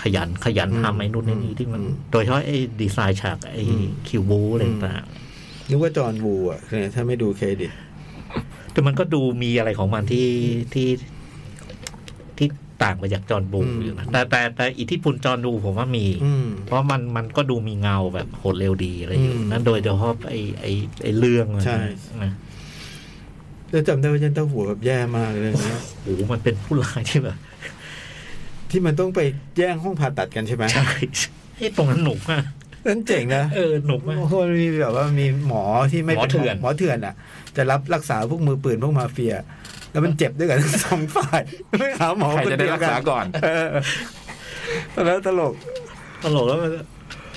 S5: ขยันขยันทำไอ้นู่นไอ้นี่ที่มัน โดยเฉพาะไอ้ดีไซน์ฉากไอ้คิวบูอะไรต่างๆ
S2: นึกว่าจอห์นวูอะเนี่ยถ้าไม่ดูเครดิต
S5: แต่มันก็ดูมีอะไรของมันที่ที่ที่ต่างไปจากจอห์นบู
S2: อืม
S5: อยู่นะแต่แต่แต่อิทธิพลจอห์นบูผมว่ามี
S2: อืม
S5: เพราะมันมันก็ดูมีเงาแบบโหดเร็วดีอะไรอยู่
S2: อืม
S5: นั่นโดยเฉพาะไอไอไอเรื่องมัน
S2: ใช่
S5: นะ
S2: แล้วจำได้ว่ายันเต้าหัวแบบแย่มากเลยนะ
S5: โอ้โหมันเป็นผู้ร้ายที่ แบบ
S2: ที่มันต้องไปแย่งห้องผ่าตัดกันใช่ไหม
S5: ใช่ไอ้ตรงนั้นหนุกมาก
S2: นั่นเจ๋งนะ
S5: เออหนุกมาก
S2: โอ้โหมีแบบว่ามีหมอที่ไม่ป็
S5: หมอเถื่อน
S2: หมอเถื่อนอะจะรับรักษาพวกมือปืนพวกมาเฟีย แล้วมันเจ็บด้วยกัน สองฝ่ายไม่หาหมอ
S4: ใคร
S2: คน
S4: จะได้
S2: เดียว
S4: รัก
S2: กัน
S4: ษาก่อน
S2: เออแล้วตลก
S5: ตลกแล้วมัน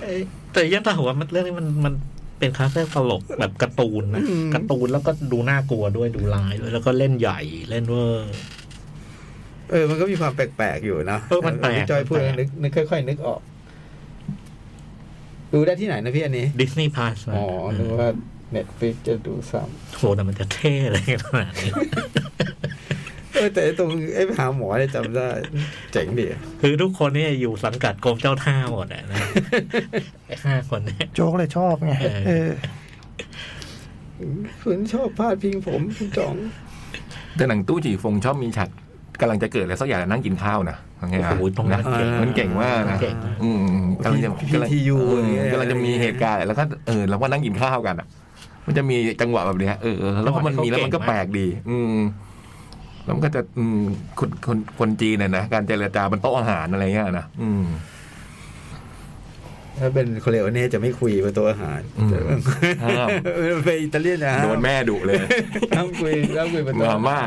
S5: ไอ้แต่ยังตาหัวมันเรื่องนี้มันมันเป็นคาแรคเตอร์ตลกแบบการ์ตูนนะ
S2: อืม
S5: การ์ตูนแล้วก็ดูน่ากลัวด้วยดูร้ายด้วยแล้วก็เล่นใหญ่เล่นเวอร์
S2: เออ มันก็มีความแปลก ๆ อยู่นะ
S5: เออมันแปลก
S2: พี่จอยพูด
S5: มันแปลก
S2: นึกนึกค่อย ๆ นึกออก ดูได้ที่ไหนนะพี่อันนี้
S5: ดิสนีย์พาส
S2: อ๋อ นึกว่าเน็ตฟิกจะดูซ้
S5: โหแต่มันจะเท่อะไรขนาดนี้
S2: ำเออ แต่ไอ้ตรงไอ้ไปหาหมอเนี่ยจำได้ เจ๋งดี
S5: คือทุกคนเนี่ยอยู่สังกัดกรมเจ้าท่าหมดอะ นะไอ้ห้าคนเนี่ย
S3: โจกเลยชอบไง
S5: เออ
S3: เออ
S2: คุณชอบพาดพิงผมคุณจ๋อง
S4: แต่หนังตู้จีฟงชอบมีฉาก กำลังจะเกิดอะไรสักอย่างแล้วนั่งกินข้าวนะย่างเงี้ย
S5: โอ้โหตรงนั้นเก่ง
S4: มันเก่งมากนะ
S5: เก่งมาก
S4: อืมกำลังจะ
S2: PTU
S4: เอ
S2: อย่างเงี้ย
S4: อกำลังจะมีเหตุการณ์แล้วก็เออเราก็นั่งกินข้าวกันอ่ะ มันจะมีจังหวะแบบเนี้ยเออเออแล้วพอมันมีแล้วมันก็แปลกดี อืมแล้วมันก็จะอืมคนคนคนจีนเนี่ยนะการเจรจาบนโต๊ะอาหารอะไรเงี้ยนะอืม
S2: ถ้าเป็นโคเลโอเน่จะไม่คุยบนโต๊ะอาหาร
S4: อืม
S2: แต่ว่า
S4: ห้าม
S2: ไปอิตาเลียนนะฮะ
S4: โดนแม่ดุเลย
S2: ห้ามคุยห้ามคุยบนโต๊ะ
S4: มาม่า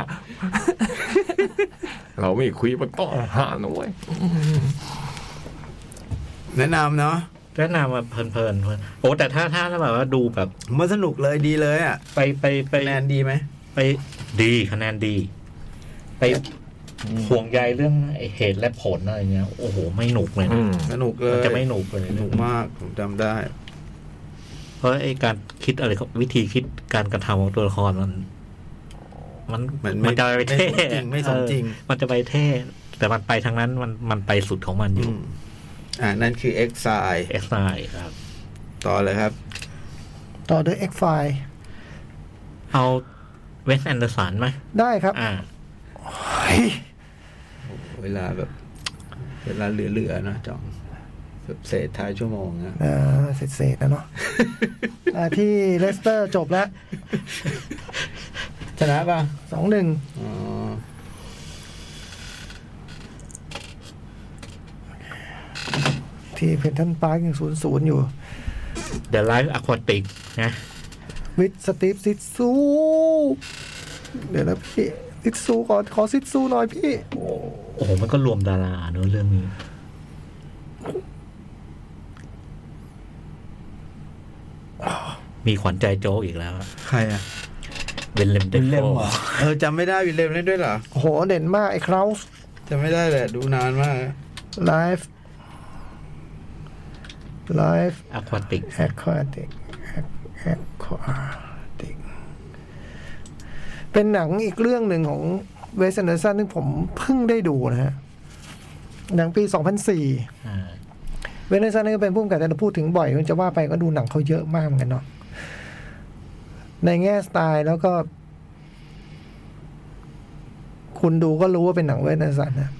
S4: เราไม่คุยบนโต๊ะอาหารนะเว้ย
S2: แนะนำเนาะ
S5: แนะนำมาเพลินๆเพลินโอ้แต่ถ้าถ้าถ้าแบบว่าดูแบบ
S2: มันสนุกเลยดีเลยอ่ะ
S5: ไปไปไป
S2: คะแนนดีไหม
S5: ไปดีคะแนนดี ไปห่วงใยเรื่องไอ้เหตุและผลอะไรเงี้ยโอ้โหไม่หนุกเลยนะ
S4: อืม
S2: สนุกเล
S5: มัน
S2: ย
S5: จะไม่หนุกเลย
S2: สนุกมากผมจำได้
S5: เพราะไอ้การคิดอะไรก็วิธีคิดการกระทำของตัวละครมัน มัน
S2: มันไม่
S5: มันจะไปเท่
S2: ไม่สมจริงไม่สมจริง
S5: เออมันจะไปเท่ แต่มันไปทางนั้นมันมันไปสุดของมันอ
S2: อื
S5: ยู่
S2: มอ่านั่นคือ Exile
S5: เอ็กไซครับ
S2: ต่อเลยครับ
S3: ต่อด้วย X File
S5: เอาเวสแอนเดอร์สันไหม
S3: ได้ครับ
S5: อ่า
S2: เวลาแบบ เวลาเหลือๆนะจองแบบเศษท้ายชั่วโมงนะ
S3: เอ่อเศษๆนะเนาะ อ่า ที่เลสเตอร์จบแล้ว
S2: ชนะป่ะ
S3: สองหนึ่ง
S2: อ๋อ
S3: ที่เพนทันพาร์คยังศูนย์ศูนย์อยู่
S5: The Life Aquatic นะ
S3: วิดสตีฟซิดซูเดี๋ยวนะพี่ซิดซูขอขอซิดซูหน่อยพี่
S5: โอ้โห มันก็รวมดาราเนอะเรื่องนี้ มีขวัญใจโจ๊กอีกแล้ว
S2: ใครอ่ะ
S5: เวนเลมเดฟโฟ
S2: เออจำไม่ได้วิลเลมเล่นด้วยเหรอ
S3: โหเด่นมากไอ้คราวส์
S2: จำไม่ได้แหละดูนานมาก
S3: ไลฟ์ไลฟ์
S5: อควาติก
S3: แอคควาติกแอคควาติกเป็นหนังอีกเรื่องหนึ่งของเวส a อนเดอร์สันที่ผมเพิ่งได้ดูนะฮะ หนังปี 2004 เวเนซันนี่ก็เป็นผู้กำกับแต่เราพูดถึงบ่อยคุณจะว่าไปก็ดูหนังเขาเยอะมากเหมือนกันเนาะในแง่สไตล์แล้วก็ คุณดูก็รู้ว่าเป็นหนังเวเนซันนะ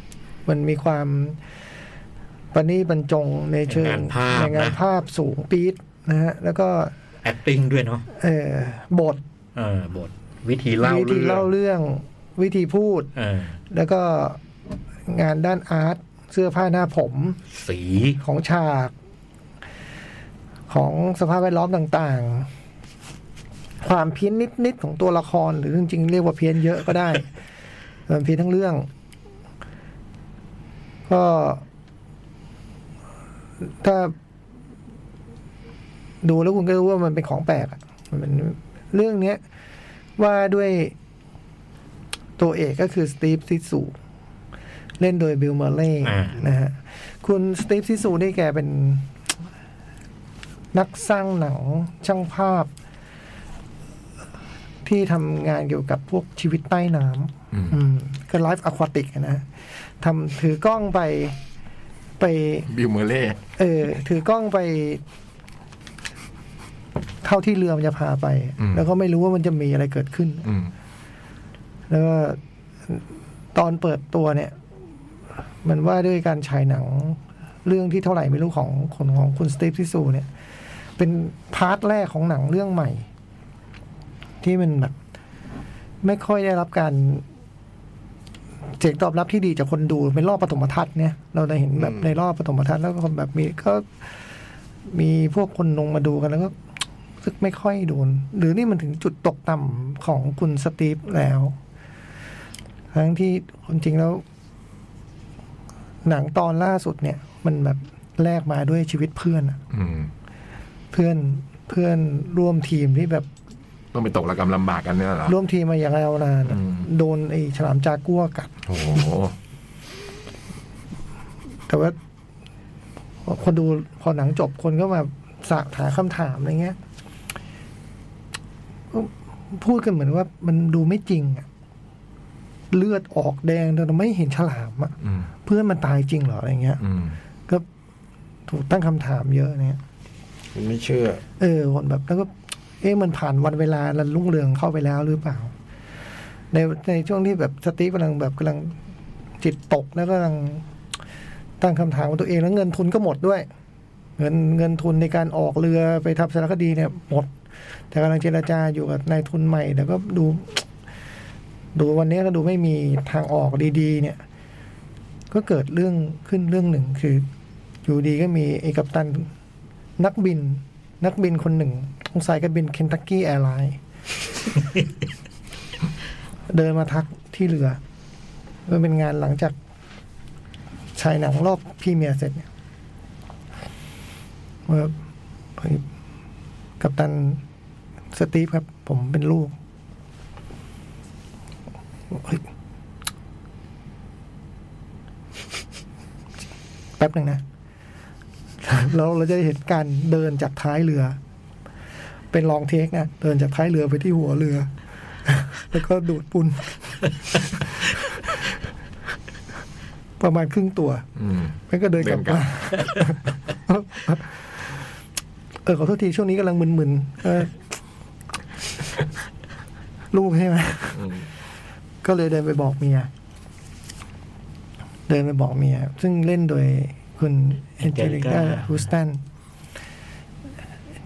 S3: มันมีความประณีตบรรจงในเชิงในงานภาพสูงปี๊ดนะฮะ แล้วก็
S5: แอคติ้งด้วยเนาะ
S3: เออบท
S5: เออบท วิธีเล่า
S3: วิ
S5: เรื่
S3: ธี
S5: อง
S3: เล่าเรื่องวิธีพูด
S5: เออ
S3: แล้วก็งานด้านอาร์ตเสื้อผ้าหน้าผม
S5: สี
S3: ของฉาก ของสภาพแวดล้อมต่างๆ ความเพี้ยนนิด ๆ ของตัวละครหรือจริง ๆ เรียกว่าเพี้ยนเยอะก็ได้ มันเพี้ยนทั้งเรื่อง ก็ ถ้า ดูแล้วคุณก็รู้ว่ามันเป็นของแปลกอะมันเป็นเรื่องเนี้ย ว่าด้วยตัวเอกก็คือสตีฟซิสซูเล่นโดยบิลเมอร์เล่
S5: อ่า
S3: นะฮะ คุณสตีฟซิสซูนี่แกเป็น นักสร้างหนังช่างภาพ ที่ทำงานเกี่ยวกับพวกชีวิตใต้น้
S4: อืม
S3: ำอืมก็ไลฟ์อะควาติกนะฮะทำถือกล้องไปไป
S4: บิวเมอร์เล่
S3: เออ ถือกล้องไป เท่าที่เรือมันจะพาไป
S4: อืม
S3: แล้วก็ไม่รู้ว่ามันจะมีอะไรเกิดขึ้น
S4: อืม
S3: แล้วก็ตอนเปิดตัวเนี่ย มันว่าด้วยการฉายหนัง เรื่องที่เท่าไหร่ไม่รู้ของคนของคุณสตีฟซิสซูเนี่ย เป็นพาร์ทแรกของหนังเรื่องใหม่ ที่มันแบบ ไม่ค่อยได้รับการเสียงตอบรับที่ดีจากคนดูเป็นรอบปฐมทัศน์เนี่ย เราได้เห็นแบบ
S4: อืม
S3: ในรอบปฐมทัศน์แล้วก็คนแบบมีก็มีพวกคนลงมาดูกันแล้วก็ รู้สึกไม่ค่อยโดน หรือนี่มันถึงจุดตกต่ำของคุณสตีฟแล้ว ทั้งที่คนจริงแล้ว หนังตอนล่าสุดเนี่ย มันแบบแลกมาด้วยชีวิตเพื่อนอะ
S4: อืม
S3: เพื่อนเพื่อนร่วมทีมที่แบบ
S4: ต้องไปตกระกรรมลำบากกันเนี่ยเหรอ
S3: ร่วมทีมมาอย่างยาวนานอะ
S4: อืม
S3: โดนไอ้ฉลามจากัวกัด
S4: โอ้โห
S3: แต่ว่าคนดูพอหนังจบคนก็มาสะถามคำถามอะไรเงี้ยก็พูดกันเหมือนว่ามันดูไม่จริงอะเลือดออกแดงแต่เราไม่เห็นฉลามอะ
S4: อืม
S3: เพื่อนมันตายจริงเหรออะไรเงี้ย
S4: อืม
S3: ก็ถูกตั้งคำถามเยอะเนี่ย
S2: ผมไม่เชื่อ
S3: เออคนแบบแล้วก็ เอ๊ะมันผ่านวันเวลาลันรุ่งเรืองเข้าไปแล้วหรือเปล่า ในในช่วงที่แบบสตีฟกำลังแบบกำลัง จิตตกแล้วก็กำลังตั้งคำถามกับตัวเองแล้วเงินทุนก็หมดด้วย เงินเงินทุนในการออกเรือไปทำสารคดีเนี่ยหมด แต่กำลังเจราจาอยู่กับนายทุนใหม่แต่ก็ดู ดูวันนี้ก็ดูไม่มีทางออกดีๆ เนี่ย ก็เกิดเรื่องขึ้นเรื่องหนึ่งคือ อยู่ดีก็มีไอ้กัปตันนักบิน นักบินคนหนึ่งของสายการบินเคนตักกี้แอร์ไลน์ เดินมาทักที่เรือ มันเป็นงานหลังจากชายหนังรอบพรี่เมียร์เสร็จเนี่ยว่าเฮ้ยกัปตันสตีฟครับ ผมเป็นลูกเฮ้ยแป๊บหนึ่งนะ แล้ว เราจะได้เห็นการเดินจากท้ายเรือ เป็นลองเทคนะ เดินจากท้ายเรือไปที่หัวเรือ แล้วก็ดูดปุน ประมาณครึ่งตัว
S4: อืม
S3: มันก็เดินกลับมา เออขอโทษทีช่วงนี้กำลังมึนๆเออ ลูกใช่ไหม
S4: อืม
S3: ก็เลยเดินไปบอกเมีย เดินไปบอกเมีย ซึ่งเล่นโดยคุณเอ
S5: Angelica
S3: นเจลิก้าฮูสตัน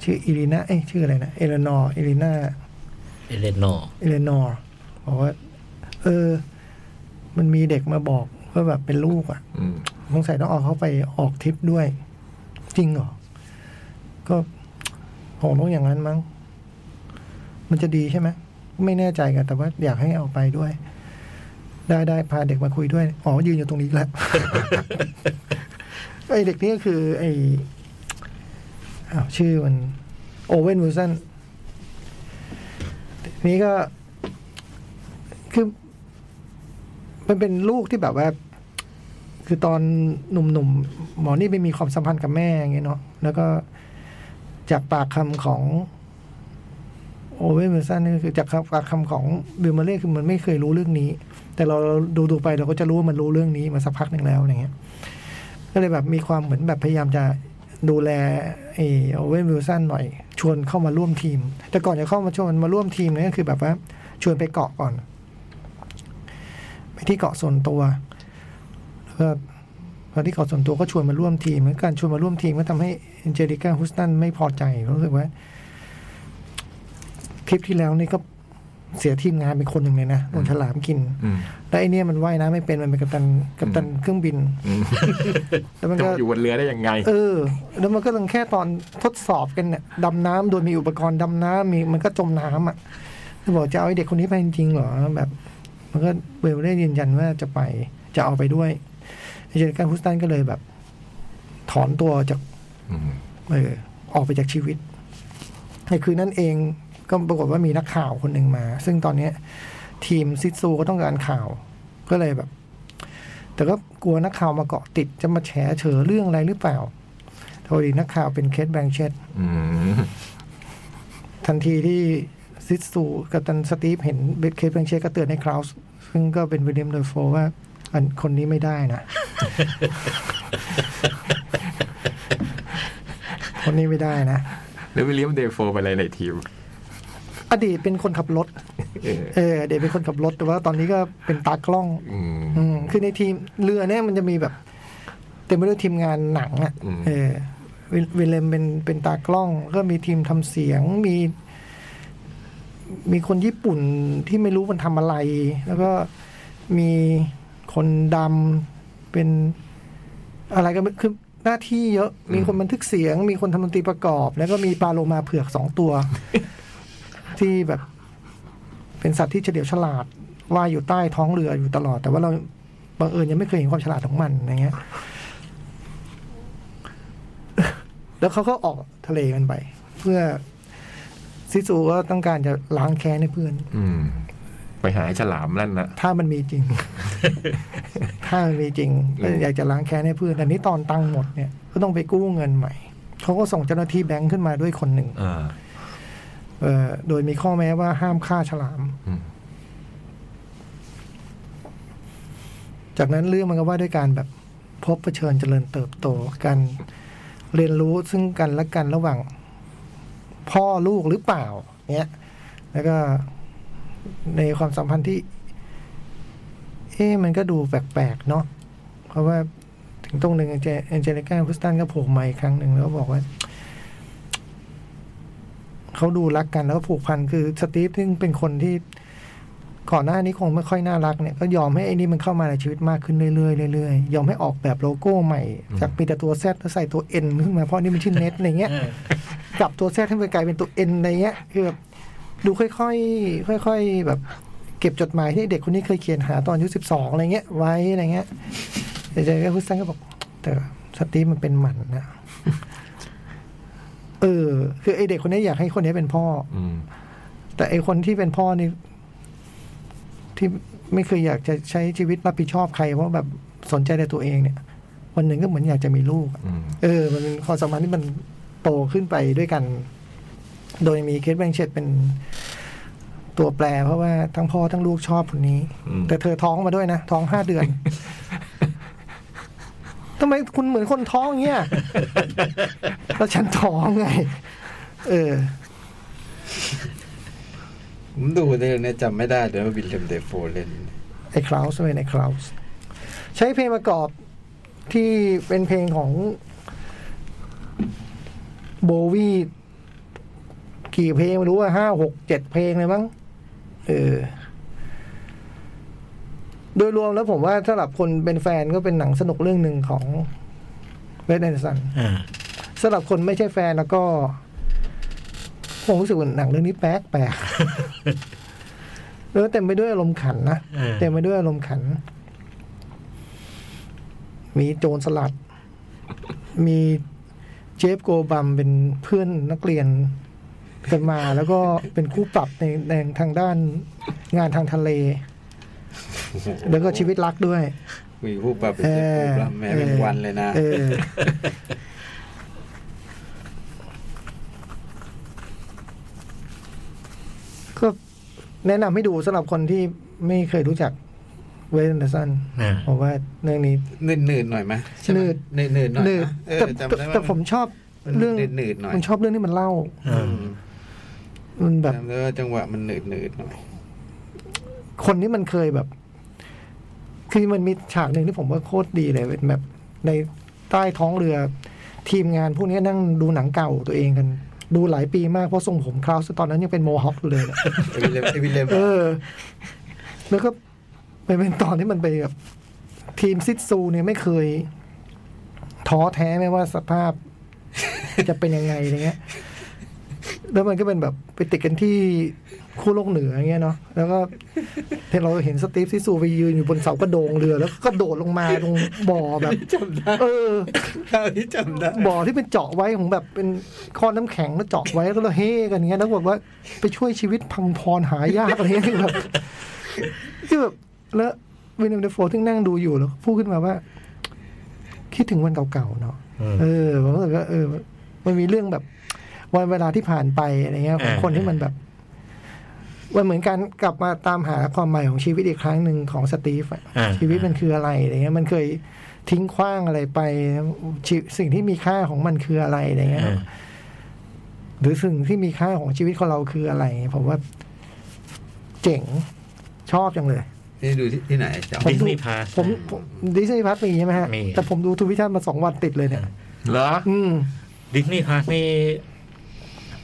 S3: ชื่ออีลินาเอ้ยชื่ออะไรนะ เอเลนอร์เอลินา
S5: เอเลนอร์
S3: เอเลนอร์บอกว่า เออ มันมีเด็กมาบอกว่าแบบเป็นลูกอ่ะ
S4: อืม
S3: สงสัยต้องเอาเขาไปออกทริปด้วย จริงเหรอ ก็คงต้องอย่างนั้นมั้ง มันจะดีใช่ไหมไม่แน่ใจกัน แต่ว่าอยากให้เอาไปด้วย ได้ได้พาเด็กมาคุยด้วย อ๋อ ยืนอยู่ตรงนี้อีกแล้ว ไอเด็กนี่ก็คือ ไออ้าวชื่อมัน โอเวนวิลสันนี่ก็ คือ มันเป็นลูกที่แบบว่า คือตอนหนุ่มๆ หมอนี่ไปมีความสัมพันธ์กับแม่อย่างเงี้ยเนาะแล้วก็จากปากคำของโอเวอร์เมอร์สันนี่คือจากปากคำของบิลมาเล่คือมันไม่เคยรู้เรื่องนี้ แต่เราดูดูๆไปเราก็จะรู้ว่ามันรู้เรื่องนี้มาสักพักหนึ่งแล้วอย่างเงี้ย ก็เลยแบบมีความเหมือนแบบพยายามจะดูแลไอโอเวนวิลสันหน่อย ชวนเข้ามาร่วมทีม แต่ก่อนจะเข้ามาชวนมาร่วมทีมเนี่ยก็คือแบบว่า ชวนไปเกาะก่อน ไปที่เกาะส่วนตัว แล้วก็พอที่เกาะส่วนตัวก็ชวนมาร่วมทีมแล้วการชวนมาร่วมทีมก็ทำให้เอ g เจลิก้าฮุสตันไม่พอใจรู้สึกว่า คลิปที่แล้วนี่ก็เสียทีมงานเป็นคนหนึ่งเลยนะโดนฉลามกิน
S4: อืม
S3: แล้วไอเนี่ยมันว่ายน้ำไม่เป็นมันเป็นกัปตันกัปตันเครื่องบิน
S4: อืม
S3: แล้วมัน
S4: จะ
S3: ก็
S4: มาอยู่บนเรือได้ยังไง
S3: เออ แล้วมันก็ลังแค่ตอนทดสอบกันเนี่ยดำน้ำโดยมีอุปกรณ์ดำน้ำมีมันก็จมน้ำอ่ะแล้วบอกจะเอาไอเด็กคนนี้ไปจริงๆเหรอแบบ มันก็เบลได้ยืนยันว่าจะไปจะเอาไปด้วยไอเจนการฮุสตันก็เลยแบบ ถอนตัวจาก
S4: อืม
S3: เออออกไปจากชีวิตในคืนนั้นเองก็ปรากฏว่ามีนักข่าวคนหนึ่งมา ซึ่งตอนเนี้ย ทีมซิดซูก็ต้องการข่าวก็เลยแบบ แต่ก็กลัวนักข่าวมาเกาะติดจะมาแฉเฉอเรื่องอะไรหรือเปล่าโทษดีนักข่าวเป็นเคสแบงเชต
S4: อืม
S3: ทันทีที่ซิดซูกับตันสตีฟเห็นเบดเคสแบงเชตก็เตือนให้คลาวส์ซึ่งก็เป็นวิลเลียมเดอร์โฟว่า อันคนนี้ไม่ได้นะ คนนี้ไม่ได้นะ
S4: แล้ววิลเลียมเดฟโฟไปอะไรในทีม
S3: อดีตเป็นคนขับรถ
S4: เออ
S3: เอออดีตเป็นคนขับรถ แต่ว่าตอนนี้ก็เป็นตากล้อง
S4: อืม
S3: อืมคือในทีมเรือเนี่ยมันจะมีแบบเต็มไปด้วยทีมงานหนังอ่ะ
S4: อืม
S3: เออวิลวิลเลมเป็นเป็นตากล้อง ก็มีทีมทำเสียง มี มีคนญี่ปุ่นที่ไม่รู้มันทำอะไร แล้วก็มีคนดำเป็นอะไรกันไม่คือหน้าที่เยอะ มีคนบันทึกเสียง มีคนทำดนตรีประกอบ แล้วก็มีปลาโลมาเผือกสองตัว ที่แบบ เป็นสัตว์ที่เฉลียวฉลาดว่ายอยู่ใต้ท้องเรืออยู่ตลอด แต่ว่าเราบังเอิญยังไม่เคยเห็นความฉลาดของมันอย่างเงี้ย แล้วเขาก็ออกทะเลกันไป เพื่อซิสูก็ต้องการจะล้างแค้นให้เพื่อน
S4: อืม ไปหาไอ้ฉลามนั่นนะ
S3: ถ้ามันมีจริง ถ้ามันมีจริง
S4: อืม
S3: อยากจะล้างแค้นให้เพื่อนแต่นี้ตอนตังค์หมดเนี่ยก็ต้องไปกู้เงินใหม่ เขาก็ส่งเจ้าหน้าที่แบงค์ขึ้นมาด้วยคนหนึ่ง
S4: เออ
S3: เอ่อโดยมีข้อแม้ว่าห้ามฆ่าฉลาม
S4: อืม
S3: จากนั้นเรื่องมันก็ว่าด้วยการแบบพบเผชิญเจริญเติบโตกันเรียนรู้ซึ่งกันและกันระหว่าง พ่อลูกหรือเปล่าเนี้ย แล้วก็ในความสัมพันธ์ที่ เอ๊ะมันก็ดูแปลกๆเนาะเพราะว่าถึงตรงหนึ่งเอเจลิก้าพุสตันก็โผล่มาอีกครั้งหนึ่งแล้วบอกว่า เขาดูรักกันแล้วก็ผูกพันคือสตีฟซึ่งเป็นคนที่ก่อนหน้านี้คงไม่ค่อยน่ารักเนี่ยก็ยอมให้ไอ้นี่มันเข้ามาในชีวิตมากขึ้นเรื่อยๆเรื่อยๆยอมให้ออกแบบโลโก้ใหม่ จากมีแต่ตัวแซแล้วใส่ตัวเอ็นขึ้นมาเพราะนี่มันชื่อเน็ตอะไรเงี้ย
S5: เออ
S3: กลับตัวแซดให้มันกลายเป็นตัวเอ็นอะไรเงี้ยคือแบบดูค่อยๆค่อย ๆ แบบเก็บจดหมายที่เด็กคนนี้เคยเขียนหาตอนอายุสิบสองอะไรเงี้ยไว้อะไรเงี้ยแต่เจก็พุทธันก็บอก แต่สตีฟมันเป็นหมันนะ เออ คือไอเด็กคนนี้อยากให้คนนี้เป็นพ่อ
S4: อืม
S3: แต่ไอคนที่เป็นพ่อนี่ ที่ไม่เคยอยากจะใช้ชีวิตรับผิดชอบใคร เพราะแบบสนใจแต่ตัวเองเนี่ย วันหนึ่งก็เหมือนอยากจะมีลูกอะ
S4: อืม
S3: เออ มันเป็นความสัมพันธ์ที่มันโตขึ้นไปด้วยกัน โดยมีเคสแบงเชตเป็นตัวแปร เพราะว่าทั้งพ่อทั้งลูกชอบคนนี้ แต่เธอท้องมาด้วยนะ ท้องห้าเดื อน ทำไมคุณเหมือนคนท้องเงี้ย แล้วฉันท้องไง เออ
S2: ผมดูในเรื่องนี้จำไม่ได้เลยว่าบิลเลมเดฟโฟเล่น
S3: ไอ้คลาวส์เป็นไอ้คลาวส์ใช้เพลงประกอบที่เป็นเพลงของโบวีกี่เพลงไม่รู้ว่าห้าหกเจ็ดเพลงเลยมั้งเออ โดยรวมแล้วผมว่าสำหรับคนเป็นแฟนก็เป็นหนังสนุกเรื่องหนึ่งของเวสแอนสัน
S5: อ่า
S3: สำหรับคนไม่ใช่แฟนแล้วก็ผมรู้สึกว่าหนังเรื่องนี้แปลกแปลกแล้วเต็มไปด้วยอารมณ์ขันนะ
S5: เออ
S3: เต็มไปด้วยอารมณ์ขัน มีโจรสลัด มีเจฟโกบัมเป็นเพื่อนนักเรียนกันมา แล้วก็เป็นคู่ปรับในในทางด้านงานทางทะเล แล้วก็ชีวิตรักด้วย
S2: มีผู้ปรับเป็นเจ้าผู้ปรับแม่เป็นวันเลยนะ
S3: เออก็แนะนำให้ดูสำหรับคนที่ไม่เคยรู้จักเวสแอนเดอร์สัน
S5: อ่า
S3: เพราะว่าเรื่องนี้
S2: หนืดหนืดๆหน่อยไหมใช่ไหม
S3: หนืด
S2: หนืดหนืดๆหน่อย
S3: เนื้อ
S2: นะเออ
S3: แต่
S2: จำ
S3: แต่
S2: ได้ว่า
S3: แต่ผมชอบ
S2: มัน
S3: เรื่อง
S2: หนืดหนืดๆหน่อย
S3: ผมชอบเรื่องที่มันเล่า
S5: เอ
S2: อื
S5: อ
S2: ม
S3: มันแบบ
S2: จำได้ว่าจังหวะมันหนืดหนืดๆหน่อย
S3: คนที่มันเคยแบบ คือมันมีฉากหนึ่งที่ผมว่าโคตรดีเลยเป็นแบบในใต้ท้องเรือ ทีมงานพวกนี้นั่งดูหนังเก่าตัวเองกัน ดูหลายปีมากเพราะทรงผมคราวส์ตอนนั้นยังเป็นโมฮอคอยู่เลยเนี่ย
S2: ไอวิลเลมไอวิลเลม
S3: เออ แล้วก็มันเป็นตอนที่มันไปแบบทีมซิดซูเนี่ยไม่เคย ท้อแท้ไม่ว่าสภาพ จะเป็นยังไงอะไรเงี้ย แล้วมันก็เป็นแบบไปติดกันที่คู่โลกเหนืออย่างเงี้ยเนาะ แล้วก็เราเห็นสตีฟซิดซูไปยืนอยู่บนเสากระโดงเรือ แล้วก็กระโดดลงมาตรงบ่อแบบ
S2: จำได้
S3: เออ
S2: คราวนี้จำได้
S3: บ่อที่เป็นเจาะไว้ของแบบเป็นข้อน้ำแข็งแล้วเจาะไว้แล้วก็เราเฮกันอย่างเงี้ยแล้วบอกว่าไปช่วยชีวิตพังพรหายากอะไรเงี้ยคือแบบคือแบบแล้ววินเดอร์โฟที่นั่งดูอยู่แล้วพูดขึ้นมาว่า คิดถึงวันเก่าๆเนาะเออผมรู้สึกว่าเออ มันมีเรื่องแบบวันเวลาที่ผ่านไปอะไรเงี้ยของคนที่มันแบบมันเหมือนการกลับมาตามหาความหมายของชีวิตอีกครั้งหนึ่งของสตีฟอะ
S5: อ่า
S3: ชีวิตมันคืออะไรอะไรเงี้ยมันเคยทิ้งขว้างอะไรไปชีสิ่งที่มีค่าของมันคืออะไรอะไรเงี้ย
S5: อ่า
S3: หรือสิ่งที่มีค่าของชีวิตของเราคืออะไรผมว่า เจ๋งชอบจังเลย
S2: นี่ดูที่ที่ไหนจำ
S3: ผมดู
S5: ดิสนีย์พาส
S3: ผมดิสนีย์พัทมีใช่ไหมฮะ
S5: มี
S3: แต่ผมดูทวิชั่นมาสองวันติดเลยเนี่ย
S4: เหรอ
S3: อืม
S5: ดิสนีย์พาสนี่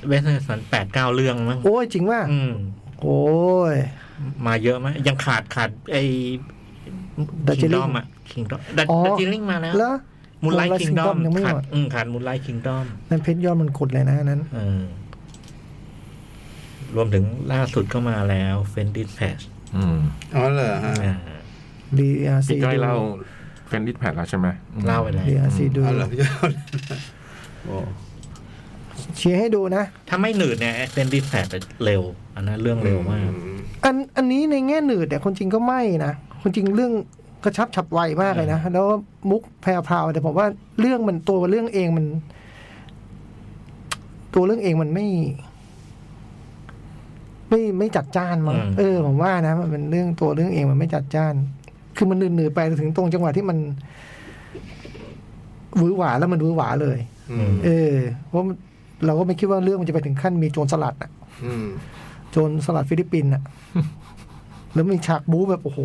S5: เวสแอนสันแปดเก้าเรื่องมั้ง
S3: โอ้ยจริงว่า
S5: อืม
S3: โอ้ย
S5: มาเยอะไหมยังขาดขาดไอ้
S3: The
S5: คิงดอม
S3: Chilling
S5: อะคิงดอมดั
S3: อ๋อ
S5: จิลิงมาแล้ว
S3: แล้ว
S5: มูลไลท์
S3: Moonlight
S5: คิงดอ
S3: Kingdom
S5: ม
S3: ยังไม่
S5: ขาด
S3: หมด
S5: อืมขาดมูลไลท์คิงดอม
S3: นั่นเพชรยอดมันขุดเลยนะอันนั้น
S5: เออรวมถึงล่าสุดก็มาแล้วเฟนดิสแพช
S4: อืม
S2: อ๋อเหรอฮะ
S3: ดีอาซี
S4: พี่จ้อย
S3: ดู
S4: เล่าเฟนดิสแพดแล้วใช่ไหมอืม
S5: เล่าไปแล้ว
S3: ดีอาซีดู
S2: เอาเหรอพี่ยอดโอ้
S3: เชียร์ให้ดูนะ
S5: ถ้าไม่หนืดเนี่ยเฟนดิสแพชเร็ว อันนั้นเรื่องเร็วมาก
S3: อันอันนี้ในแง่หนืดแต่ยคนจริงก็ไม่นะคนจริงเรื่องกระชับฉับไวมากเลยนะ แล้วมุกแพรวพราวแต่ผมว่าเรื่องมันตัวเรื่องเองมัน ตัวเรื่องเองมันไม่ ไม่ไม่จัดจ้านมั้ง
S5: อืม
S3: เออผมว่านะมันเป็นเรื่องตัวเรื่องเองมันไม่จัดจ้าน คือมันหนืดๆไปถึงตรงจังหวะที่มันหวือหวาแล้วมันหวือหวาเลย
S2: อืม
S3: เออเพราะเราก็ไม่คิดว่าเรื่องมันจะไปถึงขั้นมีโจรสลัดอะ
S2: อืม
S3: โจรสลัดฟิลิปปินส์อะ แล้วมีฉากบู๊แบบโอ้โห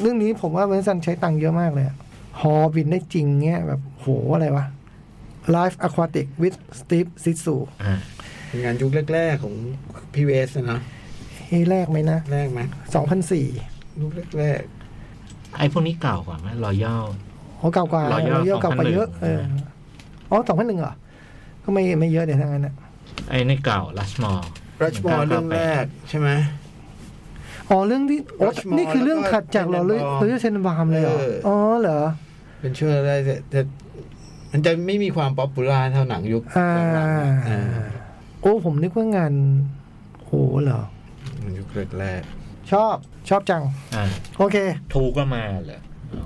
S3: เรื่องนี้ผมว่าเวนสันใช้ตังค์เยอะมากเลยอะฮอบินได้จริงเงี้ยแบบโหอะไรวะ Life Aquatic with Steve Zissou
S5: อ่า
S2: งานยุคแรก ๆ ของพี่เวสอะนะ
S3: เฮ้ยแรกไหมนะ
S2: แรกไหม
S3: 2004
S2: ยุคแรก
S5: ไอ้พวกนี้เก่ากว่าไหมรอยัล
S3: โอ้เก่ากว่า
S5: Royal
S3: เยอะเก่ากว่า
S5: 2001
S3: เยอะเออ
S5: นะ
S3: อ๋อ2001เหรอ ก็ไม่ไม่เยอะเดี๋ยวทางนั้นนะ
S5: ไอ้นี่เก่าลัชมอร์
S2: ๆรัชมอร์เรื่องแรกใช่ไหม
S3: อ๋อเรื่องที่โอ้
S2: Rushmore
S3: นี่คือเรื่องขัดจาก
S2: แล้
S3: เรา
S2: วก็ Tenenbaum
S3: เลยเราเชนบามเลยเหรอ
S2: เอออ๋
S3: อ๋อเหรอ
S2: เป็นช่วงแรกๆแต่แต่มันจะไม่มีความป๊อปปูล่าเท่าหนังยุค
S3: อ่า
S2: หลังๆอะอ่า
S3: โอ้ผมนึกว่างานโหเหรอ
S2: มันยุคแรก
S3: ชอบชอบจัง
S5: อ่า
S3: โอเค
S5: ทูก็มาเหรออ๋อ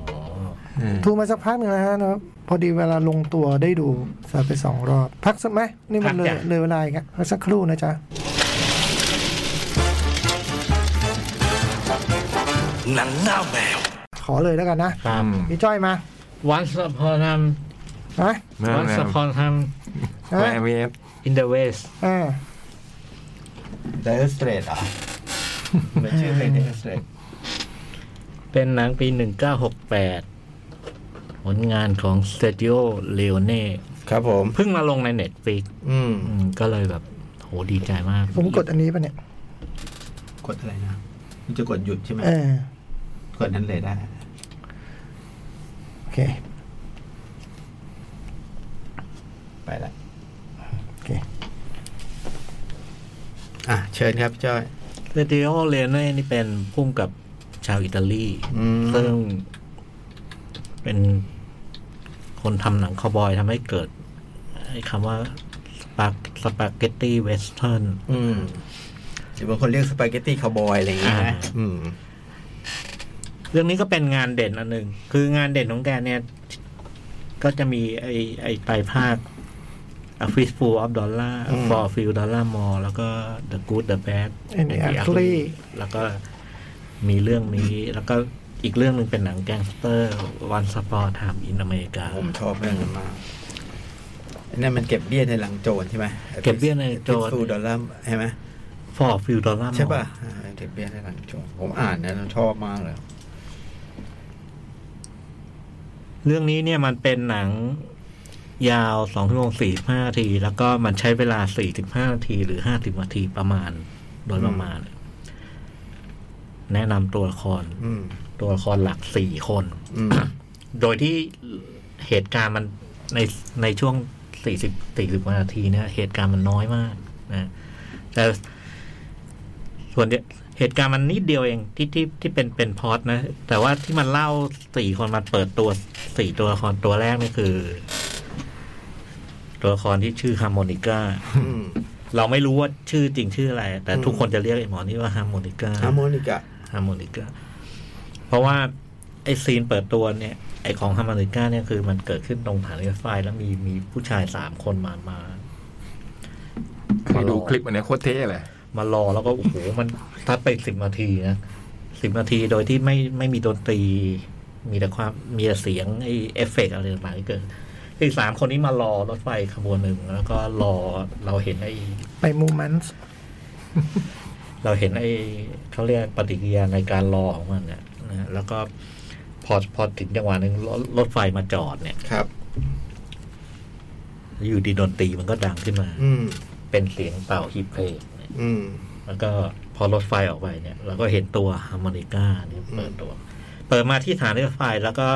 S2: ๆอ่า
S3: ทูมาสักพักหนึ่งแล้วฮะนะครับพอดีเวลาลงตัวได้ดูสาไปสองรอบ พักสักไหมนี่มันเลยเลยเวลาอีกอะพักสักครู่นะจ๊ะ
S1: หนังหน้าแมว
S3: ขอเลยแล้วกันนะ
S5: ตาม
S3: มีจ้อยมา
S5: Once upon a
S3: นะ
S4: นั่น
S5: Once
S4: นะ
S5: upon a
S4: แว
S3: นะ
S4: ร์เวฟ
S5: in the west
S3: อ่า
S2: เดอะสเตรทอ่ะมันชื่อเพลงเดอะสเตรท
S5: เป็นหนังปี 1968 ผลงานของสเต d i o เลโอเน่
S2: ครับผม
S5: เพิ่งมาลงในเน็ตฟิก
S2: อืม
S5: ก็เลยแบบ โหดีใจมาก
S3: ผมกดอันนี้ปะเนี่ย
S2: กดอะไรนะ มันจะกดหยุดใช่ไหม
S3: เออก
S2: ดนั้นเลยได้
S3: โอเค
S2: ไปละ
S3: โอเค
S2: อ่ะ เชิญครับพี่จ้อย
S5: สเต d i o เลโอเน่นี่เป็นพุ่มกับชาวอิตาลี
S2: อืม
S5: ซึ่งเป็นคนทำหนังคาวบอยทำให้เกิดไอ้คำว่าสปาสปาเกตตี้เวสเทิร์น
S2: อืมหรือบางคนเรียกสปาเกตตี้คาวบอยอะไรอย่างเงี้ย
S5: อ่า
S2: นะอืม
S5: เรื่องนี้ก็เป็นงานเด่นอันหนึ่ง คืองานเด่นของแกเนี่ย ก็จะมีไอไอไตรภาค A Fistful of Dollar
S2: อืม
S5: For a Few Dollar More แล้วก็ The Good The Bad
S3: And the Ugly
S5: แล้วก็มีเรื่องนี้ แล้วก็อีกเรื่องหนึ่งเป็นหนังแกงสเตอร์ One s p o r Time in America
S2: ผมชอบเรื่องนั้นมากอันนั่นมันเก็บเบี้ยในหลังโจรใช่ไหม
S5: เก็บเบี้ยในโจร
S2: ฟูดอลลาร์ใช่ไหม
S5: For a Few Dollar More
S2: ใช่ป่ะอ่าเก็บเบี้ยในหลังโจรผมอ่านนะผมชอบมากเลย
S5: เรื่องนี้เนี่ยมันเป็นหนังยาวสองชั่วโมงสี่ห้าที แล้วก็มันใช้เวลาสี่สิบห้านาทีหรือห้าสิบนาทีประมาณ โดยประมาณ แนะนำตัวละคร
S2: อืม
S5: ตัวละครหลักสี่คน
S2: อืม
S5: โดยที่เหตุการณ์มันในในช่วงสี่สิบสี่สิบนาทีเนี่ยเหตุการณ์มันน้อยมากนะแต่ส่วนเนี่ยเหตุการณ์มันนิดเดียวเองที่ที่ที่เป็นเป็นพล็อดนะ แต่ว่าที่มันเล่าสี่คนมันเปิดตัวสี่ตัวละครตัวแรกนี่คือ ตัวละครที่ชื่อฮาร์โมนิก้า
S2: อืม
S5: เราไม่รู้ว่าชื่อจริงชื่ออะไร แต่ทุกคนจะเรียกไอ้หมอนี่ว่าฮาร์โมนิก้า
S2: ฮาร์โมนิกะ
S5: ฮาร์โมนิก้าเพราะว่าไอซีนเปิดตัวเนี่ย ไอของฮาร์โมนิก้าเนี่ยคือมันเกิดขึ้นตรงฐานรถไฟแล้วมีมีผู้ชายสามคนมามา
S4: เคยดูคลิปอันเนี้ยโคตรเท่เลย
S5: มารอแล้วก็ โอ้โห มันทัดไปสิบนาทีนะสิบนาทีโดยที่ไม่ไม่มีดนตรี มีแต่ความมีแต่เสียงไอเอฟเฟกต์อะไรต่างๆที่เกิดคือสามคนนี้มารอรถไฟขบวนหนึ่งแล้วก็รอเราเห็นไอ
S3: ไปมูมันส์
S5: เราเห็นไอ้เขาเรียกปฏิกิริยาในการรอของมันเนี่ยนะฮะแล้วก็พอพอถึงจังหวะหนึ่งรถรถไฟมาจอดเนี่ย
S2: ครับ
S5: อยู่ดีดนตรีมันก็ดังขึ้นมา
S2: อืม
S5: เป็นเสียงเป่าฮีบเพลงเนี่ย
S2: อืม
S5: แล้วก็พอรถไฟออกไปเนี่ย เราก็เห็นตัวฮาร์โมนิก้าเนี่ยเปิดตัว เปิดมาที่ฐานรถไฟแล้วก็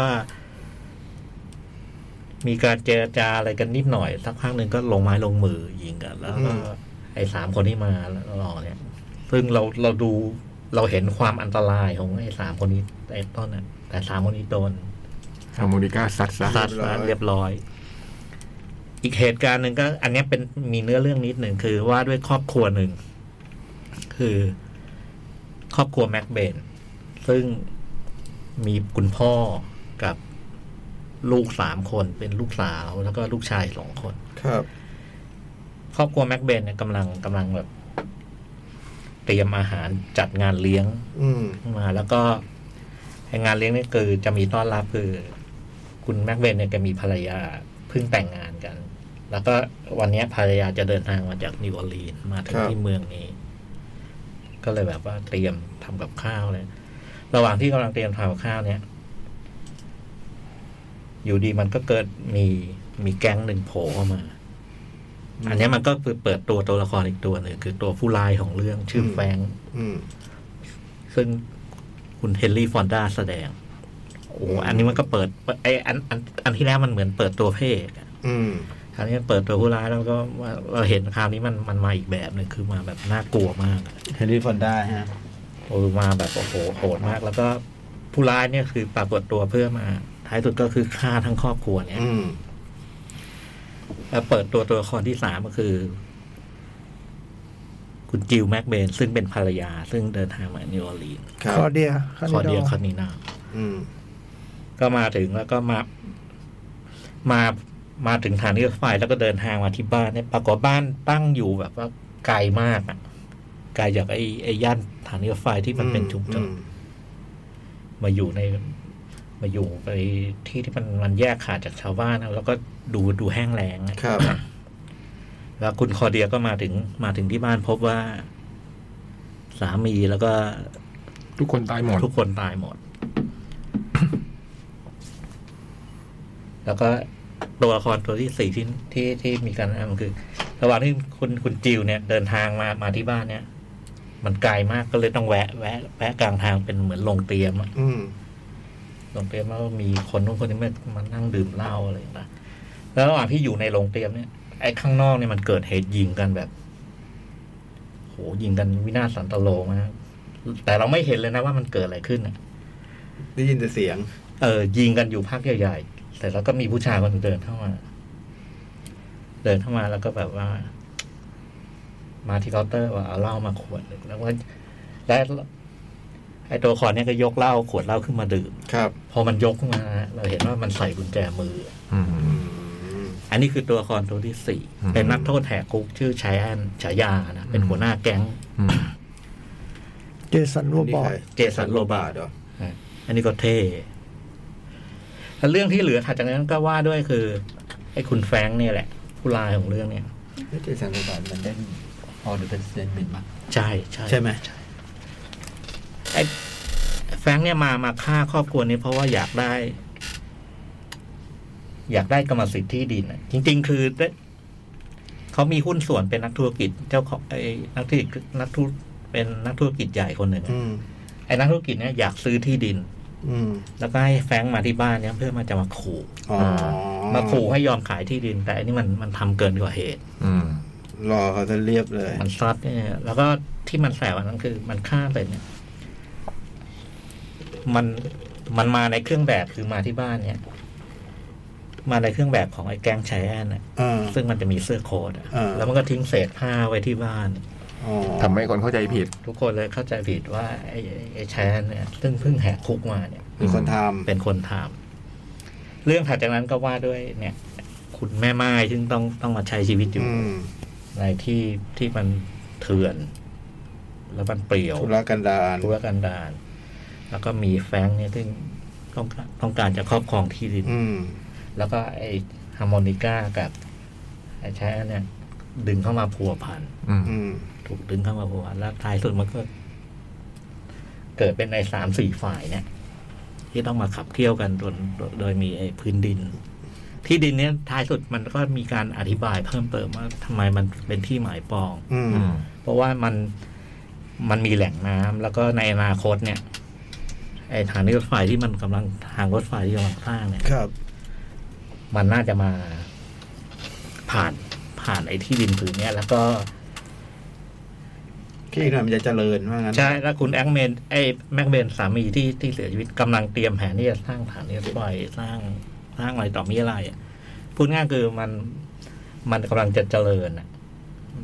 S5: มีการเจรจาอะไรกันนิดหน่อย สักพักหนึ่งก็ลงไม้ลงมือยิงกัน แล้วก็
S2: อืม
S5: ไอ้สามคนที่มารอเนี่ย ซึ่งเราเราดูเราเห็นความอันตรายของไอ้สามคนนี้ไอ้ต้นน่ะแต่สามคนนี้โดน
S4: ฮาร์โมนิก้าซัดซะ
S5: ซัดมาเรียบร้อย อีกเหตุการณ์หนึ่งก็ อันเนี้ยเป็นมีเนื้อเรื่องนิดหนึ่งคือว่าด้วยครอบครัวหนึ่ง คือ ครอบครัวแม็กเบน ซึ่งมีคุณพ่อกับลูกสามคนเป็นลูกสาวแล้วก็ลูกชายสองคน
S2: ครับ
S5: ครอบครัวแม็กเบนเนี่ยกำลังกำลังแบบ เตรียมอาหารจัดงานเลี้ยง
S2: อืม
S5: มาแล้วก็ไอ้งานเลี้ยงนี่คือจะมีต้อนรับคือ คุณแม็กเวนเนี่ยแกมีภรรยาเพิ่งแต่งงานกัน แล้วก็วันเนี้ยภรรยาจะเดินทางมาจากนิวออร์ลีนส์มาถึง
S2: ครับ
S5: ที่เมืองนี้ ก็เลยแบบว่าเตรียมทำกับข้าวเลย ระหว่างที่กำลังเตรียมทำกับข้าวเนี่ย อยู่ดีมันก็เกิดมีมีแก๊งหนึ่งโผล่เข้ามา อันเนี้ยมันก็คือเปิดตัวตัวละครอีกตัวหนึ่งคือตัวผู้ร้ายของเรื่องชื่ออ
S2: ม
S5: แฟรงค์
S2: อืม
S5: ซึ่งคุณเฮนรี่ฟอนด้าแสดง โอ้โหอันนี้มันก็เปิดไออันอันอันที่แล้วมันเหมือนเปิดตัวพระเอกอะ
S2: อืม
S5: คราวนี้เปิดตัวผู้ร้ายแล้วก็ว่าเราเห็นคราวนี้มันมันมาอีกแบบหนึ่งคือมาแบบน่ากลัวมากอะ
S2: เฮนรี่ฟอนด้าฮะ
S5: โอ้มาแบบโอ้โหโหดมาก แล้วก็ผู้ร้ายเนี่ยคือปรากฏตัวเพื่อมา ท้ายสุดก็คือฆ่าทั้งครอบครัวเนี่ย
S2: อืม
S5: แล้วเปิดตัวตัวละครที่สามก็คือ คุณจิลแม็กเบนซึ่งเป็นภรรยา ซึ่งเดินทางมานิวออร์ลีนส์
S2: ครับ
S3: คอเดียคอ
S5: คอ
S3: เดี
S5: เดี
S3: ย
S5: ยคอนนีนา
S2: อืม
S5: ก็มาถึงแล้วก็มา มามาถึงฐานรถไฟแล้วก็เดินทางมาที่บ้านเนี่ยปรากฏบ้านตั้งอยู่แบบว่าไกลมากอะไกลจากไอ้ไอ้ย่านฐานรถไฟที่มันเป็นชุมชนมาอยู่ใน มาอยู่ไปที่ที่มันมันแยกขาดจากชาวบ้านอะแล้วก็ดูดูแห้งแล้งอะ
S2: ครับ
S5: แล้วคุณคอเดียก็มาถึงมาถึงที่บ้านพบว่า สามีแล้วก็
S4: ทุกคนตายหมด
S5: ทุกคนตายหมด แล้วก็ตัวละครตัวที่สี่ที่ที่ที่มีการแนะนำคือ ระหว่างที่คุณคุณจิวเนี่ย เดินทางมามาที่บ้านเนี่ย มันไกลมากก็เลยต้องแวะแวะแวะกลางทางเป็นเหมือนโรงเตรียมอะ
S2: อืม
S5: โรงเตรียมแล้วมีคนนู้นคนนี้มามานั่งดื่มเหล้าอะไรต่างๆแล้วระหว่างที่อยู่ในโรงเตรียมเนี่ยไอ้ข้างนอกเนี่ยมันเกิดเหตุยิงกันแบบ โหยิงกันวินาศสันตโลมากแต่เราไม่เห็นเลยนะว่ามันเกิดอะไรขึ้นอะ
S2: ได้ยินแต่เสียง
S5: เออยิงกันอยู่พักใหญ่ๆเสร็จแล้วก็มีผู้ชายคนหนึ่งเดินเข้ามา เดินเข้ามาแล้วก็แบบว่า มาที่เคาน์เตอร์ว่าเอาเหล้ามาขวดหนึ่งแล้วก็และไอตัวคอนเนี่ยก็ยกเหล้าขวดเหล้าขึ้นมาดื่ม
S2: ครับ
S5: พอมันยกขึ้นมา เราเห็นว่ามันใส่กุญแจมือ
S4: อืม
S2: อืม
S5: อันนี้คือตัวละครตัวที่สี่
S4: อืม
S5: เป็นนักโทษแหกคุกชื่อชายแอนฉายานะเป็นหัวหน้าแก๊ง
S4: อืม
S3: เจสันโรบอท
S5: เจสันโรบาร์ต
S2: เหรอ
S5: อันนี้ก็เท่แล้วเรื่องที่เหลือถัดจากนั้นก็ว่าด้วยคือ ไอ้คุณแฟรงค์เนี่ยแหละ ผู้ลายของเรื่องเนี่ย
S2: เจสันโรบาร์ตมันได้ออเดอร์เป็นเซนบินมา
S5: ใช่ใช่
S2: ใช่ไหม
S5: ไอ้แฟรงค์เนี่ยมามาฆ่าครอบครัวนี้เพราะว่าอยากได้ อยากได้กรรมสิทธิ์ที่ดินอะจริง ๆ คือได้เขามีหุ้นส่วนเป็นนักธุรกิจเจ้าของไอ้นักธุรกิจนักธุรเป็นนักธุรกิจใหญ่คนหนึ่งอะ
S2: อืม
S5: ไอ้นักธุรกิจเนี่ยอยากซื้อที่ดิน
S2: อืม
S5: แล้วก็ให้แฟรงค์มาที่บ้านเนี่ยเพื่อมาจะมาขู่
S2: อ๋อ
S5: มาขู่ให้ยอมขายที่ดิน แต่อันนี้มันมันทำเกินกว่าเหตุ
S4: อืม
S2: รอเขาจะเรียบเลย
S5: มันซัดเนี่ยแล้วก็ที่มันแสบอันนั้นคือ มันฆ่าไปเนี่ย มันมันมาในเครื่องแบบคือมาที่บ้านเนี่ย มาในเครื่องแบบของไอ้แก๊งชายแอนน่ะ
S2: อ่า
S5: ซึ่งมันจะมีเสื้อโค้ทอะ
S2: อ่า
S5: แล้วมันก็ทิ้งเศษผ้าไว้ที่บ้าน
S2: อ๋อ
S4: ทำให้คนเข้าใจผิด
S5: ทุกคนเลยเข้าใจผิดว่าไอ้ไอ้ชายแอนเนี่ย ซึ่งเพิ่งแหกคุกมาเนี่ย
S2: มีคนท
S5: เป็นคนทำเรื่องถัดจากนั้นก็ว่าด้วยเนี่ย คุณแม่ไม้ซึ่งต้องต้องมาใช้ชีวิต
S2: ำ
S5: อยู่
S2: อืม
S5: ในที่ที่มันเถื่อน แล้วมันเปรี่ยว
S2: ธุรกันดาร
S5: ธุรกันดารแล้วก็มีแฟรงค์เนี่ยซึ่งต้องการต้องการจะครอบครองที่ดิน
S2: อืม
S5: แล้วก็ไอฮาร์โมนิก้ากับไอแชร์เนี่ย ดึงเข้ามาพัวพัน
S4: อืม
S2: อืม
S5: ถูกดึงเข้ามาพัวพันแล้วท้ายสุดมันก็ เกิดเป็นในสามสี่ฝ่ายเนี่ย ที่ต้องมาขับเคี่ยวกันโดยโดยมีไอพื้นดิน ที่ดินเนี่ยท้ายสุดมันก็มีการอธิบายเพิ่มเติมว่าทำไมมันเป็นที่หมายปอง
S2: อืม
S4: อืม
S5: เพราะว่ามันมันมีแหล่งน้ำแล้วก็ในอนาคตเนี่ย ไอ้ทางรถไฟที่มันกำลังทางรถไฟที่กำลังสร้างเนี่ย
S2: ครับ
S5: มันน่าจะมาผ่านผ่านไอ้ที่ดินผืนเนี้ยแล้วก็
S2: ที่อีกหน่อยมันจะเจริญว่างั้น
S5: ใช่แล้วคุณแองเมนไอ้แม็กเบนสามีที่ที่เสียชีวิตกำลังเตรียมแผนที่จะสร้างฐานรถไฟสร้างสร้างอะไรต่อมีอะไรอะพูดง่ายคือมันมันกำลังจะเจริญอะ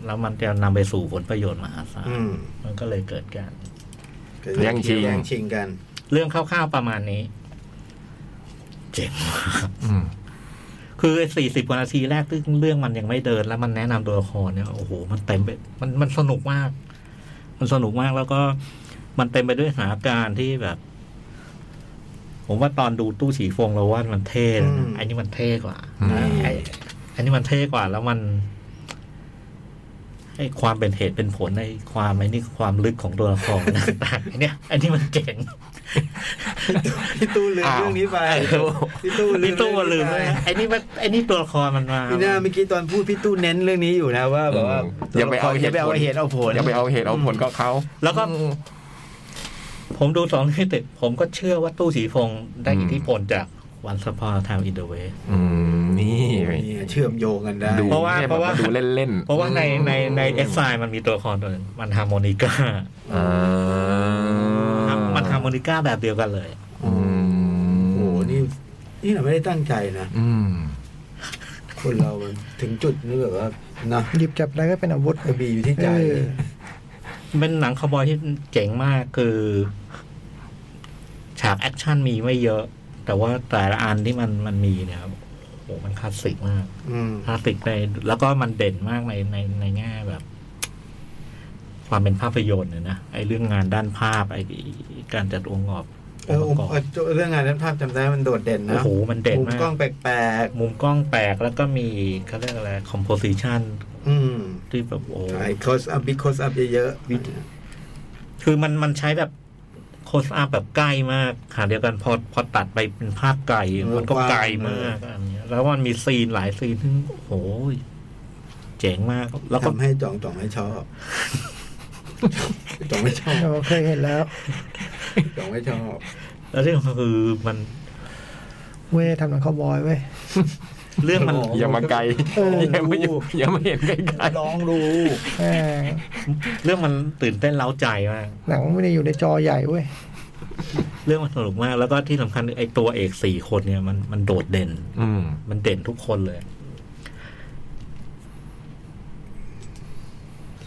S5: แล้วมันจะนำไปสู่ผลประโยชน์มหาศาล
S2: อืม
S5: มันก็เลยเกิดการ
S4: แย่งชิง
S2: แย่งชิงกัน
S5: เรื่องคร่าวๆประมาณนี้ เจ๋งมาก
S4: อืม
S5: คือสี่สิบกว่านาทีแรกซึ่งเรื่องมันยังไม่เดิน แล้วมันแนะนำตัวละครเนี่ยโอ้โห มันเต็มไปมันมันสนุกมาก มันสนุกมากแล้วก็มันเต็มไปด้วยสถานการณ์ที่แบบ ผมว่าตอนดูตู้ฉีฟงเราว่ามันเท่นะ
S2: อืม
S5: อันนี้มันเท่กว่า
S4: อืม
S5: ไอ้อันนี้มันเท่กว่า แล้วมัน ไอ้ความเป็นเหตุเป็นผลในความไอ้นี่ความลึกของตัวละคร ต่างๆเนี่ยอันนี้มันเจ๋ง
S2: พี่ตู้ลืมเรื่องนี้ไป
S5: อ้าว
S2: พี่ตู้ลืม
S5: นี่ตู้มันลืม
S2: ไป
S5: เลยไอ้นี่มันไอ้นี่ตัวละครมันมา
S2: พี่หน้าเมื่อกี้ตอนพูดพี่ตู้เน้นเรื่องนี้อยู่นะว่าแบบว่า
S4: อย่าไปเอา
S2: อย่าไปเอาเหตุเอาผล
S4: อย่าไปเอาเหตุเอาผลก็เขา
S5: แล้วก็ ผมดูสองที่ติดผมก็เชื่อว่าตู้สีพงษ์ได้อิทธิพลจากวันสปอร์ทามอินเดเว
S4: อืมนี่
S2: นี่เชื่อมโยงกันได้
S4: ดู
S5: เพราะว่า
S4: นี่ย
S5: เพราะว่า
S4: แบบดูเล่นๆ
S5: เพราะว่าในในในเอสไซ
S4: อา
S5: มันมีตัวละครตัวหนึงมันฮาร์โมนิก้ามันฮาร์โมนิก้าแบบเดียวกันเลย
S4: อืม
S2: โอ้โห นี่ นี่เราไม่ได้ตั้งใจนะ
S4: อืม
S2: คนเรามันถึงจุดนี้แบบว่านะ
S3: หยิบจับได้ก็เป็นอาวุธ
S2: กระบี่อยู่ที่ใจ
S3: เออ
S5: เป็นหนังคาวบอยที่เจ๋งมากคือ ฉากแอคชั่นมีไม่เยอะ แต่ว่าแต่ละอันที่มันมันมีเนี่ยครับโอ้โหมันคลาสสิกมาก
S2: อืม
S5: คลาสสิกในแล้วก็มันเด่นมากในในในแง่แบบ ความเป็นภาพยนตร์เนี่ยนะไอเรื่องงานด้านภาพ ไอการจัดองค์ประกอบ
S2: เออ
S5: องค์ประกอบ
S2: เออเรื่องงานนั้นภาพจำได้มันโดดเด่นนะ
S5: โอ้โหมันเด่น
S2: มุม
S5: มาก
S2: กล้องแปลก
S5: มุมกล้องแปลกแล้วก็มีเขาเรียกอะไรคอมโพสิชัน
S2: ๆ อืม
S5: ที่แบบโอ้
S2: ไอ้คอสอัพบิ๊กคอสอัพเยอะ
S5: วิธี คือมันมันใช้แบบโคสอัพแบบใกล้มากค่ะเดียวกันพอพอตัดไปเป็นภาพไกลมันก็ไกลมากอันเนี้ยแล้วมันมีซีนหลายซีนที่โอ้โหเจ๋งมาก แล้ว
S2: ๆ
S5: ก็
S2: ทำให้จ่องจ่องไม่ช อบ จ่องไม่ชอบ
S3: เราเคยเห็นแล้ว
S2: จ่องไม่ชอบ
S5: แล้วเรื่องคือมัน
S3: เว้ยทำหนังข้าวบอยเว้ย
S5: เรื่องมัน
S2: โอ้โห
S4: อย่ามาไกล
S3: เออ
S4: อย่ามาอย่ามาเห็นไกล
S2: ร้องรู้
S3: แม่ง
S5: เรื่องมันตื่นเต้นเล้าใจมาก
S3: หนังไม่ได้อยู่ในจอใหญ่เว้ย
S5: เรื่องมันสนุกมาก แล้วก็ที่สำคัญไอตัวเอกสี่คนเนี่ยมันมันโดดเด่น
S4: ๆอืม
S5: มันเด่นทุกคนเลย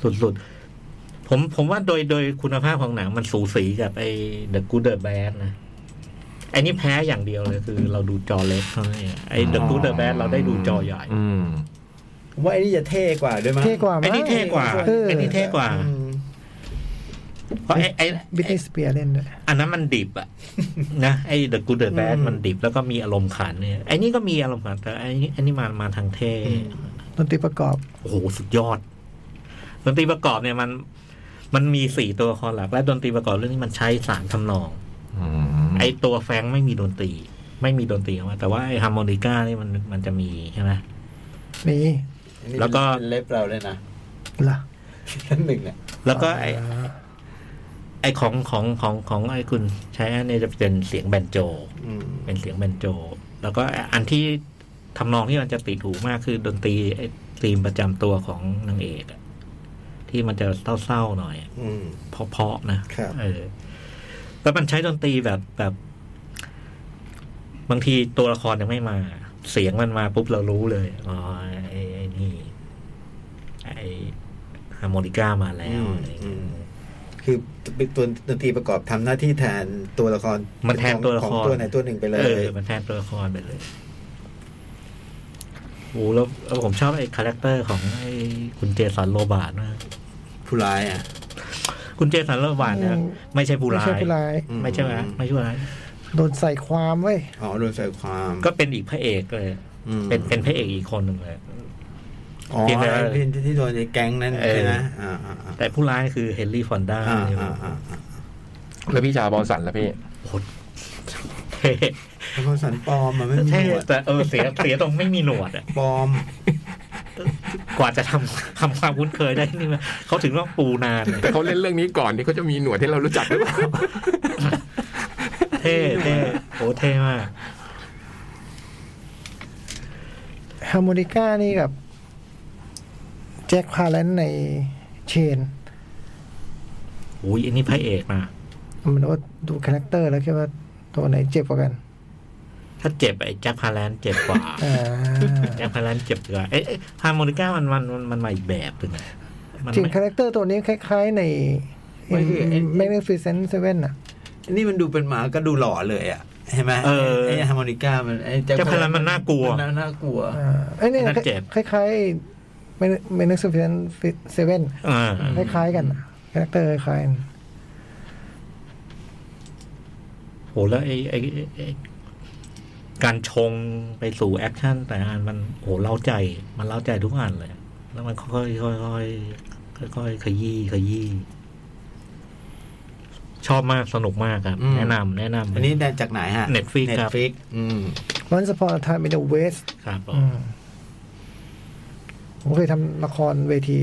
S5: สุดๆ ผมผมว่าโดยโดยคุณภาพของหนังมันสูสีกับไอ้ The Good The Bad นะไอ้นี่แพ้อย่างเดียวเลยคือเราดูจอเล็กเท่านั้นเองไอ้ The Good The Bad เราได้ดูจอใหญ่
S4: อืม
S2: ผมว่าไอ้นี่จะเท่กว่าด้วยมั้ง
S3: เท่กว่าไหม
S5: ไอ้นี่เท่กว่า
S3: เออ
S5: ไอ้นี่เท่กว่า
S2: อืม
S5: เพราะไอ้ไอ้
S3: บิท
S5: ไอ้
S3: นี่สเปียร์เล่นด้วย
S5: อันนั้นมันดิบอะ นะไอ้ The Good The Bad มันดิบแล้วก็มีอารมณ์ขันเนี่ยไอ้นี่ก็มีอารมณ์ขันแต่ไอ้นี่ไอ้นี่มามาทางเท่
S3: ดนตรีประกอบ
S5: โอ้โห สุดยอด ดนตรีประกอบเนี่ยมัน มันมีสี่ตัวละครหลัก และดนตรีประกอบเรื่องนี้มันใช้สามทำนอง
S4: อืม
S5: ไอตัวแฟรงค์ไม่มีดนตรี ไม่มีดนตรีออกมาแต่ว่าไอฮาร์โมนิก้านี่มันมันจะมีใช่ไหม
S3: นี่
S2: อันนี้
S5: แล้วก็
S2: เป็นเล็บเราเลยนะ
S3: เหรอ
S2: ชั้นหนึ่งเนี่ย
S5: แล้วก็ไอไอของของของของไอคุณใช้เนี่ยจะเป็นเสียงแบนโจ
S2: อืม
S5: เป็นเสียงแบนโจ แล้วก็อันที่ทำนองที่มันจะติดหูมากคือดนตรีไอธีมประจำตัวของนางเอกอะที่มันจะเศร้าๆหน่อยอะ
S2: อืม
S5: เพราะๆนะครับ เออแล้วมันใช้ดนตรีแบบแบบ บางทีตัวละครยังไม่มา เสียงมันมาปุ๊บเรารู้เลยอ๋อไอ้ไอ้นี่ ไอ้ฮาร์โมนิก้ามาแล้วอะไรอย่างเงี้ย
S2: คือเป็นตัวดนตรีประกอบทำหน้าที่แทนตัวละคร
S5: มันแทนตัวละคร
S2: ของตัวไหนตัวหนึ่งไปเลย
S5: เออมันแทนตัวละครไปเลยโอ้แล้วแล้วผมชอบไอ้คาแรคเตอร์ของไอ้คุณเจสันโรบาร์ตมาก
S2: ผู้ร้ายอ่ะ
S5: คุณเจสันโรบาร์ตเนี่ยไม่ใช่ผู้
S3: ไม่
S5: ร้า
S3: ใช่
S5: ย
S3: ผู้ร้าย
S2: อืม
S5: ไม่ใช่ไหมไม่ใช่ผู้ร้าย
S3: โดนใส่ความเว้ย
S2: อ๋อโดนใส่ความ
S5: ก็เป็นอีกพระเอกเลย
S2: อืม
S5: เป็นเป็นพระเอกอีกคนหนึ่งเลย
S2: อ๋อ
S5: เพียงแต่ว่า
S2: ที่ที่โดนไอ้แก๊งนั่น
S5: เออ
S2: ใช่ไหมอ่าอ่าอ่า
S5: แต่ผู้ร้ายคือเฮนรี่ฟอนด้า
S2: อ่าอ่าอ่า
S4: แล้วพี่ชาบอลสันแล้วพี่
S5: โหดเท่
S2: แล้วเขาสันปลอมมันไม่มี
S5: เท่
S2: หนวด
S5: แต่เออเสียเสียตรงไม่มีหนวดอะ
S2: ปลอม
S5: กว่าจะทำทำความคุ้นเคยได้นี่มันเขาถึงต้องปูนานเลย
S4: แต่เขาเล่นเรื่องนี้ก่อนนี่เขาจะมีหนวดให้เรารู้จักหรือเปล่า
S5: เท่เท่โหเท่มาก
S3: ฮาร์โมนิก้านี่กับ แจ็คพาเลนในเชน
S5: อุ้ยอันนี้พระเอกมา
S3: มันว่าดูคาแรคเตอร์แล้วแค่ว่าตัวไหนเจ็บกว่ากัน
S5: ถ้าเจ็บไอ้แจ็คพาแลนเจ็บกว่า
S3: อ่า
S5: แจ็คพาแลนเจ็บกว่าเอ้ยเอ้ยฮาร์โมนิก้ามันมันมันมันมาอีกแบบหนึ่งอะมัน
S3: จริง
S5: ไม่
S3: คาแรคเตอร์ตัวนี้คล้ายๆใน
S2: ไม่คือไอ้
S3: แมกนิฟิเซนต์เซเว่นอะ
S2: อันนี่มันดูเป็นหมาก็ดูหล่อเลยอ่ะใช่ไหม
S5: เออ
S2: ไอ้ฮาร์โมนิก้ามันไอ้แจ็
S5: แจ็คพาลันมันน่ากลัว
S2: มันน่ากลัว
S3: อ่าไอ้นี่
S5: อันนั้นเจ็บ
S3: คล้ายๆแมกนิฟิเซนต์เซเว่น
S5: อ่า
S3: คล้ายๆกันอะคาแรคเตอร์คล้ายๆกัน
S5: โหแล้วไอ้ไอ้ไอ้ไอ้การชงไปสู่แอคชั่นแต่ละอันมันโหเล่าใจ มันเล่าใจทุกอันเลย แล้วมันค่อยๆค่อยๆ ค่อยๆขยี้ขยี้ชอบมากสนุกมากครับ
S2: อืม
S5: แนะนำแนะนำ
S2: อันนี้ได้จากไหนฮะ
S5: Netflix ครับ
S2: Netflix อืม
S3: Once upon a time in the West
S5: ครับผม
S3: อืมผมเคยทำละครเวที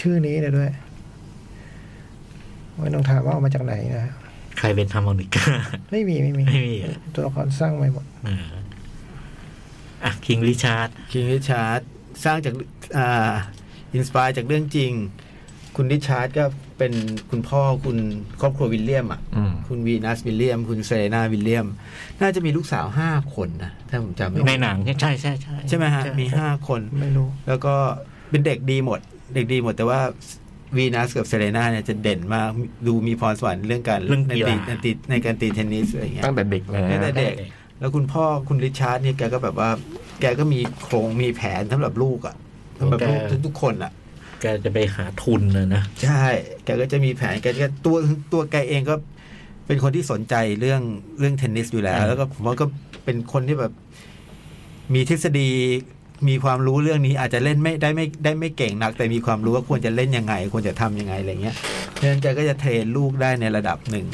S3: ชื่อนี้เลยด้วยไม่ต้องถามว่าเอามาจากไหนนะฮะ
S5: ใครเป็นทำออนิก้า
S3: ไม่มีไม่มี
S5: ไม่มีอ่ะ
S3: ตัวละครสร้างใหม่หมด
S5: อ่าอ่ะคิงริชาร์ด
S2: คิงริชาร์ดสร้างจากอ่าอินสปายจากเรื่องจริง คุณริชาร์ดก็เป็นคุณพ่อคุณครอบครัววิลเลียมอ่ะ
S4: อืม
S2: คุณวีนัสวิลเลียม คุณเซเรนาวิลเลียม น่าจะมีลูกสาวห้าคนนะ ถ้าผมจำไม่
S5: ใน
S2: ผิด
S5: หนัง ใช่ใช่ใช่
S2: ใช่ไหมฮะ มีห้าคน
S3: ไม่รู้
S2: แล้วก็เป็นเด็กดีหมด เด็กดีหมดแต่ว่าวีนัสกับเซเรนาเนี่ยจะเด่นมาก ดูมีพรสวรรค์เรื่องการ
S5: เรื่อง
S2: ใน
S5: กีฬา
S2: ตีในตีในการตีเทนนิสอะไรอย่างเงี้ย
S4: ตั้งแต่เด็กเลย
S2: ตั้ง
S4: นะ
S2: แต่เด็ก แล้วคุณพ่อคุณริชาร์ดเนี่ยแกก็แบบว่า แกก็มีโครงมีแผนสำหรับลูกอะ่ะสำหรับลูก
S5: แก
S2: ทุกๆคนอะ่ะ
S5: แกจะไปหาทุนเลยนะ
S2: ใช่ แกก็จะมีแผนแกก็ตัวตัวแกเองก็เป็นคนที่สนใจเรื่องเรื่องเทนนิสอยู่แล้ว
S5: อ่า
S2: แล้วก็ผมว่าก็เป็นคนที่แบบ มีทฤษฎีมีความรู้เรื่องนี้อาจจะเล่นไม่ได้ไม่ได้ไม่เก่งนัก แต่มีความรู้ว่าควรจะเล่นยังไง ควรจะทำยังไงอะไรเงี้ยเพราะฉะนั้นแกก็จะเทรนลูกได้ในระดับหนึ่ง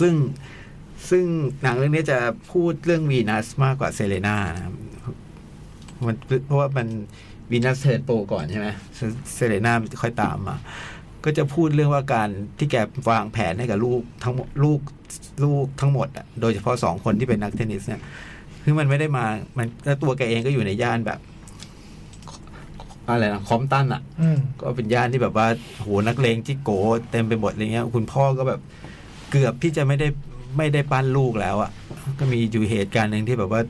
S2: ซึ่งซึ่งหนังเรื่องนี้จะพูดเรื่องวีนัสมากกว่าเซเลนานะครับมันเพราะว่ามันวีนัสเทิร์นโปรก่อนใช่ไหมเซเซเลนามันจะค่อยตามมา ก็จะพูดเรื่องว่าการที่แกวางแผนให้กับลูกทั้งหมดลูกลูกทั้งหมดอะโดยเฉพาะสองคนที่เป็นนักเทนนิสเนี่ย คือมันไม่ได้มามันแล้วตัวแกเองก็อยู่ในย่านแบบอะไรนะคอมตันอะ
S3: อืม
S2: ก็เป็นย่านที่แบบว่าโหนักเลงจิโกเต็มไปหมดอะไรเงี้ย คุณพ่อก็แบบเกือบที่จะไม่ได้ไม่ได้ปั้นลูกแล้วอะ่ะ ก็มีอยู่เหตุการณ์หนึ่งที่แบบว่า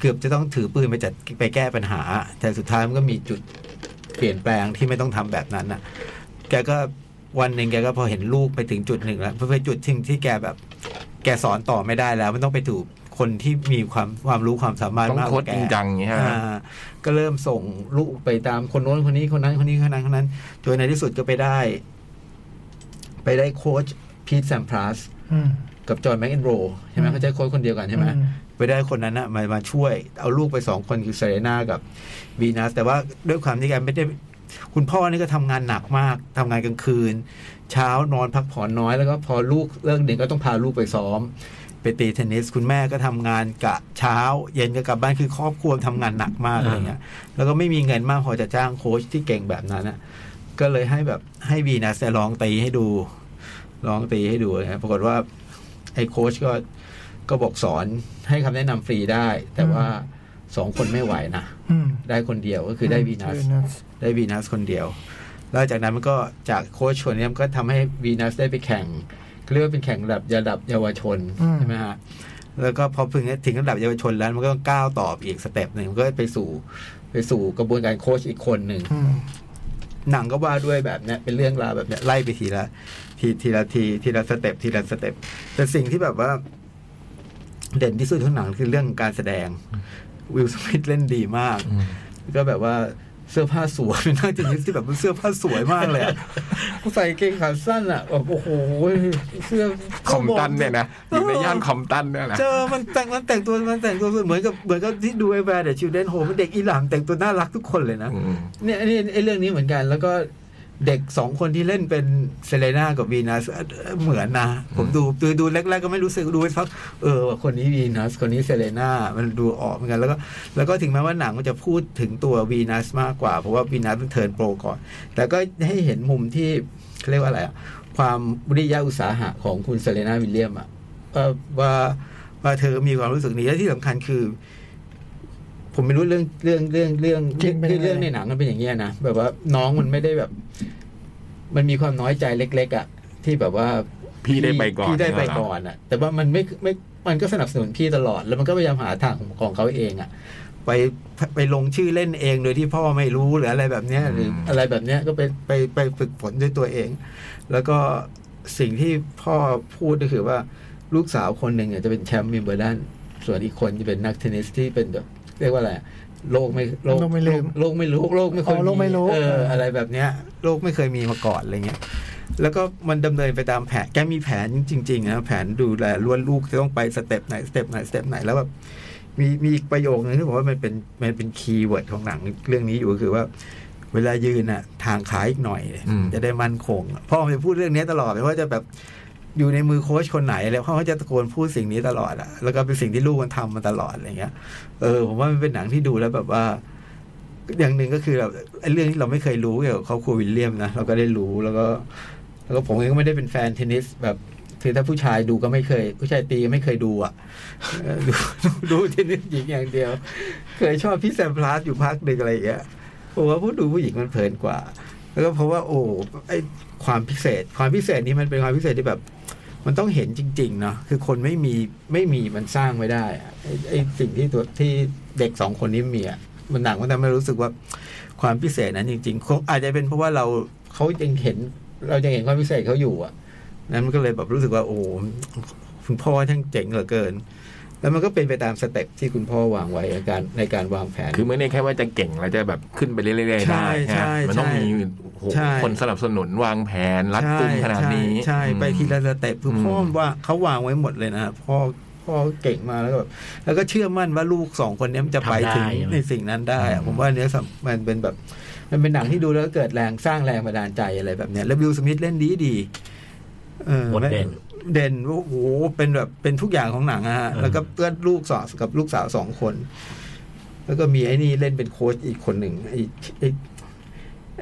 S2: เกือบจะต้องถือปืนไปจัดไปแก้ปัญหา แต่สุดท้ายมันก็มีจุดเปลี่ยนแปลงที่ไม่ต้องทำแบบนั้นอ่ะ แกก็วันหนึ่งแกก็พอเห็นลูกไปถึงจุดหนึ่งแล้วเพื่อจุดที่ที่แกแบบ แกสอนต่อไม่ได้แล้ว มันต้องไปถูกคนที่มีความความรู้ความสามารถ
S4: ต้อง
S2: มาก
S4: โคตร
S2: กว่าแก
S4: จริงจังอย่างนี้ฮะ
S2: อ่าก็เริ่มส่งลูกไปตามคนโน้นคนนี้คนนั้นคนนี้คนนั้นคนนั้นจนในที่สุดก็ไปได้ ไปได้โค้ชพีทแซมพลัส
S3: อืม
S2: กับจอห์นแมคเอนโรใช่ไหม
S3: อืม
S2: เขาใช้โค้ชคนเดียวกันใช่ไหม
S3: อื
S2: ไปได้คนนั้นนะมามาช่วย เอาลูกไปสองคนคือเซเรนากับวีนัสแต่ว่าด้วยความที่แกไม่ได้ คุณพ่อนี่ก็ทำงานหนักมากทำงานกลางคืน เช้านอนพักผ่อนน้อยแล้วก็พอลูกเลิกเด็กก็ต้องพาลูกไปซ้อม ไปตีเทนนิสคุณแม่ก็ทำงานกะเช้า เย็นก็กลับบ้านคือครอบครัวทำงานหนักมากอะไรเงี้ยแล้วก็ไม่มีเงินมากพอจะจ้างโค้ชที่เก่งแบบนั้นนะก็เลยให้แบบให้วีนัสเนี่ยลองตีให้ดูลองตีให้ดูนะปรากฏว่าไอ้โค้ชก็ก็บอกสอนให้คำแนะนำฟรีได้ แต่ว่าสองคนไม่ไหวนะ
S3: อืม
S2: ได้คนเดียวก็คือได้วีนัส
S3: วีนัส
S2: ได้วีนัสคนเดียว แล้วจากนั้นมันก็จากโค้ชชวนเนี่ยมันก็ทำให้วีนัสได้ไปแข่งเขาเรียกว่าเป็นแข่งระดับระดับเยาวชน
S3: อืม
S2: ใช่ไหมฮะ แล้วก็พอพึงถึงระดับเยาวชนแล้วมันก็ก้าวต่ออีกสเต็ปหนึ่งมันก็ไปสู่ไปสู่กระบวนการโค้ชอีกคนหนึ่ง
S3: อืม
S2: หนังก็ว่าด้วยแบบเนี้ยเป็นเรื่องราวแบบเนี้ยไล่ไปทีละทีทีละทีทีละสเต็ปทีละสเต็ปแต่สิ่งที่แบบว่า เด่นที่สุดของหนังคือเรื่องการแสดงวิลสมิธเล่นดีมาก
S4: อืม
S2: ก็แบบว่าเสื้อผ้าสวยเป็นนักเทนนิสที่แบบเสื้อผ้าสวยมาก เลยอะกูใส่เกงขาสั้นอ่ะแบบโอ้โหเสื้อ
S4: คอมตันเนี่ยนะอยู่ในย่านคอมตันเนี่ยนะ
S2: เจอมันแต่งมันแต่งตัวมันแต่งตัวเหมือนกับเหมือนกับที่ดูไอแวร์เดอะชิลเดนโฮมันเด็กอิหร่านแต่งตัวน่ารักทุกคนเลยนะ
S4: อืม
S2: เนี่ยนี่ไอเรื่องนี้เหมือนกัน แล้วก็เด็กสองคนที่เล่นเป็นเซเลนากับวีนัสเอ่อเหมือนนะ ผมดูดูดูแรกๆก็ไม่รู้สึกดูไปสักเออว่าคนนี้วีนัสคนนี้เซเลนามันดูออกเหมือนกันแล้วก็แล้วก็ถึงแม้ว่าหนังมันจะพูดถึงตัววีนัสมากกว่า เพราะว่าวีนัสมันเทิร์นโปรก่อน แต่ก็ให้เห็นมุมที่เขาเรียกว่าอะไรอะความวิริยะอุตสาหะของคุณเซเลนาวิลเลียมอะว่าว่าว่าเธอมีความรู้สึกนี้และที่สำคัญคือ ผมไม่รู้เรื่องเรื่องเรื่องเรื่อง
S3: จริงเป็นยังไง
S2: เรื่องในหนังมันเป็นอย่างเงี้ยนะแบบว่าน้องมันไม่ได้แบบ มันมีความน้อยใจเล็ก ๆอะที่แบบว่า
S4: พี่ได้ไปก่อน
S2: พี่ได้ไปก่อนอะแต่ว่ามันไม่ไม่มันก็สนับสนุนพี่ตลอด แล้วมันก็พยายามหาทางของของเขาเองอะไปไปลงชื่อเล่นเองโดยที่พ่อไม่รู้หรืออะไรแบบเนี้ยหรืออะไรแบบเนี้ยก็ไปไปไปฝึกฝนด้วยตัวเอง แล้วก็สิ่งที่พ่อพูดก็คือว่าลูกสาวคนหนึ่งเนี่ยจะเป็นแชมป์วิมเบิลดันส่วนอีกคนจะเป็นนักเทนนิสที่เป็นแบบเรียกว่าอะไรอะโลกไม่
S3: โลกไม่ลืม
S2: โลกไม่รู้โลกไม่เคย
S3: อ๋อโลกไม่รู้
S2: เอออะไรแบบเนี้ย โลกไม่เคยมีมาก่อนอะไรเงี้ย แล้วก็มันดำเนินไปตามแผน แกมีแผนจริงๆนะแผนดูแลล้วนลูกจะต้องไปสเต็ปไหนสเต็ปไหนสเต็ปไหนแล้วแบบมีมีอีกประโยคนึงที่ผมว่ามันเป็นมันเป็นคีย์เวิร์ดของหนังเรื่องนี้อยู่ก็คือว่า เวลายืนอ่ะ ทางขาอีกหน่อย
S4: อืม
S2: จะได้มั่นคงพ่อไปพูดเรื่องนี้ตลอดเพราะจะแบบอยู่ในมือโค้ชคนไหนแล้วพ่อก็จะตะโกนพูดสิ่งนี้ตลอดอ่ะแล้วก็เป็นสิ่งที่ลูกมันทำมาตลอดอะไรเงี้ยเออผมว่ามันเป็นหนังที่ดูแล้วแบบว่า อย่างหนึ่งก็คือแบบไอ้เรื่องที่เราไม่เคยรู้เกี่ยวกับครอบครัววิลเลียมนะเราก็ได้รู้แล้วก็ แล้วก็ผมเองก็ไม่ได้เป็นแฟนเทนนิสแบบคือถ้าผู้ชายดูก็ไม่เคย ผู้ชายตีไม่เคยดูอ่ะเออดูดูดูเทนนิสหญิงอย่างเดียว เคยชอบพี่แซมพลาสอยู่พักหนึ่งอะไรอย่างเงี้ยผมว่าผู้ดูผู้หญิงมันเพลินกว่า แล้วก็เพราะว่า โอ้ไอความพิเศษ ความพิเศษนี้มันเป็นความพิเศษที่แบบ มันต้องเห็นจริงๆเนาะคือคนไม่มีไม่มีมันสร้างไม่ได้อะไอ้ไอสิ่งที่ตัวที่เด็กสองคนนี้มีอะมันหนักมันทำให้รู้สึกว่า ความพิเศษนั้นจริงๆคงอาจจะเป็นเพราะว่าเราเขายังเห็น เรายังเห็นความพิเศษเขาอยู่อ่ะ นั้นมันก็เลยแบบรู้สึกว่าโอ้โหคุณพ่อช่างเจ๋งเหลือเกิน แล้วมันก็เป็นไปตามสเต็ปที่คุณพ่อวางไว้ในการในการวางแผน
S4: คือไม่ได้แค่ว่าจะเก่งแล้วจะแบบขึ้นไปเรื่อยๆ
S2: ใช่
S4: ได้
S2: ใช่
S4: ฮะมันต้อง
S2: ใช่
S4: มีโอ้โห
S2: ใช่
S4: คนสนับสนุนวางแผนรัดกุมขนาดนี้
S2: ใช่ใช่
S4: อืม
S2: ไปทีละสเต็ปคือ
S4: ม
S2: พ่อว่าเขาวางไว้หมดเลยนะพ่อพ่อเก่งมากแล้วก็แบบแล้วก็เชื่อมั่นว่าลูกสองคนเนี้ยมันจะไปถึง
S5: ทำได้
S2: ในสิ่งนั้นได้อะผมว่าอันเนี้ยสำมันเป็นแบบ มันเป็นหนังที่ดูแล้วเกิดแรงสร้างแรงบันดาลใจอะไรแบบเนี้ยแล้ววิลสมิธเล่นดีดีๆเออ
S5: โคตรเด่น
S2: เด่นโอ้โหเป็นแบบเป็นทุกอย่างของหนังอะฮะแล้วก็เพื่อนลูกสองกับลูกสาวสองคน แล้วก็มีไอ้นี่เล่นเป็นโค้ชอีกคนหนึ่งไอ้ไอ้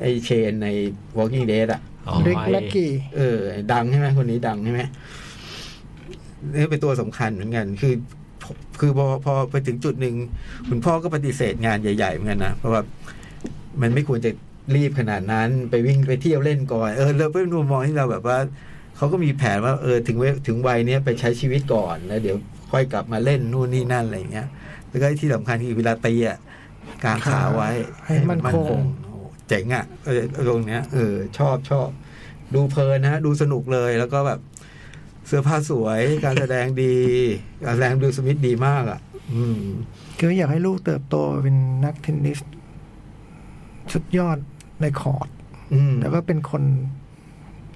S2: ไอ้เชนใน Walking Dead อะ
S5: อ๋อ
S3: ริก
S5: ไอ้
S3: แม็กกี้
S2: เออดังใช่ไหมคนนี้ดังใช่ไหมนี่เป็นตัวสำคัญเหมือนกัน คือคือพอพอไปถึงจุดหนึ่งคุณพ่อก็ปฏิเสธงานใหญ่ ๆ เหมือนกันนะเพราะว่ามันไม่ควรจะรีบขนาดนั้น ไปวิ่งไปเที่ยวเล่นก่อนเออเราเป็นมุมมองที่เราแบบว่าเขาก็มีแผนว่าเออถึงเวถึงวัยเนี้ยไปใช้ชีวิตก่อนแล้วเดี๋ยวค่อยกลับมาเล่นนู่นนี่นั่นอะไรอย่างเงี้ย แล้วก็ที่สำคัญคือเวลาตีอ่ะกางขาไว้
S3: ให้มันคง
S2: โอ้เจ๋งอ่ะเออตรงเนี้ยเออชอบชอบ ดูเพลินนะฮะดูสนุกเลยแล้วก็แบบเสื้อผ้าสวย การแสดงดีการแสดงดูสมิธดีมากอ่ะ อืม
S3: คืออยากให้ลูกเติบโตเป็นนักเทนนิสชุดยอดในคอร์ต
S2: อืม
S3: แล้วก็เป็นคน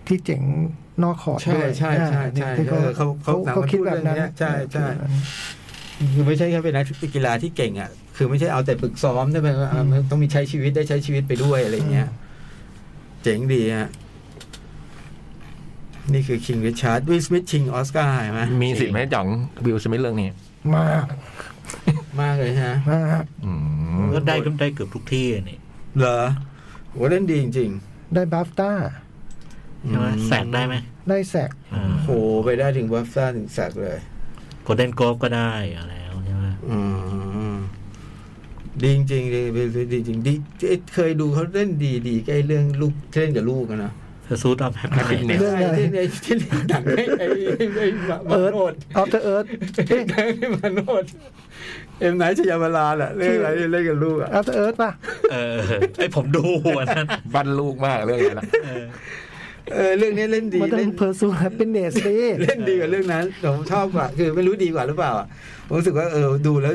S3: ที่เจ๋งนอกคอร์ด
S2: ใช่
S3: ด้วย
S2: ใช่ใช่ใช่
S3: ที่เขา
S2: เออเขาเขาหนัง
S3: เขาเขา
S2: มัน
S3: คิดแบบนั้น
S2: พูดเรื่องเนี้ยใช่ใช่
S3: เขาคิดแบบนั้น
S2: คือไม่ใช่แค่เป็นนักกีฬาที่เก่งอ่ะคือไม่ใช่เอาแต่ฝึกซ้อมได้ไหมว่าอ่ะ
S3: อืม
S2: มันต้องมีใช้ชีวิตได้ใช้ชีวิตไปด้วยอะไรเงี้ย เจ๋งดีฮะนี่คือคิงริชาร์ดวิลสมิธชิงออสการ์ใช่ไหม
S4: มีสิทธิ์ไหมจ่องวิลสมิธเรื่องนี้
S3: มาก
S2: มากเลยฮะ
S3: มาก
S4: อืม
S5: ก็ได้ก็ได้เกือบทุกที่นี่
S2: เหรอโหเล่นดีจริง
S3: ได้บัฟต้า
S2: ๆ
S5: ใช่ไหมแสกได้ไหม
S3: ได้แสก
S2: โหไปได้ถึงวัฟซ่าถึงสักเลย
S5: โกลเด้นกอล์ฟก็ได้อะไรแล้วใช่ไหม
S2: อืมดีจริงๆดีดีจริงดีเอ๊ะเคยดูเขาเล่นดีดีใกล้เรื่องลูกเล่นกับลูกอะนะ
S5: ซูดออฟแฮปปี้เนส
S2: เรื่องอะไรที่ในที่เล่นหนังไอ้ไอ้ไอ้มามา
S3: เอิร์ธ
S2: โนด
S3: ออฟเดอะเอิร์ธ
S2: ไอ้มาโนดเอ็มไหนท์ชยามาลาล่ะเรื่องอะไรที่เล่นกับลูกอ่ะ
S3: ออฟเดอะเอิร์ธป่ะ
S5: เออไอยผมดูอันนั้น
S4: บั้นลูกมากเรื่องนี้นะ
S5: เออ
S2: เออเรื่องนี้เล่นดี
S3: มันต้อ
S2: เล่
S3: ง
S2: น
S3: เพอร์ซูแฮปปี้เนสดิ
S2: เล่นดีกว่าเรื่องนั้นผมชอบกว่าคือไม่รู้ดีกว่าหรือเปล่าอะผมรู้สึกว่าเออดูแล้ว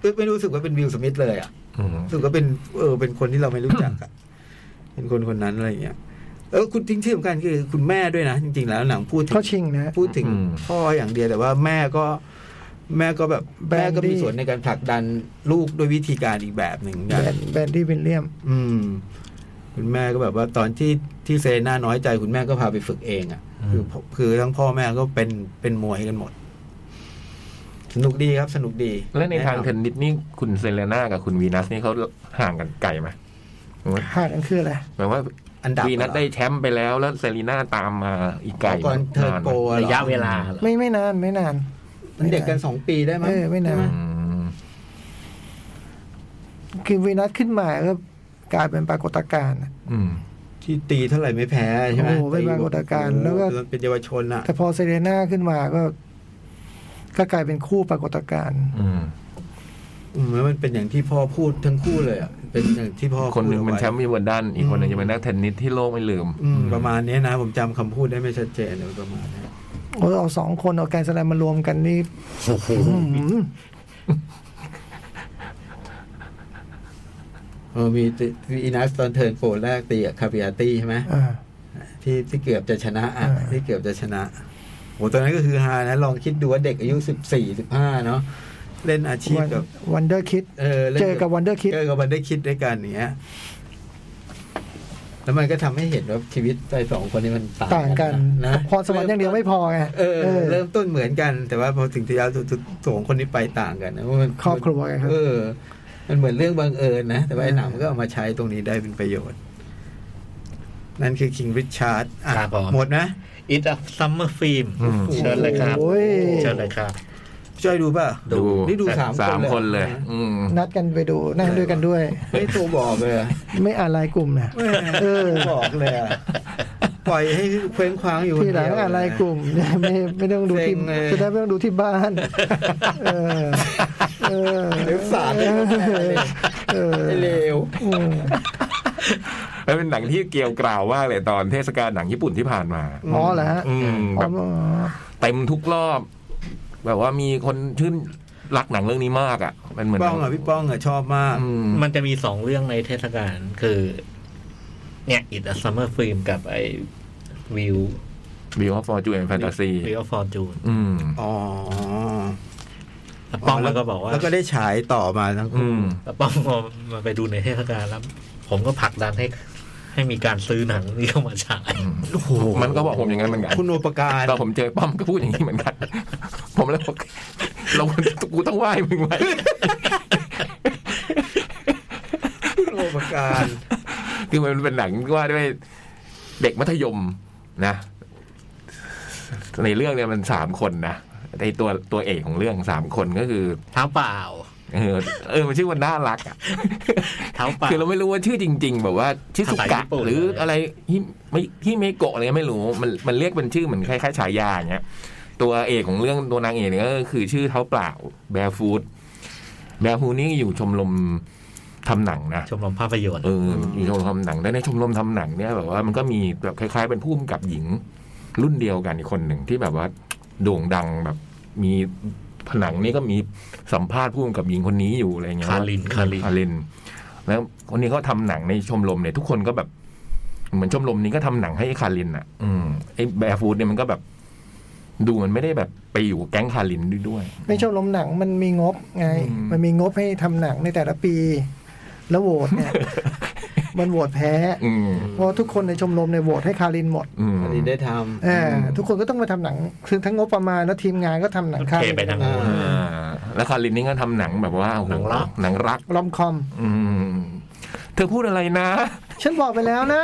S2: ไม่ไม่รู้สึกว่าเป็นวิลสมิธเลยอ่ะ
S4: อืม
S2: รู้สึกว่าเป็นเออเป็นคนที่เราไม่รู้จักอะ เป็นคนคนนั้นอะไรอย่างเงี้ยเออคุณทิ้งที่สำคัญคือคุณแม่ด้วยนะ จริง ๆ แล้วหนังพูดถึง
S3: เขาชิงนะ
S2: พูดถึง
S4: อืม
S2: พ่ออย่างเดียวแต่ว่าแม่ก็ แม่ก็แบบ
S3: แบรนดี้
S2: แม่ก็มีส่วนในการผลักดันลูกด้วยวิธีการอีกแบบหนึ่ง
S3: แบ
S2: นะ
S3: นแบนดี้วิลเลียม
S2: อืม คุณแม่ก็แบบว่าตอนที่ที่เซน่าน้อยใจ คุณแม่ก็พาไปฝึกเองอ่ะ คืออคือทั้งพ่อแม่ก็เป็นเป็นมวยกันหมด สนุกดีครับ สนุกดี
S4: แล้วในทางเท
S2: แะำ
S4: นนิสนี่คุณเซเลน่ากับคุณวีนัสนี่เขาห่างกันไกลไหม
S3: ห่างกันคืออะไร
S4: หมายว่า
S2: อันดับ
S4: วีนัส
S2: เหรอ
S4: ได้แชมป์ไปแล้วแล้วเซเลน่าตามมาอีกไกล
S2: ก่อนเธอ
S4: นานไหม
S2: โกหอ
S5: ระยะเวลาเหรอ
S3: ไม่ไม่นานไม่นาน
S2: มันเด็กกันสองปีได้มั้ย
S3: เออไม่นาน
S2: ใช่ห
S4: อืม
S3: คือวีนัสขึ้นมาก็กลายเป็นปรากฏการณ์อะ
S4: อืม
S2: ที่ตีเท่าไหร่ไม่แพ้ใช่ไหม
S3: โอ้โหเป็นปรากฏการณ์แล้วก็
S2: โอ้โหเป็นเยาวชนอ่ะ
S3: แต่พอเซเรน่าขึ้นมาก็ ก็กลายเป็นคู่ปรากฏการณ์
S4: อืม
S2: อืมแล้วมันเป็นอย่างที่พ่อพูดทั้งคู่เลยอ่ะ เป็นอย่างที่พ่อ
S4: คนหนึ่ง
S2: พูด
S4: เป็น
S2: เอาไว้
S4: แชมป์วิมเบิลดันอีกคนหนึ่งจะเป็นนักเทนนิสที่โลกไม่ลืม
S2: อืมประมาณเนี้ยนะ ผมจำคำพูดได้ไม่ชัดเจนเลยประมาณเนี้ย
S3: โอ้ยเอาสองคนเอาแกนสแลมมารวมกันนี่
S5: โอ้โห
S3: อื้อหือ
S2: เออมีติมีอีนัสตอนเทิร์นโฟร์แรกตีกับคาเบียตี้ใช่ไหม
S3: อ่า
S2: ที่ที่เกือบจะชนะอ่ะ
S3: อ่า
S2: ที่เกือบจะชนะโอ้ตอนนั้นก็คือฮานะ ลองคิดดูว่าเด็กอายุสิบสี่สิบห้าเนาะเล่นอาชีพกับ
S3: วันเดอร์คิด
S2: เออล่น
S3: เจอกับ Wonder Kid
S2: เจอกับวันเดอร์คิดด้วยกันอย่างเงี้ย แล้วมันก็ทำให้เห็นว่าชีวิตไปสองคนนี้มัน
S3: ต่า
S2: ต่างง
S3: กั
S2: กัน นนะ
S3: พรสวรรค์อย่างเดียวไม่พอไง
S2: เออ
S3: เออ
S2: เริ่มต้นเหมือนกัน แต่ว่าพอถึงที่แล้วสุดๆสองคนนี้ไปต่างกันนะว่ามัน
S3: ครอบครัวไงครับ
S2: เออ มันเหมือนเรื่องบังเอิญนะ แต่ว่าไอ้หนังมันก็เอามาใช้ตรงนี้ได้เป็นประโยชน์ นั่นคือคิงริชาร์ด
S5: ครับผม
S2: หมดนะ
S5: It a Summer Film
S4: อืม
S5: เชิญเลยครับ
S3: โอ้ย
S5: เชิญเลยครับ
S2: ช่วยดูป่ะ
S4: ดู
S2: นี่ดูสาม
S4: สามคนเลย
S2: นะ
S4: อืม
S3: นัดกันไปดูนั่งด้วยกันด้วย
S2: ไม่โทรบอกเลยอะ
S3: ไม่อ่านรายกลุ่มนะเออ
S2: บอกเลยอะปล่อยให้เคว้งคว้างอยู่คน
S3: ที
S2: เดียว
S3: หลังอ่านรายกลุ่มเนี่ยไม่ไม่ต้องดูที่
S2: เซ็งเลย
S3: จะได้ไม่ต้องดูที่บ้าน เออเออ
S2: เดี๋ยวสาดให้เขาแปลเลย
S3: เออ
S2: ไอ้เลว
S3: อืม
S4: แล้วเป็นหนังที่เกรียวกราวมากเลยตอนเทศกาลหนังญี่ปุ่นที่ผ่านมา
S3: อ๋อเหรอฮะ
S4: อืม
S3: อ๋
S4: แบ
S3: อบ
S4: เต็มทุกรอบ แบบว่ามีคนชื่นรักหนังเรื่องนี้มากอ่ะ มันเหมือน
S2: ป้องอ่ะพี่ป้องอ่ะชอบมาก
S4: อืม
S5: มันจะมีสองเรื่องในเทศกาลคือ เนี่ย It a Summer Film กับไอ้วิว
S4: วิวฟอร์จูนแฟนตาซี
S5: วิวฟอร์จูน
S4: อืม
S2: อ๋อ
S5: ป้องแล้วก็บอกว่า
S2: แล้วก็ได้ฉายต่อมาทั้ง
S4: อื
S2: คู่
S4: ม
S5: แล้วป้อมพอมาไปดูในเทศกาลแล้ว ผมก็ผลักดันให้ ให้มีการซื้อหนัง เรื่องมาฉาย
S2: โอ้โห
S4: มันก็บอกผมอย่างนั้นเหมือนกัน
S2: คุณโอปการ
S4: ตอนผมเจอป้อมก็พูดอย่างนี้เหมือน กัน ผมเลยบอก เรากูต้องไหว้ มึงไหม
S2: คุณโอปการ
S4: คือมันเป็นหนังว่าด้วยเด็กมัธยมนะ ในเรื่องเนี่ยมันสามคนนะในตัวตัวเอกของเรื่องสามคนก็คือ
S5: เท้าเปล่า
S4: เออเออมันชื่อว่าน่ารักอ่ะ
S5: เท้าเปล่า
S4: คือเราไม่รู้ว่าชื่อจริง ๆ แบบว่าชื่อสุ
S5: ภาษาญี่
S4: กะ
S5: ปุ่น
S4: หรืออะไรที่ไม่ที่เมโกะอะไรเงี้ยไม่รู้มันมันเรียกเป็นชื่อเหมือนคล้ายๆฉายาอย่างเงี้ยตัวเอกของเรื่องตัวนางเอกเนี่ยก็คือชื่อเท้าเปล่าแบร์ฟูดแบร์ฟูดนี่อยู่ชมรมทำหนังนะ
S5: ชมรมภาพยนตร์
S4: เอออยู่ชมรมทำหนังแล้วในชมรมทำหนังเนี่ยแบบว่ามันก็มีแบบคล้าย ๆ เป็นผู้กำกับหญิง รุ่นเดียวกันอีกคนหนึ่งที่แบบว่าโด่งดังแบบมีผนังนี่ก็มีสัมภาษณ์ผู้กำกับหญิงคนนี้อยู่อะไรเงี้ย
S5: คารินคาริน
S4: คาริน แล้วคนนี้เขาทำหนังในชมรมเนี่ยทุกคนก็แบบ เหมือนชมรมนี้ก็ทำหนังให้คารินอ่ะ อืมไอ้แบร์ฟูดเนี่ยมันก็แบบ ดูมันไม่ได้แบบไปอยู่แก๊งคารินด้วย
S3: ไม่ชอบลมหนังมันมีงบไง
S4: อืม
S3: มันมีงบให้ทำหนังในแต่ละปี แล้วโหวตเนี่ย มันโหวตแพ้
S4: อืม
S3: เพราะทุกคนในชมรมเนี่ยโหวตให้คารินหมด
S4: อืม
S2: อันนี้ได้ท
S3: เออทุกคนก็ต้องมาทำหนังคือทั้งงบประมาณแล้วทีมงานก็ทำหนังคาริ
S5: เทไปทางนู้น
S4: อ่า แล้วคารินนี่ก็ทำหนังแบบว่าโอ้โ
S5: หนังรัก
S4: หนังรัก
S3: รอมคอม
S4: อืม เธอพูดอะไรนะ
S3: ฉันบอกไปแล้วนะ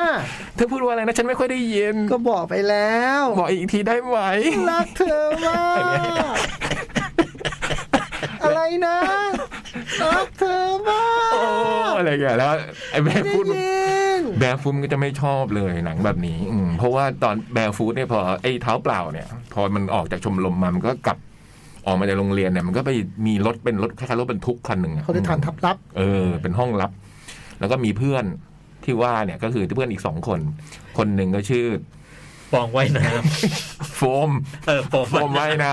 S4: เธอพูดว่าอะไรนะ ฉันไม่ค่อยได้ยิน
S3: ก็บอกไปแล้ว
S4: บอกอีกทีได้ไหม
S3: รักเธอมาก อะไรนะรักเธอมาก
S4: โอ้อะไรอย่างเงี้ยแล้วไอ้แม่
S3: ได้
S4: พูด
S3: ยิน
S4: แบร์ฟูดก็จะไม่ชอบเลยหนังแบบนี้อืมเพราะว่าตอนแบร์ฟูดเนี่ยพอไอ้เท้าเปล่าเนี่ย พอมันออกจากชมรมมามันก็กลับออกมาจากโรงเรียนเนี่ย มันก็ไปมีรถเป็นรถคล้ายๆรถบรรทุกคันหนึ่งอะ
S3: เขาได้ฐานทับลับ
S4: เออ เป็นห้องลับ แล้วก็มีเพื่อนที่ว่าเนี่ยก็คือเพื่อนอีกสองคน คนหนึ่งก็ชื่อ
S5: ปองว่ายน้
S4: โฟม
S5: ำเออปอง
S4: โฟ
S5: ว่าย
S4: ม
S5: น้
S4: ว่ายน้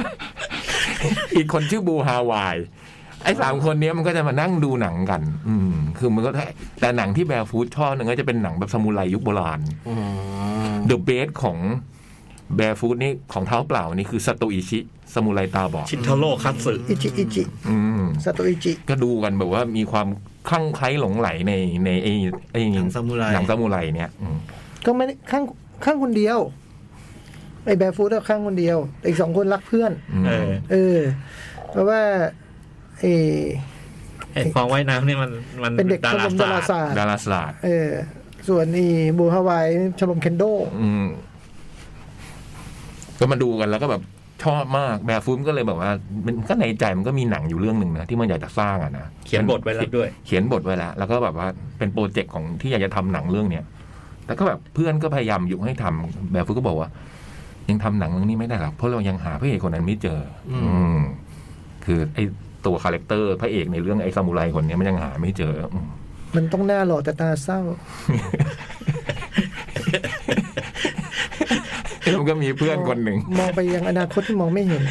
S4: ำ อีกคนชื่อบูฮาวาย ไอ้สามคนเนี้ยมันก็จะมานั่งดูหนังกัน อืม คือมันก็ได้แต่หนังที่แบร์ฟูดชอบหนึ่งก็จะเป็นหนังแบบสมุไรยุคโบราณ
S2: ำอ๋อ
S4: The b เบสของแบร์ฟูดนี่ของเท้าเปล่านี่คือสโตอิชิ สมุไรตาบอด
S5: ำชินโทโร่คัตสึ
S3: อิจิอิจิ
S4: อืม
S3: สตอิจิ
S4: ก็ดูกันแบบว่ามีความคลั่งไคล้หลงไหลในในไอ้ไอ้
S2: หนังซามูไร
S4: หนังซามูไรเนี่ยอืม
S3: ก็ไม่ได้ข้างข้างคนเดียว ไอ้แบร์ฟูดก็ข้างคนเดียวแต่อีกสองคนรักเพื่อน
S4: อืม
S5: เออ
S3: เออ เพราะว่าไอ้
S5: ไอ้ปองว่ายน้ำเนี่ยมันมัน
S3: เป็นเด็กชมรมดาราศาสตร์
S4: ดาราศาสตร์
S3: เออ ส่วนไอีบูฮาวายชมรมเคนโด
S4: อืม ก็มาดูกันแล้วก็แบบชอบมากแบร์ฟูดก็เลยแบบว่า มันก็ในใจมันก็มีหนังอยู่เรื่องหนึ่งนะที่มันอยากจะสร้างอะนะ
S5: เขียนบทไว้แล้วด้วย
S4: เขียนบทไว้แล้วแล้วก็แบบว่าเป็นโปรเจกต์ของที่อยากจะทำหนังเรื่องเนี้ยแต่ก็แบบเพื่อนก็พยายามอยู่ให้ทำแบบฟุกก็บอกว่า ยังทำหนังเรื่องนี้ไม่ได้หรอกเพราะเรายังหาพระเอกคนนั้นไม่เจอ
S2: อืม
S4: อืม คือไอ้ตัวคาแรคเตอร์พระเอกในเรื่องไอ้ซามูไรคนเนี้ยมันยังหาไม่เจออืม
S3: มันต้องหน้าหล่อแต่ตาเศร้า
S4: แล้วมันก็ มีเพื่อนคนหนึ่ง
S3: มองไปยังอนาคตที่มองไม่ เห็น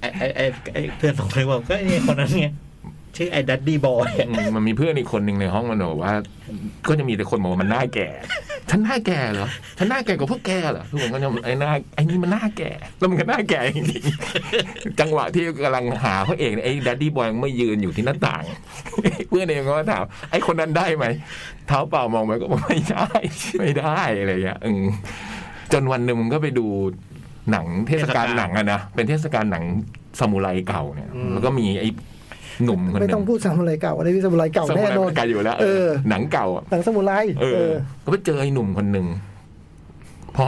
S5: ไอ้ไอ้ไอ้ไอ้เพื่อนสองคนบอกก็ไอ้คนนั้นไงชื่อไอ้ดัดดี้บอย
S4: มันมีเพื่อนอีกคนหนึ่งในห้องมันบอกว่า ก็จะมีแต่คนบอกว่ามันหน้าแก่ ฉันหน้าแก่เหรอฉันหน้าแก่กว่าพวกแกเหรอทุกคนก็จะไอ้หน้าไอ้นี่มันหน้าแก่แล้วมันก็หน้าแก่จริงๆจังหวะที่กำลังหาพระเอกเนี่ยไอ้ดัดดี้บอยมันไม่ยืนอยู่ที่หน้าต่าง เพื่อนเองก็ถามไอ้คนนั้นได้ไหมเท้าเปล่ามองไปก็บอกไม่ได้ไม่ได้อะไรอย่างเงี้ยอืมจนวันหนึ่งมันก็ไปดูหนังเทศกาลหนังอะนะเป็นเทศกาลหนังซามูไรเก่าเนี่ย
S2: อืม
S4: แล้วก็มีไอ้หนุ่มคนห
S3: ไม่
S4: นึ
S3: ต้อง
S4: ง
S3: พูดสมุไรเก่าอะไรพี่สมุไรเก่า
S4: ซามู
S3: แน่
S4: ไร
S3: นอน
S4: เก่าอยู่แล้ว
S3: เออ
S4: หนังเก่าอะ
S3: หนังสมุไร
S4: เอ
S3: เอ
S4: อ
S3: อ
S4: ก็ไปเจอไอ้หนุ่มคนหนึ่งพอ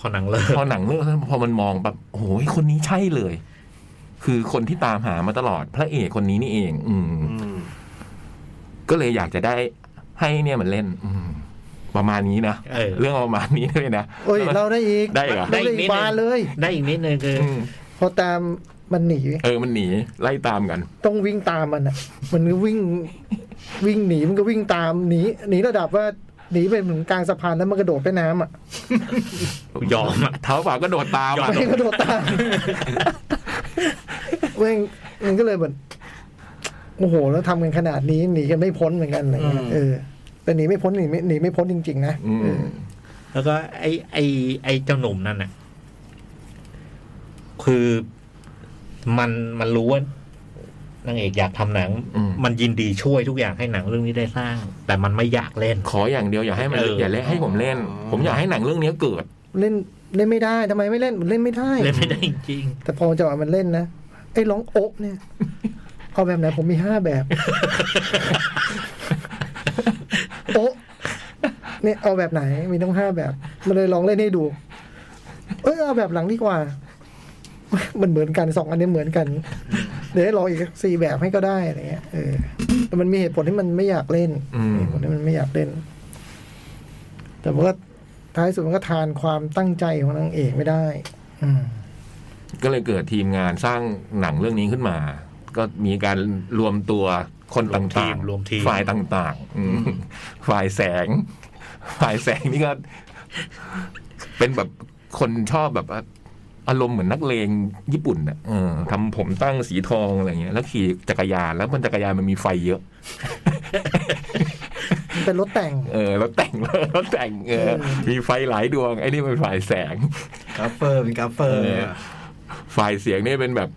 S5: พอหนังเลิก
S4: พอหนังเลิกแล้วพอมันมองแบบโอ้โหคนนี้ใช่เลย คือคนที่ตามหามาตลอด พระเอกคนนี้นี่เอง อืม
S2: อืม
S4: ก็เลยอยากจะได้ให้เนี่ยมันเล่น อืม ประมาณนี้นะ
S5: เออ
S4: เรื่องประมาณนี้เลยนะ
S3: โอ้ยเราได้อีก
S4: ได้เหรอ
S3: ได้อีกบานเลย
S5: ได้อีกนิดนึงคือ
S4: อื
S5: อ
S4: ม
S3: พอตามมันหนี
S4: เออมันหนี ไล่ตามกัน
S3: ต้องวิ่งตามมันอ่ะ มันก็วิ่งวิ่งหนีมันก็วิ่งตามหนีหนีระดับว่าหนีไปถึงกลางสะพานแล้วมันกระโดดไปน้ำอ่ะ
S5: ยอมอะ
S4: เท้าเปล่าก็โดดตาม
S5: ยอ
S4: อะ
S5: ม
S3: ไม่งกระโดดตามแม่งมันก็เลยเหมือนโอ้โห แล้วทำกันขนาดนี้หนีกันไม่พ้นเหมือนกันอะไรเงี้ยเออแต่หนีไม่พ้นหนีไม่หนีไม่พ้นจริง ๆ นะ
S4: อืม
S3: เออ
S5: แล้วก็ไอ้ไอ้ไอ้เจ้าหนุ่มนั่นน่ะ คือมันมันรู้ว่านางเอกอยากทำหนัง มันยินดีช่วยทุกอย่างให้หนังเรื่องนี้ได้สร้าง แต่มันไม่อยากเล่น
S4: ขออย่างเดียวอย่าให้มัน
S5: เอออ
S4: อย่าเล่นให้ผมเล่น
S2: อ๋อ
S4: ผมอยากให้หนังเรื่องนี้เกิด
S3: เล่นเล่นไม่ได้ทำไมไม่เล่นเล่นไม่ได้
S5: เล่นไม่ได้จริง
S3: แต่พอจังหวะมันเล่นนะไอ้ร้องโอ๊ะเนี่ย เอาแบบไหนผมมีห้าแบบ โอ๊ะเนี่ยเอาแบบไหนมีทั้งห้าแบบ มันเลยลองเล่นให้ดู เอยเอาแบบหลังดีกว่า มันเหมือนกันสองอันนี้เหมือนกันเดี๋ยวให้ลองอีกสี่แบบให้ก็ได้อะไรเงี้ยเออแต่มันมีเหตุผลที่มันไม่อยากเล่น
S4: อืม
S3: เหตุผลที่มันไม่อยากเล่น แต่ว่าท้ายสุดมันก็ทานความตั้งใจของนางเอกไม่ได้ อืม
S4: ก็เลยเกิดทีมงานสร้างหนังเรื่องนี้ขึ้นมา ก็มีการรวมตัวคนต่าง
S5: รวมทีมรวมทีม
S4: ๆ ฝ่ายต่างๆอืมฝ่ายแสง ฝ่ายแสงนี่ก็ เป็นแบบคนชอบแบบว่าอารมณ์เหมือนนักเลงญี่ปุ่นอ่ะเออทำผมตั้งสีทองอะไรเงี้ย แล้วขี่จักรยานแล้วบนจักรยานมันมีไฟเยอะ
S3: เป็นรถแต่ง
S4: เออแล้วแต่ง แล้วแต่งเออมีไฟหลายดวงไอ้นี่เป็นฝ่ายแสง
S2: กราฟเฟอร์เป็นกราฟเฟอร์
S4: เออ ฝ่ายเสียงนี่เป็นแบบ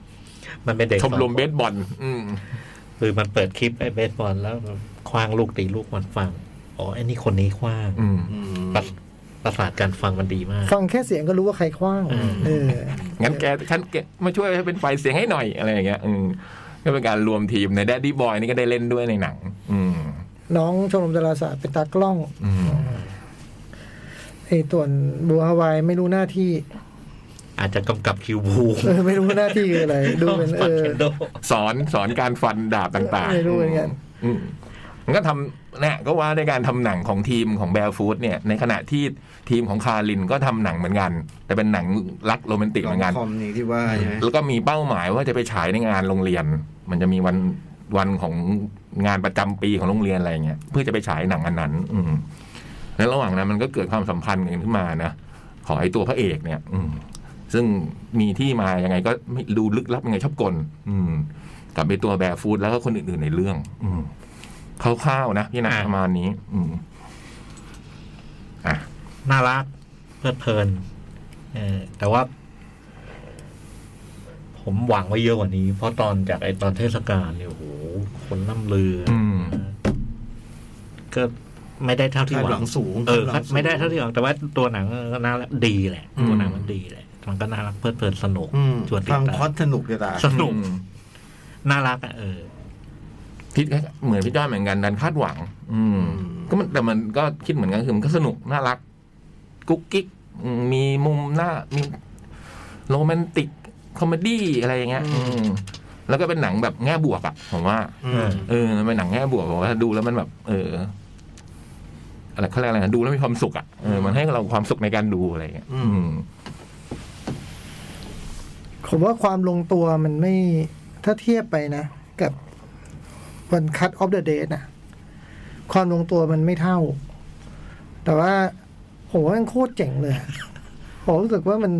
S5: ๆ มันเป็นเด็ก
S4: ชมรม
S5: สองคน
S4: เบสบอลอืม
S5: คือมันเปิดคลิปไอ้เบสบอลแล้วคว้างลูกตีลูกมันฟัง อ๋อไอ้นี่คนนี้คว้าง
S4: อืม
S2: อืม
S5: ประประสาทการฟังมันดีมาก
S3: ฟังแค่เสียงก็รู้ว่าใครคว้าง
S5: อืม
S3: เออ
S4: งั้นแกฉันแกมาช่วยให้เป็นไฟเสียงให้หน่อยอะไรอย่างเงี้ยอืมก็เป็นการรวมทีมในแดดดี้บอยนี่ก็ได้เล่นด้วยในหนัง อืม
S3: น้องชมรมดาราศาสตร์เป็นตากล้อง
S4: อืม
S3: ไอ้ต่วนบัวฮาวายไม่รู้หน้าที่
S5: อาจจะกำกับคิวบู
S3: เออไม่รู้หน้าที่คืออะไร ดูเป็นเออ
S5: ฟัง Kendo
S4: สอนสอนการฟันดาบต่าง
S3: ไม่รู้เหมือนกัน
S4: อืมมันก็ทำเนี่ยก็ว่าในการทำหนังของทีมของแบลฟูดเนี่ย ในขณะที่ทีมของคารินก็ทำหนังเหมือนกัน แต่เป็นหนังรักโรแมนติก
S2: ล
S4: เห
S2: อ
S4: มือ
S2: ง
S4: นกัน
S2: คอมนี่ที่ว่าใช่ไหม
S4: แล้วก็มีเป้าหมายว่าจะไปฉายในงานโรงเรียน มันจะมีวันวันของงานประจำปีของโรงเรียนอะไรเงี้ยเพื่อจะไปฉายหนังอันนั้น อืมแล้วระหว่างนั้นมันก็เกิดความสัมพันธ์กันขึ้นมานะของไอ้ตัวพระเอกเนี่ย อืม ซึ่งมีที่มายังไงก็ไม่ดูลึกลับยังไงชอบกล อืม กับไอ้ตัวแบร์ฟูดแล้วก็คนอื่นๆในเรื่อง อืมคร่าวๆนะพี่นะ
S5: อ่า
S4: ประมาณนี้ อืม อ่ะ
S5: น่ารักเพลิดเพลินเออแต่ว่า ผมหวังไว้เยอะกว่านี้ เพราะตอนจากไอตอนเทศกาลเนี่ยโอ้โหคนล่ำลืออ
S4: อืม
S5: ก็ไม่ได้เท่าที่
S2: คาดห
S5: หวั
S2: วั
S5: ง
S2: งสูง
S5: เออ
S2: คาห
S5: ครั
S2: วั
S5: บ
S2: งสูง
S5: ไม่ได้เท่าที่หวังแต่ว่าตัวหนังก็น่ารักดีแหละ
S4: อืม
S5: ตัวหนังมันดีแหละมันก็น่ารักเพลิดเพลินสนุก
S2: อืม
S5: ชวนติด
S2: ฟัง
S5: ตา
S2: ค
S5: ม
S2: อสสนุกเลยตา
S5: สนุก
S4: อืม
S5: น่ารักอ่ะเออ
S4: พี่เหมือนพี่จ้อยเหมือนกันดันคาดหวัง อืม ก็มันแต่มันก็คิดเหมือนกันคือมันก็สนุกน่ารัก กุ๊กกิ๊กอืมมีมุมหน้ามีโรแมนติกคอมเมดี้อะไรอย่างเงี้ย อืม แล้วก็เป็นหนังแบบแง่บวกอะผมว่า
S2: อืม
S4: เออมันเป็นหนังแง่บวกผมว่าดูแล้วมันแบบ เออ อะไรเขาเรียกอะไรนะดูแล้วมีความสุขอะเออมันให้เราความสุขในการดูอะไรอย่างเงี้ยอืม
S3: ผมว่าความลงตัวมันไม่ถ้าเทียบไปนะ กับวันคัตออฟเดอะเดย์นะความลงตัวมันไม่เท่า แต่ว่าผมว่ามันโคตรเจ๋งเลยผมรู้สึกว่ามัน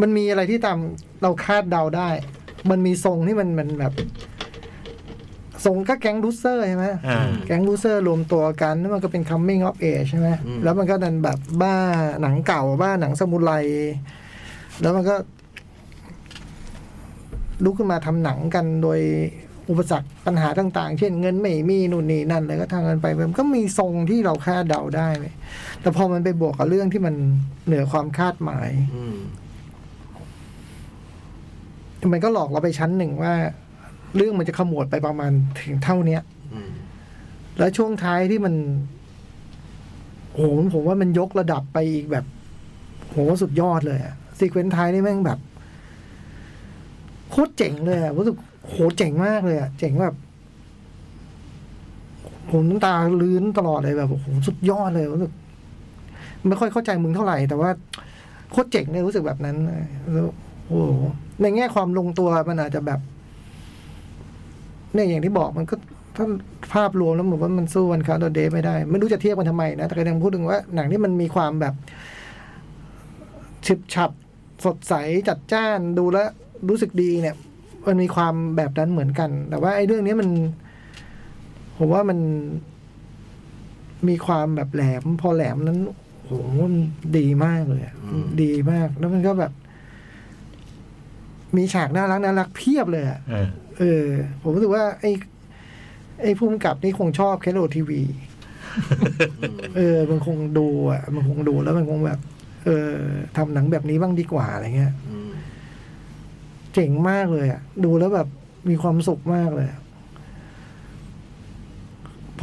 S3: มันมีอะไรที่ตามเราคาดเดาได้ มันมีทรงที่มันมันแบบ ส่งก็แก๊งลูเซอร์ใช่ไหม
S5: อ่า
S3: แก๊งลูเซอร์รวมตัวกันแล้วมันก็เป็น coming of age ใช่ไหม
S2: อืม
S3: แล้วมันก็ดันแบบบ้าหนังเก่าบ้าหนังสมุไรแล้วมันก็ ลุกขึ้นมาทำหนังกันโดยอุปสรรคปัญหาต่างๆ เช่นเงินไม่มีนู่นนี่นั่นเลยก็ทางกันไปมันก็มีทรงที่เราคาดเดาได้ไหมแต่พอมันไปบวกกับเรื่องที่มันเหนือความคาดหมาย
S2: อืม
S3: มันก็หลอกเราไปชั้นหนึ่งว่า เรื่องมันจะขมวดไปประมาณถึงเท่าเนี้ย
S2: อืม
S3: แล้วช่วงท้ายที่มันโอ้โหผมว่ามันยกระดับไปอีกแบบโหสุดยอดเลยอะซีเควนต์ท้ายนี่แม่งแบบ โคตรเจ๋งเลยอะรู้สึกโหเจ๋งมากเลยอะเจ๋งแบบผมน้ำตาลื้นตลอดเลยแบบโอ้โหสุดยอดเลยรู้สึกไม่ค่อยเข้าใจมึงเท่าไหร่ แต่ว่าโคตรเจ๋งเลยรู้สึกแบบนั้นแล้วโอ้โหในแง่ความลงตัวมันอาจจะแบบ เนี่ยอย่างที่บอกมันก็ถ้าภาพรวมแล้วผมว่ามันสู้วันคาร์ดเดย์ไม่ได้ ไม่รู้จะเทียบกันทำไมนะ แต่ก็ยังพูดถึงว่าหนังที่มันมีความแบบฉิบฉับ สดใสจัดจ้านดูแล้วรู้สึกดีเนี่ย มันมีความแบบนั้นเหมือนกัน แต่ว่าไอ้เรื่องนี้มัน ผมว่ามันมีความแบบแหลม พอแหลมนั้นโอ้โหมันดีมากเลยอะ
S2: อืม
S3: ดีมาก แล้วมันก็แบบ มีฉากน่ารักน่ารักเพียบเลยอะ
S5: เออ
S3: เออ ผมรู้สึกว่า ไอ้ไอ้ผู้กำกับนี่คงชอบแคโรที วี เออ มันคงดูอ่ะ มันคงดูแล้วมันคงแบบ เออทำหนังแบบนี้บ้างดีกว่าอะไรเงี้ย
S2: อืม
S3: เจ๋งมากเลยอ่ะ ดูแล้วแบบมีความสุขมากเลยอะ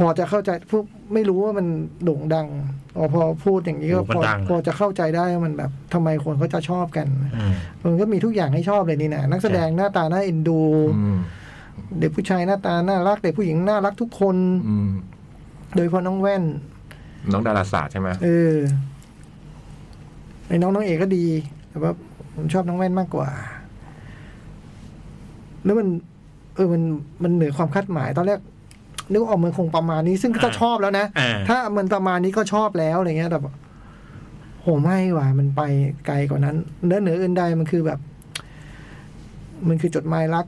S3: พอจะเข้าใจพวกไม่รู้ว่ามันโด่งดังอ๋อพอพูดอย่างนี้ก็
S5: โอ้โหมั
S3: พ
S5: น
S3: อ
S5: ดังอะ
S3: พอจะเข้าใจได้ว่ามันแบบทำไมคนเขาจะชอบกัน
S5: เออ
S3: มันก็มีทุกอย่างให้ชอบเลยนี่นะนักแสดงหน้าตาน่าเอ็นดู
S4: อืม
S3: เด็กผู้ชายหน้าตาน่ารัก เด็กผู้หญิงน่ารักทุกคน
S4: อืม
S3: โดยเฉพาะน้องแว่น
S4: น้องดาราศาสตร์ใช่ไหม
S3: เออไอ้น้องน้องเอกก็ดี แต่ว่าผมชอบน้องแว่นมากกว่า แล้วมัน เออมันมันเหนือความคาดหมาย ตอนแรกนึกว่าออกมันคงประมาณนี้ ซึ่งก็
S5: อ่า
S3: ชอบแล้วนะ
S5: อ่า
S3: ถ้ามันประมาณนี้ก็ชอบแล้วอะไรเงี้ยแต่แบบโหไม่ว่ะมันไปไกลกว่านั้นเนือเหนืออื่นใดมันคือแบบ มันคือจดหมายรัก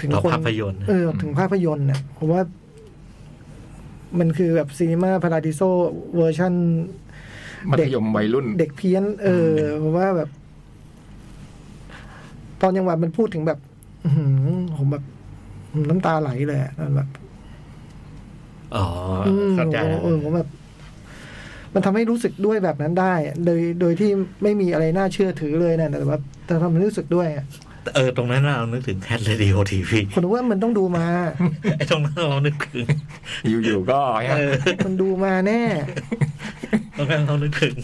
S3: ถึง
S5: ต่อ
S3: คน
S5: ภาพยนตร์นะ
S3: เออ ถึงภาพยนตร์เนี่ยผมว่า มันคือแบบซีนีมาพาราดิโซเวอร์ชัน
S4: มั
S3: เด็
S4: ธ
S3: ก
S4: ยมวัยรุ่น
S3: เด็กเพี้ยน เออเพราะว่าแบบ ตอนยังหวะมันพูดถึงแบบ อื้อหือผมแบบน้ำตาไหลเลยอะนั่นแบบ
S5: อ๋อ
S3: ม
S5: เข้าใจแล้ว
S3: เออผมแบบ มันทำให้รู้สึกด้วยแบบนั้นได้อะโดยโดยที่ไม่มีอะไรน่าเชื่อถือเลยนะแต่ว่าแต่ทำให้รู้สึกด้วยอะ
S5: เออ ตรงนั้นเรานึกถึงแคทเรดิโอทีวี
S3: ผมนึกว่ามันต้องดูมา
S5: ไอ้ตรงนั้นเรานึกถึง
S4: อยู่ๆก็
S5: เออ
S3: มันดูมาแน่
S5: ตรงนั้นเรานึกถึง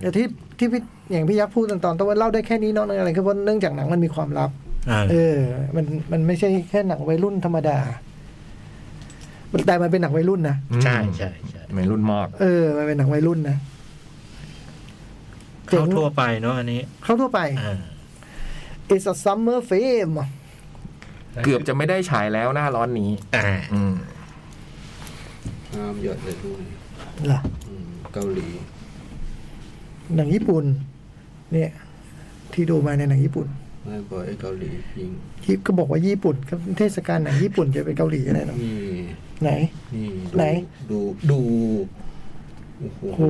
S3: แต่ที่ที่พี่อย่างพี่ยักษ์พูดตอนตอนต้นว่าเล่าได้แค่นี้เนอกนั้นอะไรก็เพราะเนื่องจากหนังมันมีความลับ
S5: อ่า
S3: เออ มันมันไม่ใช่แค่หนังวัยรุ่นธรรมดา แต่มันเป็นหนังวัยรุ่นนะ
S5: ใช่ใช่ใช่
S4: วัยรุ่นมาก
S3: เออ มันเป็นหนังวัยรุ่นนะ
S5: เข้าทั่วไปเนาะอันนี้
S3: เข้าทั่วไป
S5: อ่า
S3: It's a summer film
S4: เกือบจะไม่ได้ฉายแล้วหน้าร้อนนี้
S5: อ่า
S4: อืม
S2: ห้ามหยอดเลยทุกคน
S3: เหรอ
S2: อืมเกาหลี
S3: หนังญี่ปุ่น เนี่ย ที่ดูมาในหนังญี่ปุ่น
S2: มากกว่าไอ้เกาหลีจริง
S3: ที่ก็บอกว่าญี่ปุ่นก็เทศกาลหนังญี่ปุ่นจะเป็นเกาหลีอะไรหรอ
S2: นี่
S3: ไหน
S2: นี่
S3: ไหน
S2: ดูดูโอ้โห
S3: โห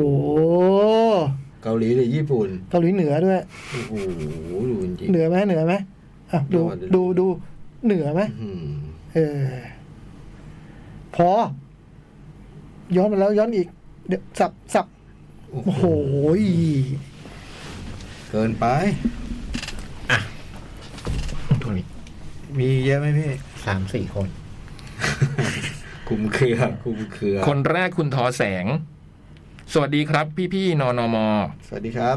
S2: เกาหลีหรือญี่ปุ่น
S3: เกาหลีเหนือด้วย
S2: โอ้โหดูจริง
S3: เหนือไหมเหนือไหมอ่ะดู
S2: ยอดเลย
S3: ดูดูเหนือไหม
S2: อืม
S3: เออ พอ ย้อนมาแล้วย้อนอีก เดี๋ยวสับสับโอ้โหย
S2: เกินไป
S5: ตัวนี้
S2: มีเยอะไหมพี่
S5: สามสี่คน
S2: คุมเครือ คุมเครือ
S4: คนแรกคุณทอแสง สวัสดีครับ พี่ๆนนม
S2: สวัสดีครับ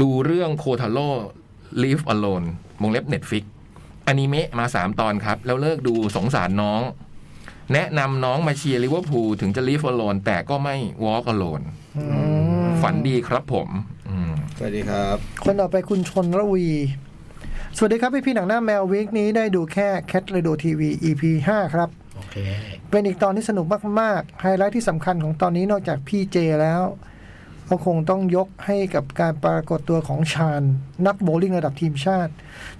S4: ดูเรื่องโคทาโร่ Live Alone วงเล็บ Netflix อนิเมะมา 3 ตอนครับ แล้วเลิกดูสงสารน้อง แนะนำน้องมาเชียร์ลิเวอร์พูลถึงจะ Live Alone แต่ก็ไม่ Walk Alone ฝันดีครับผม อืม
S2: สวัสดีครับ
S3: คนต่อไปคุณชนระวี สวัสดีครับพี่พี่ๆหนังหน้าแมววีคนี้ได้ดูแค่แคทเรด o ทีวี EP ห้าครับ
S5: โอเค
S3: เป็นอีกตอนที่สนุกมาก ๆ ไฮไลท์ที่สำคัญของตอนนี้นอกจากพี่เจแล้ว ก็คงต้องยกให้กับการปรากฏตัวของชาญ นักโบว์ลิ่งระดับทีมชาติ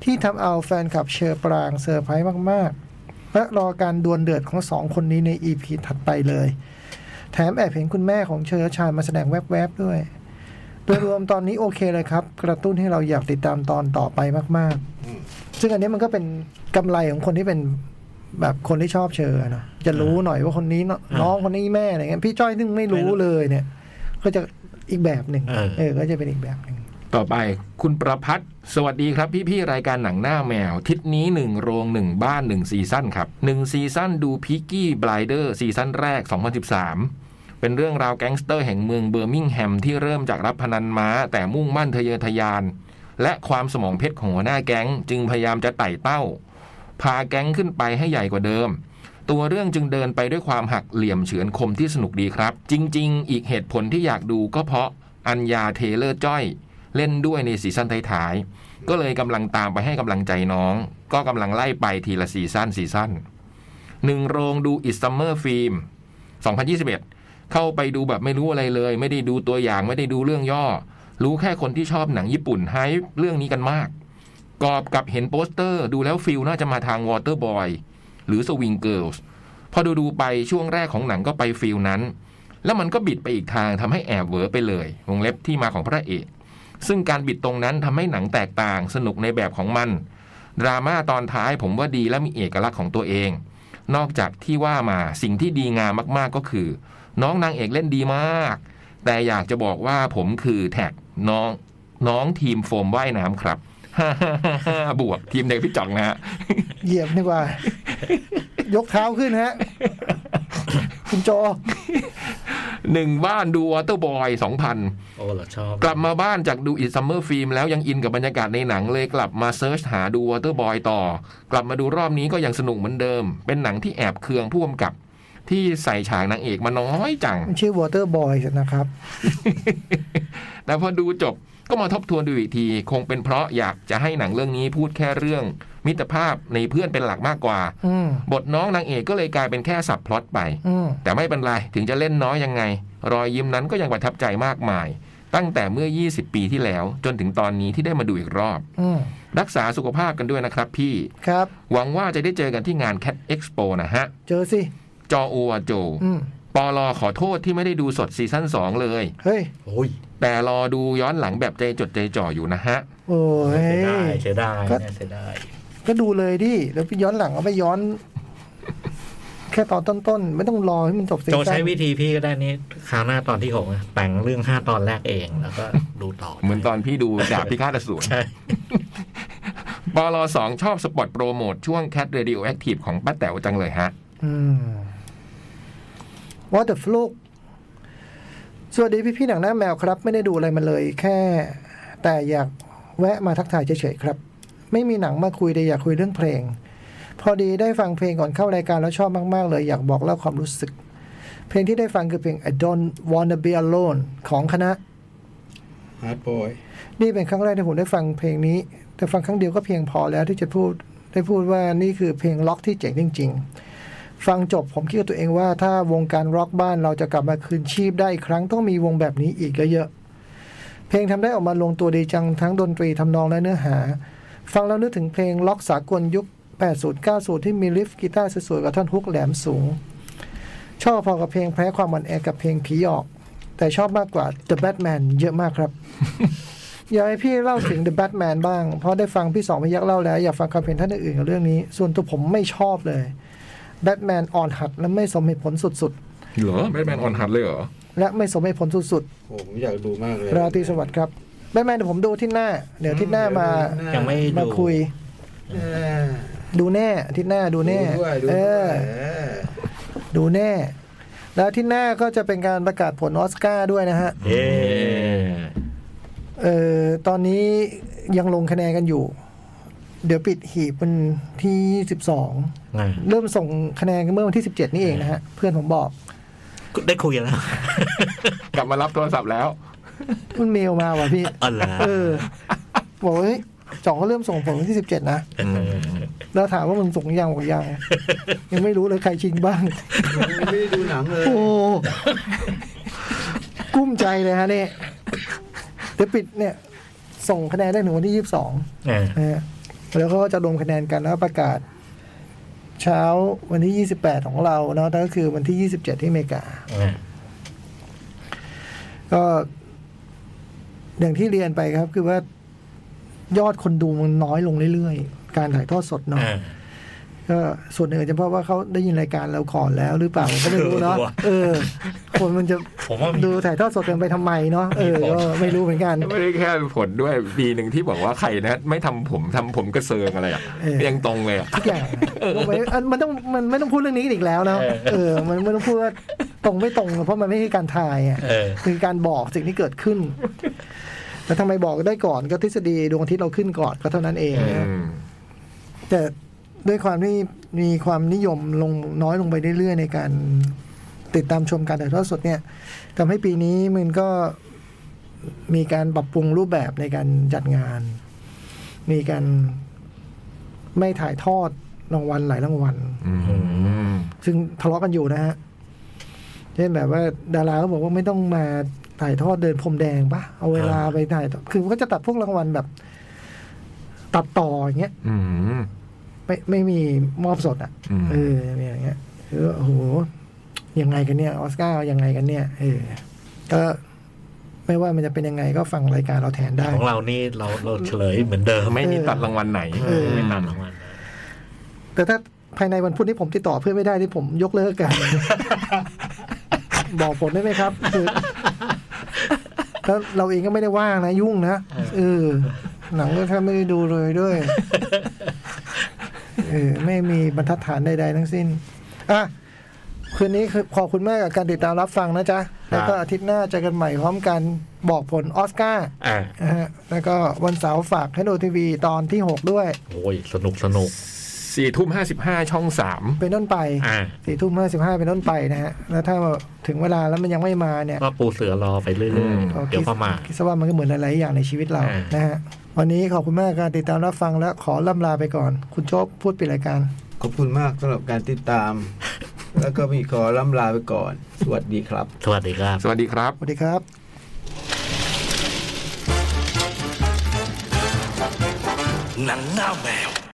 S3: ที่ทำเอาแฟนคลับเชอร์ปรางเซอร์ไพรส์มาก ๆ และรอการดวลเดือดของสองคนนี้ในอีพีถัดไปเลย แถมแอบเห็นคุณแม่ของเชอชาญมาแสดงแวบๆด้วย โดยรวมตอนนี้โอเคเลยครับ กระตุ้นให้เราอยากติดตามตอนต่อไปมากๆ ซึ่งอันนี้มันก็เป็นกำไรของคนที่เป็นแบบคนที่ชอบเชออะเนอะจะรู้หน่อยว่าคนนี้เนอะน้องคนนี้แม่อะไรเงี้ยพี่จ้อยนึงไม่รู้เลยเนี่ย ก็จะอีกแบบหนึ่ง
S5: เออ
S3: เออ ก็จะเป็นอีกแบบหนึ่ง
S4: ต่อไปคุณประพัฒน์สวัสดีครับพี่ ๆ รายการหนังหน้าแมว ทิศนี้หนึ่งโรงหนึ่งบ้านหนึ่งซีซั่นครับหนึ่งซีซั่นดูพิกกี้บลายเดอร์ซีซั่นแรก 2013 เป็นเรื่องราวแก๊งสเตอร์แห่งเมืองเบอร์มิงแฮมที่เริ่มจากรับพนันม้า แต่มุ่งมั่นทะเยอทะยาน และความสมองเพชรของหัวหน้าแก๊ง จึงพยายามจะไต่เต้า พาแก๊งขึ้นไปให้ใหญ่กว่าเดิม ตัวเรื่องจึงเดินไปด้วยความหักเหลี่ยมเฉือนคมที่สนุกดีครับ จริง ๆ อีกเหตุผลที่อยากดูก็เพราะอัญญาเทเลอร์จ้อย เล่นด้วยในซีซั่นท้ายๆ ก็เลยกำลังตามไปให้กำลังใจน้อง ก็กำลังไล่ไปทีละซีซั่นซีซั่นหนึ่งโรงดูอิสซัมเมอร์ฟิล์ม2021 เข้าไปดูแบบไม่รู้อะไรเลย ไม่ได้ดูตัวอย่างไม่ได้ดูเรื่องย่อ รู้แค่คนที่ชอบหนังญี่ปุ่นไฮป์เรื่องนี้กันมาก กอบกับเห็นโปสเตอร์ ดูแล้วฟิลน่าจะมาทางวอเตอร์บอยหรือสวิงเกิลส์พอดูดูๆไปช่วงแรกของหนังก็ไปฟิลนั้น แล้วมันก็บิดไปอีกทางทำให้แอบเหวอไปเลยวงเล็บที่มาของพระเอก ซึ่งการบิดตรงนั้นทำให้หนังแตกต่างสนุกในแบบของมัน ดราม่าตอนท้ายผมว่าดีและมีเอกลักษณ์ของตัวเอง นอกจากที่ว่ามาสิ่งที่ดีงามมากๆก็คือ น้องนางเอกเล่นดีมาก แต่อยากจะบอกว่าผมคือแท็กน้องน้องทีมโฟมว่ายน้ำครับ บวกทีมเด็กพี่จ่องนะฮะ
S3: เหยียบดีก ว่า ยกเท้าขึ้นฮะ คุณโจ
S4: หนึ่งบ้านดูวอเตอร์บอยสองพัน
S5: โอ้เราชอบ
S4: กลับมาบ้านจากดูอิซัมเมอร์ฟิล์มแล้วยังอินกับบรรยากาศในหนังเลยกลับมาเซิร์ชหาดูวอเตอร์บอยต่อ กลับมาดูรอบนี้ก็ยังสนุกเหมือนเดิม เป็นหนังที่แอบเคืองพ่วงกับ ที่ใส่ฉากนางเอกมาน้อยจัง
S3: ชื่อวอเตอร์บอยนะครับ
S4: แต่พอดูจบก็มาทบทวนดูอีกที คงเป็นเพราะอยากจะให้หนังเรื่องนี้พูดแค่เรื่อง มิตรภาพในเพื่อนเป็นหลักมากกว่า
S3: อืม
S4: บทน้องนางเอกก็เลยกลายเป็นแค่สับพล็อตไป
S3: อืม
S4: แต่ไม่เป็นไร ถึงจะเล่นน้อยยังไง รอยยิ้มนั้นก็ยังประทับใจมากมาย ตั้งแต่เมื่อ 20 ปีที่แล้ว จนถึงตอนนี้ที่ได้มาดูอีกรอบ
S3: อืม
S4: รักษาสุขภาพกันด้วยนะครับพี่
S3: ครับ
S4: หวังว่าจะได้เจอกันที่งาน Cat Expo นะฮะ
S3: เจอสิ
S4: จอโอวาโจ
S3: อืม
S4: ปอลอขอโทษที่ไม่ได้ดูสดซีซั่น2 เลย
S3: เฮ้ย
S5: โอ้ย
S4: แต่รอดูย้อนหลังแบบใจจดใจจ่ออยู่นะฮะ
S3: โอ้ย
S5: เสียดายเสียดายเนี่ยเสียดาย
S3: ก็ดูเลยดิ แล้วพี่ย้อนหลังเอาไปย้อน แค่ตอนต้นๆ ไม่ต้องรอให้มันจบซี
S5: โจ
S3: ซั่
S5: ใช้
S3: น
S5: วิธีพี่ก็ได้นี่คราวหน้าตอนที่หกอะแต่งเรื่องห้าตอนแรกเองแล้วก็ดูต่อ
S4: เหมือนตอนพี่ดู ดาบพิฆาตอสูร
S5: ใช่
S4: ปอลอสองชอบสปอตโปรโมทช่วง Cat Radio Active ของป้าแต๋วจังเลยฮะ
S3: อืมวอเตอร์ฟลูกสวัสดีพี่พี่ๆหนังหน้าแมวครับ ไม่ได้ดูอะไรมาเลย แค่ แต่อยากแวะมาทักทายเฉยๆครับ ไม่มีหนังมาคุยแต่อยากคุยเรื่องเพลง พอดีได้ฟังเพลงก่อนเข้ารายการแล้วชอบมากๆเลย อยากบอกเล่าความรู้สึก เพลงที่ได้ฟังคือเพลง I Don't Wanna Be Alone ของคณะ
S2: ฮาร์ดบอย
S3: นี่เป็นครั้งแรกที่ผมได้ฟังเพลงนี้ แต่ฟังครั้งเดียวก็เพียงพอแล้วที่จะพูดได้พูดว่านี่คือเพลงล็อกที่เจ๋งจริง ๆ ฟังจบผมคิดกับตัวเองว่า ถ้าวงการร็อกบ้านเราจะกลับมาคืนชีพได้อีกครั้งต้องมีวงแบบนี้อีกเยอะๆเพลงทำได้ออกมาลงตัวดีจังทั้งดนตรีทำนองและเนื้อหา ฟังแล้วนึกถึงเพลงล็อกสากลยุค 80 90 ที่มีลิฟกีตาร์สวยๆกับท่อนฮุกแหลมสูง ชอบพอกับเพลงแพ้ความอ่อนแอกับเพลงผีหยอก แต่ชอบมากกว่า The Batman เยอะมากครับ อยากให้พี่เล่าถึง The Batman บ้าง เพราะได้ฟังพี่สองพยักษ์เล่าแล้ว อยากฟังความเห็นท่านอื่นๆกับเรื่องนี้ ส่วนตัวผมไม่ชอบเลย Batman อ่อนหัดและไม่สมเหตุผลสุด
S4: เหรอแบทแมนออนฮัดเลยเหรอ
S3: ๆ และไม่สมเหตุผลสุด
S2: ผมอยากดูมากเลย
S3: ๆ ราตรีสวัสดิ์ครับ Batman เดี๋ยวผมดูที่หน้า เดี๋ยวที่หน้ามา
S5: ยังไม่
S3: มา
S5: ดู
S3: คุย
S2: เออ
S3: ดูแน่อาที่หน้าดูแน่
S2: ดูด้วยดู
S3: เอ
S2: ด้วย
S3: อ
S2: เออ
S3: ดูแน่ แล้วอาที่หน้าก็จะเป็นการประกาศผลออสการ์ด้วยนะฮะ
S5: เย้
S3: เอ่อตอนนี้ยังลงคะแนนกันอยู่ เดี๋ยวปิดหีบวันที่สิบสอง
S5: น่ะ
S3: เริ่มส่งคะแนนกันเมื่อวันที่สิบเจ็ดนี่เองนะฮะ เพื่อนผมบอก
S5: ได้คุยแล้ว
S4: กลับมารับโทรศัพท์แล้ว
S3: มันเมลมาว่ะพี่
S5: อ๋อเหรอ
S3: เออ บอกว่าเฮ้ยจ่องก็เริ่มส่งผลวันที่สิบเจ็ดนะ แล้วถามว่ามึงส่งยังบอก ยัง ยังไม่รู้เลยใครชิงบ้าง
S2: ผมไม่ได้ดูหนังเลย
S3: โอ้กุ้มใจเลยฮะเนี่ยเดี๋ยวปิดเนี่ย ส่งคะแนนได้ถึงวันที่ยี่สิบสอง
S5: น่ะ
S3: นะฮะแล้วก็จะรวมคะแนนกันแล้วประกาศ เช้าวันที่ 28 ของเราเนาะนั่นก็คือวันที่ 27 ที่อเมริกา
S5: อ่า
S3: ก็ อย่างที่เรียนไปครับ คือว่ายอดคนดูมันน้อยลงเรื่อยๆ การถ่ายทอดสดเนาะ
S5: อ่า
S3: ก็ส่วนหนึ่งอาจจะเพราะว่าเขาได้ยินรายการเราก่อนแล้วหรือเปล่าก็ไม่รู้เนาะ
S5: เออว่ะ
S3: เออ คนมันจะ
S5: ผมว่ามี
S3: ดูถ่ายทอดสดกันไปทำไมเนาะเออ
S5: มีผล
S3: ก็ไม่รู้เหมือนกัน
S4: ไม่ได้แค่ผลด้วยปีหนึ่งที่บอกว่าใครนะ ไม่ทำผมทำผมกระเซิงอะไรอ่ะ
S3: เออ
S4: เรียงตรงเลยอ่ะ
S3: ทุกอย่างลงไปอันมันต้องมันไม่ต้องพูดเรื่องนี้กันอีกแล้วนะเออ มันไม่ต้องพูดว่าตรงไม่ตรง เพราะมันไม่ใช่การทายอ่ะ
S5: เออ
S3: คือการบอกสิ่งที่เกิดขึ้น แล้วทำไมบอกได้ก่อนก็ทฤษฎีดวงอาทิตย์เราขึ้นก่อนก็เท่านั้นเอง
S4: อื
S3: นะ
S4: ม
S3: แต่ด้วยความที่มีความนิยมลงน้อยลงไปเรื่อยๆในการติดตามชมการถ่ายทอดสดเนี่ยทำให้ปีนี้มันก็มีการปรับปรุงรูปแบบในการจัดงาน มีการไม่ถ่ายทอดรางวัลหลายรางวัล
S4: อืม
S3: ซึ่งทะเลาะกันอยู่นะฮะ เช่นแบบว่าดาราก็บอกว่าไม่ต้องมาถ่ายทอดเดินพรมแดงปะเอาเวลาไปถ่ายทอดคือมันก็จะตัดพวกรางวัลแบบ ตัดต่ออย่างเงี้ย
S4: อืม
S3: ไม่ไม่มีมอบสดอ่ะ
S4: อืม
S3: เออมีอย่างเงี้ยคือว่าโอ้โหยังไงกันเนี่ยออสการ์ยังไงกันเนี่ยเออก็ไม่ว่ามันจะเป็นยังไงก็ฟังรายการเราแทนได้
S5: ของเรานี่เราเราเฉลยเหมือนเดิม
S4: ไม่มีตัดรางวัลไหน
S3: เออ
S5: ไม่
S4: ไม่
S5: ตั
S4: ตั
S5: ด
S4: ด
S5: รางวัล
S3: แต่ถ้าภายในวันพุธที่ผมติดต่อเพื่อนไม่ได้ที่ผมยกเลิกกัน บอกผมได้ไหมครับคือแล้วเราเองก็ไม่ได้ว่างนะ ยุ่งนะเออหนังก็แทบไม่ได้ดูเลยด้วยเออไม่มีบรรทัดฐานใดๆทั้งสิ้นอ่ะคืนนี้คือขอบคุณมากกับการติดตามรับฟังนะจ๊ะ แล้วก็อาทิตย์หน้าเจอกันใหม่พร้อมกันบอกผลออสการ์
S5: อ่า
S3: นะฮะแล้วก็วันเสาร์ฝากให้ดูทีวีตอนที่หกด้วย
S5: โอ้ยสนุกสนุก
S4: สี่ทุ่มห้าสิบห้าช่องสาม
S3: เป็นต้นไป
S5: อ่า
S3: สี่ทุ่มห้าสิบห้าเป็นต้นไปนะฮะ แล้วถ้าถึงเวลาแล้วมันยังไม่มาเนี่ย
S5: ก็ปูเสือรอไปเรื่
S4: อื
S5: อย
S4: ม
S3: คิ
S5: ๆเดี๋ยวก็มา
S3: คิดซะว่ามันก็เหมือนหลาย ๆ อย่างในชีวิตเรา
S5: อ่าน
S3: นะฮะ วันนี้ขอบคุณมากการติดตามรับฟังและขอล่ำลาไปก่อน คุณโจ๊กพูดปิดรายการ
S2: ขอบคุณมากสำหรับการติดตาม แล้วก็มีขอล่ำลาไปก่อน สวัสดีครับ
S5: สวัสดีครับ
S4: สวัสดีครับ
S3: สวัสดีครับ
S1: หนังหน้าแมว